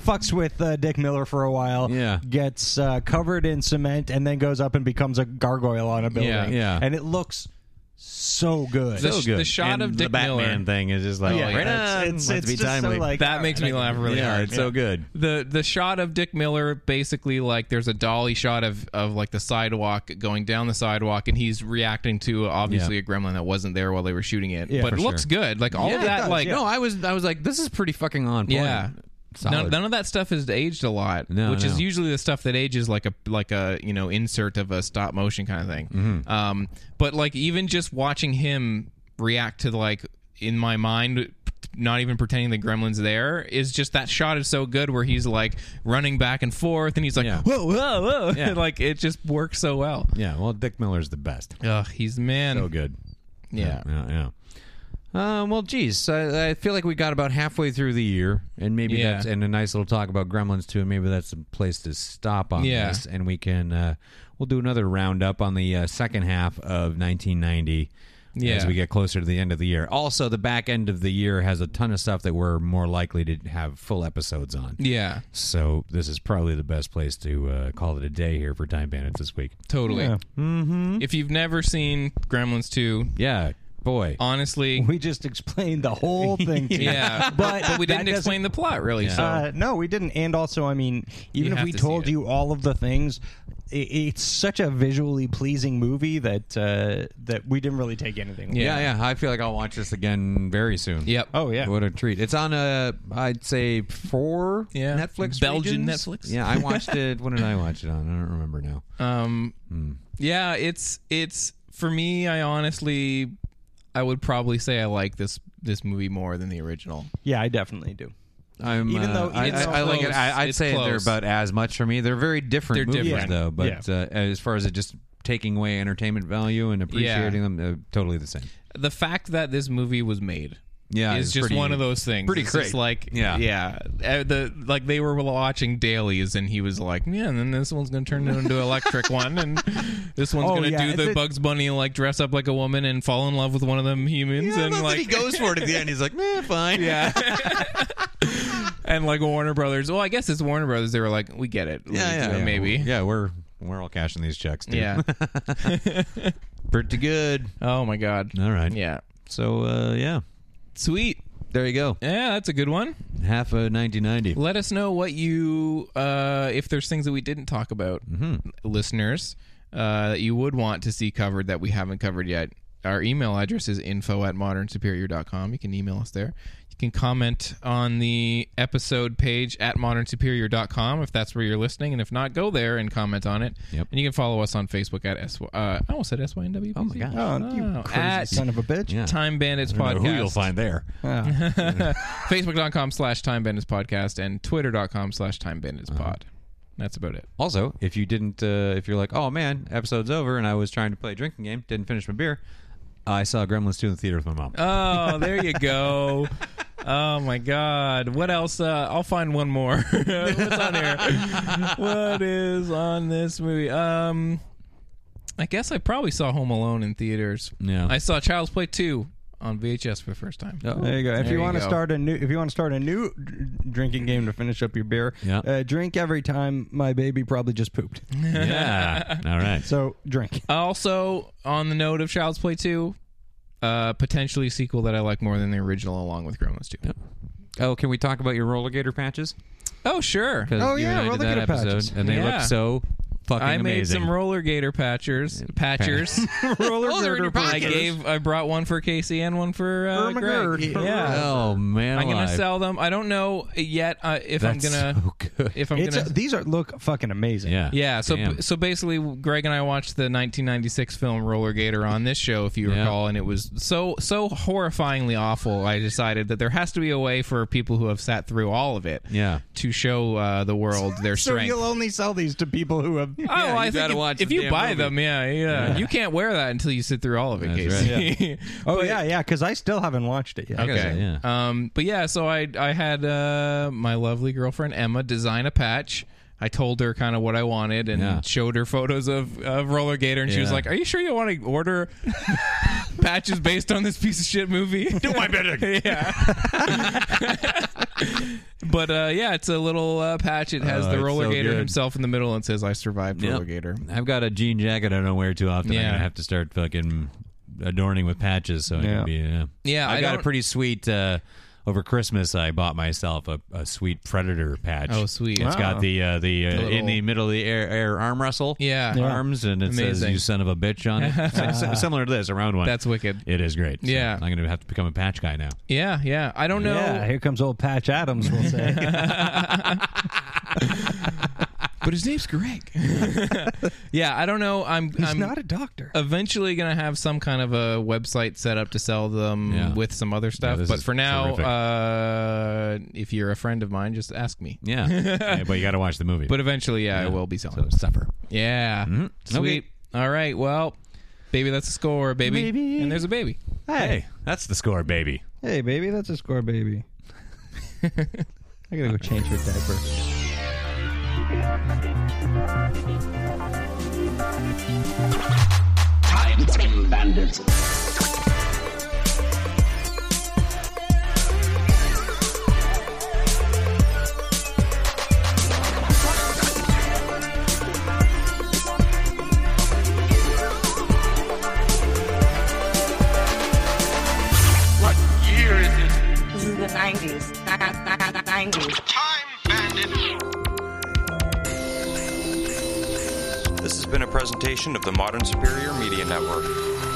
Speaker 6: fucks with uh, Dick Miller for a while.
Speaker 4: Yeah.
Speaker 6: gets uh, covered in cement and then goes up and becomes a gargoyle on a building.
Speaker 5: Yeah.
Speaker 4: Yeah.
Speaker 6: and it looks so good.
Speaker 5: The-
Speaker 4: So good.
Speaker 5: the shot
Speaker 4: And
Speaker 5: of
Speaker 4: the
Speaker 5: Dick Miller-
Speaker 4: Batman thing is just like
Speaker 5: yeah,
Speaker 4: right
Speaker 5: it's-
Speaker 4: on.
Speaker 6: it's-
Speaker 4: Let's
Speaker 6: it's
Speaker 4: be
Speaker 6: just so,
Speaker 4: timely.
Speaker 6: like-
Speaker 7: uh,
Speaker 5: that makes me laugh really
Speaker 4: yeah,
Speaker 5: hard
Speaker 4: it's so good.
Speaker 5: the the shot of Dick Miller basically like there's a dolly shot of of like the sidewalk going down the sidewalk and he's reacting to obviously
Speaker 4: Yeah.
Speaker 5: a gremlin that wasn't there while they were shooting it
Speaker 6: Yeah,
Speaker 5: but it
Speaker 4: for
Speaker 5: looks good like all of that like
Speaker 4: no, I was I was like this is pretty fucking on point.
Speaker 5: yeah none,
Speaker 4: Solid.
Speaker 5: none of that stuff has aged a lot
Speaker 4: No,
Speaker 5: which is
Speaker 4: no.
Speaker 5: usually the stuff that ages like a like a you know insert of a stop
Speaker 4: Mm-hmm.
Speaker 5: motion kind of thing um but like even just watching him react to like in my mind not even pretending the gremlin's there is just that shot is so good where he's like running back and forth and he's like
Speaker 4: Yeah.
Speaker 5: whoa whoa whoa
Speaker 4: Yeah.
Speaker 5: like it just works so well
Speaker 4: Yeah, well, Dick Miller's the best.
Speaker 5: Ugh, he's the man
Speaker 4: So good.
Speaker 5: yeah
Speaker 4: yeah, yeah. Um, well, geez, I, I feel like we got about halfway through the year, and maybe
Speaker 5: Yeah.
Speaker 4: that's and a nice little talk about Gremlins too. And maybe that's a place to stop on
Speaker 5: Yeah.
Speaker 4: this, and we can uh, we'll do another roundup on the uh, second half of 1990 as
Speaker 5: Yeah.
Speaker 4: we get closer to the end of the year. Also, the back end of the year has a ton of stuff that we're more likely to have full episodes on.
Speaker 5: yeah
Speaker 4: So this is probably the best place to uh, call it a day here for Time Bandits this week.
Speaker 5: totally mm-hmm. if you've never seen gremlins 2
Speaker 4: Yeah, boy.
Speaker 5: honestly
Speaker 7: We just explained the whole thing. To you.
Speaker 5: yeah
Speaker 7: But
Speaker 5: we
Speaker 7: that
Speaker 5: didn't
Speaker 7: doesn't-
Speaker 5: explain the plot really so
Speaker 7: Uh, no, we didn't. And also, I mean,
Speaker 5: You
Speaker 7: even if
Speaker 5: have
Speaker 7: we
Speaker 5: to see
Speaker 7: told
Speaker 5: it.
Speaker 7: you all of the things, i it's such a visually pleasing movie that uh, that we didn't really take anything. away.
Speaker 4: Yeah, yeah. I feel like I'll watch this again very soon.
Speaker 5: Yep.
Speaker 7: Oh, yeah.
Speaker 4: What a treat! It's on a, I'd say four
Speaker 5: Yeah.
Speaker 4: Netflix
Speaker 5: Belgian
Speaker 4: regions?
Speaker 5: Netflix.
Speaker 4: Yeah, I watched it. When did I watch it on? I don't remember now.
Speaker 5: Um, yeah, it's it's for me. I honestly, I would probably say I like this this movie more than the original.
Speaker 7: yeah, I definitely do.
Speaker 4: I'm
Speaker 7: Even
Speaker 4: uh,
Speaker 7: though-
Speaker 4: I,
Speaker 7: even
Speaker 4: I-
Speaker 7: though-
Speaker 4: I like it. I, I'd
Speaker 5: It's
Speaker 4: say they're
Speaker 5: close.
Speaker 4: about as much for me. They're very different.
Speaker 5: They're
Speaker 4: movies,
Speaker 5: different.
Speaker 4: though. But uh, as far as it just taking away entertainment value and appreciating them, uh, totally the same.
Speaker 5: The fact that this movie was made,
Speaker 4: Yeah,
Speaker 5: is
Speaker 4: it's
Speaker 5: just
Speaker 4: pretty-
Speaker 5: one of those things.
Speaker 4: pretty
Speaker 5: it's
Speaker 4: great.
Speaker 5: Just like
Speaker 4: Yeah.
Speaker 5: yeah. Uh, the like they were watching dailies, and he was like, yeah, and then this one's gonna turn it into electric one, and this one's
Speaker 7: Oh,
Speaker 5: gonna
Speaker 7: yeah,
Speaker 5: do the
Speaker 7: the-
Speaker 5: Bugs Bunny like dress up like a woman and fall in love with one of them humans, and like
Speaker 4: goes for it at the end. He's like, man, fine. Yeah,
Speaker 5: and like Warner Brothers. Well, I guess it's Warner Brothers. They were like, we get it. uh,
Speaker 4: yeah, yeah.
Speaker 5: maybe.
Speaker 4: Yeah, we're we're all cashing these checks. Dude.
Speaker 5: Yeah.
Speaker 4: pretty good.
Speaker 5: oh my god.
Speaker 4: All right.
Speaker 5: Yeah.
Speaker 4: So uh, yeah,
Speaker 5: Sweet.
Speaker 4: there you go.
Speaker 5: Yeah, that's a good one.
Speaker 4: Half of 1990.
Speaker 5: Let us know what you uh if there's things that we didn't talk about,
Speaker 4: Mm-hmm.
Speaker 5: listeners, uh that you would want to see covered that we haven't covered yet. Our email address is info at modernsuperior.com. You can email us there. You can comment on the episode page at modernsuperior.com if that's where you're listening. And if not, go there and comment on it.
Speaker 4: Yep.
Speaker 5: And you can follow us on Facebook at S. Uh, I almost said SYNW.
Speaker 4: Oh my gosh.
Speaker 7: Oh, you crazy
Speaker 5: at-
Speaker 7: son of a bitch!
Speaker 4: Yeah.
Speaker 5: Uh, Time Bandits Podcast.
Speaker 4: there.
Speaker 5: Facebook.com slash Time Bandits Podcast and Twitter.com slash Time Bandits
Speaker 4: Uh-huh.
Speaker 5: Pod. That's about it.
Speaker 4: Also, if you didn't, uh, if you're like, oh man, episode's over, and I was trying to play a drinking game, didn't finish my beer, I saw Gremlins 2 in the theater with my mom.
Speaker 5: Oh, there you go. oh my God. What else? Uh, I'll find one more. What's on here? what is on this movie? Um, I guess I probably saw Home Alone in theaters.
Speaker 4: Yeah.
Speaker 5: I saw Child's Play 2 on VHS for the first time.
Speaker 7: There you go. If
Speaker 5: Oh, There
Speaker 7: you
Speaker 5: you
Speaker 7: want to
Speaker 5: go.
Speaker 7: start a new, if you want to start a new dr- drinking game to finish up your beer,
Speaker 4: Yeah.
Speaker 7: uh, drink every time my baby probably just pooped.
Speaker 4: yeah. All right.
Speaker 7: So drink.
Speaker 5: Also, on the note of Child's Play 2, uh, potentially a sequel that I like more than the original, along with Gremlins 2.
Speaker 4: Oh, can we talk about your roller gator patches?
Speaker 5: Oh, sure.
Speaker 4: 'Cause
Speaker 7: Oh,
Speaker 4: you
Speaker 7: yeah,
Speaker 4: and I did
Speaker 7: roller
Speaker 4: that
Speaker 7: gator
Speaker 4: episode,
Speaker 7: patches.
Speaker 4: and they
Speaker 5: Yeah.
Speaker 4: look so fucking
Speaker 5: I made
Speaker 4: amazing.
Speaker 5: some roller gator patchers. Patchers.
Speaker 7: Roller
Speaker 4: they're in your
Speaker 7: girder
Speaker 4: pocket.
Speaker 7: pocket.
Speaker 5: I gave. I brought one for Casey and one for uh,
Speaker 7: Irma
Speaker 5: Greg.
Speaker 7: Gerd.
Speaker 5: Yeah.
Speaker 4: oh man,
Speaker 5: I'm gonna
Speaker 4: alive.
Speaker 5: sell them. I don't know yet uh, if
Speaker 4: That's
Speaker 5: I'm gonna
Speaker 4: so good.
Speaker 5: if I'm
Speaker 7: It's
Speaker 5: gonna.
Speaker 7: a, these are look fucking amazing.
Speaker 4: yeah.
Speaker 5: yeah, so
Speaker 4: Damn.
Speaker 5: so basically, Greg and I watched the 1996 film Roller Gator on this show, if you
Speaker 4: Yeah.
Speaker 5: recall, and it was so so horrifyingly awful. I decided that there has to be a way for people who have sat through all of it,
Speaker 4: Yeah.
Speaker 5: to show uh, the world their
Speaker 7: So
Speaker 5: strength.
Speaker 7: you'll only sell these to people who have.
Speaker 5: Oh,
Speaker 4: Yeah,
Speaker 5: I
Speaker 4: you
Speaker 5: think
Speaker 4: gotta
Speaker 5: if,
Speaker 4: watch
Speaker 5: if
Speaker 4: the
Speaker 5: you
Speaker 4: damn
Speaker 5: buy
Speaker 4: movie.
Speaker 5: them, yeah, yeah, You can't wear that until you sit through all of it,
Speaker 4: That's
Speaker 5: Casey.
Speaker 7: Oh yeah, yeah. Because I still haven't watched it yet.
Speaker 4: I guess,
Speaker 5: Okay.
Speaker 4: yeah.
Speaker 5: Um, but yeah, so I I had uh, my lovely girlfriend Emma design a patch. I told her kind of what I wanted and
Speaker 4: Yeah.
Speaker 5: showed her photos of, of Roller Gator, and she was
Speaker 4: Yeah.
Speaker 5: like, "Are you sure you want to order patches based on this piece of shit movie?" Do my bidding. yeah. but uh, yeah, it's a little uh, patch. It has
Speaker 4: Oh,
Speaker 5: the
Speaker 4: it's
Speaker 5: Roller
Speaker 4: so
Speaker 5: Gator
Speaker 4: good.
Speaker 5: himself in the middle and says, "I survived Roller Gator."
Speaker 4: I've got a jean jacket I don't wear too often. I'm
Speaker 5: Yeah.
Speaker 4: gonna have to start fucking adorning with patches so I
Speaker 7: Yeah.
Speaker 4: can be. Yeah,
Speaker 5: Yeah,
Speaker 4: I've
Speaker 5: I
Speaker 4: got a
Speaker 5: don't-
Speaker 4: pretty sweet. Uh, over Christmas, I bought myself a, a sweet predator patch.
Speaker 5: Oh, sweet.
Speaker 4: It's got the uh, the uh,
Speaker 5: little-
Speaker 4: in the middle of the air, air arm wrestle.
Speaker 5: Yeah. Yeah.
Speaker 4: arms, and it says
Speaker 5: Amazing.
Speaker 4: "you son of a bitch" on it. S- s- similar to this, a round one.
Speaker 5: That's wicked.
Speaker 4: It is great. So
Speaker 5: Yeah.
Speaker 4: I'm gonna have to become a patch guy now.
Speaker 5: Yeah, yeah. I don't know.
Speaker 7: Yeah, here comes old Patch Adams. We'll say.
Speaker 5: but his name's Greg. yeah, I don't know. I'm
Speaker 6: He's
Speaker 5: I'm Oh.
Speaker 6: not a doctor.
Speaker 5: eventually gonna have some kind of a website set up to sell them
Speaker 4: Yeah.
Speaker 5: with some other stuff.
Speaker 4: this
Speaker 5: but
Speaker 4: is
Speaker 5: for now,
Speaker 4: terrific.
Speaker 5: uh, if you're a friend of mine, just ask me.
Speaker 4: Yeah. Yeah, but you got to watch the movie.
Speaker 5: But eventually, yeah, I will be selling. them.
Speaker 4: suffer.
Speaker 5: Yeah.
Speaker 4: Mm-hmm.
Speaker 5: Sweet. All right. Well, baby, that's a score, baby.
Speaker 4: Baby.
Speaker 5: And there's a baby.
Speaker 4: Hey, that's the score, baby.
Speaker 6: Hey, baby, that's a score, baby. I gotta go change her diaper.
Speaker 1: Crime Bandits.
Speaker 2: What year is it?
Speaker 3: This is the 90s. 90s.
Speaker 2: Time bandits.
Speaker 8: This has been a presentation of the Modern Superior Media Network.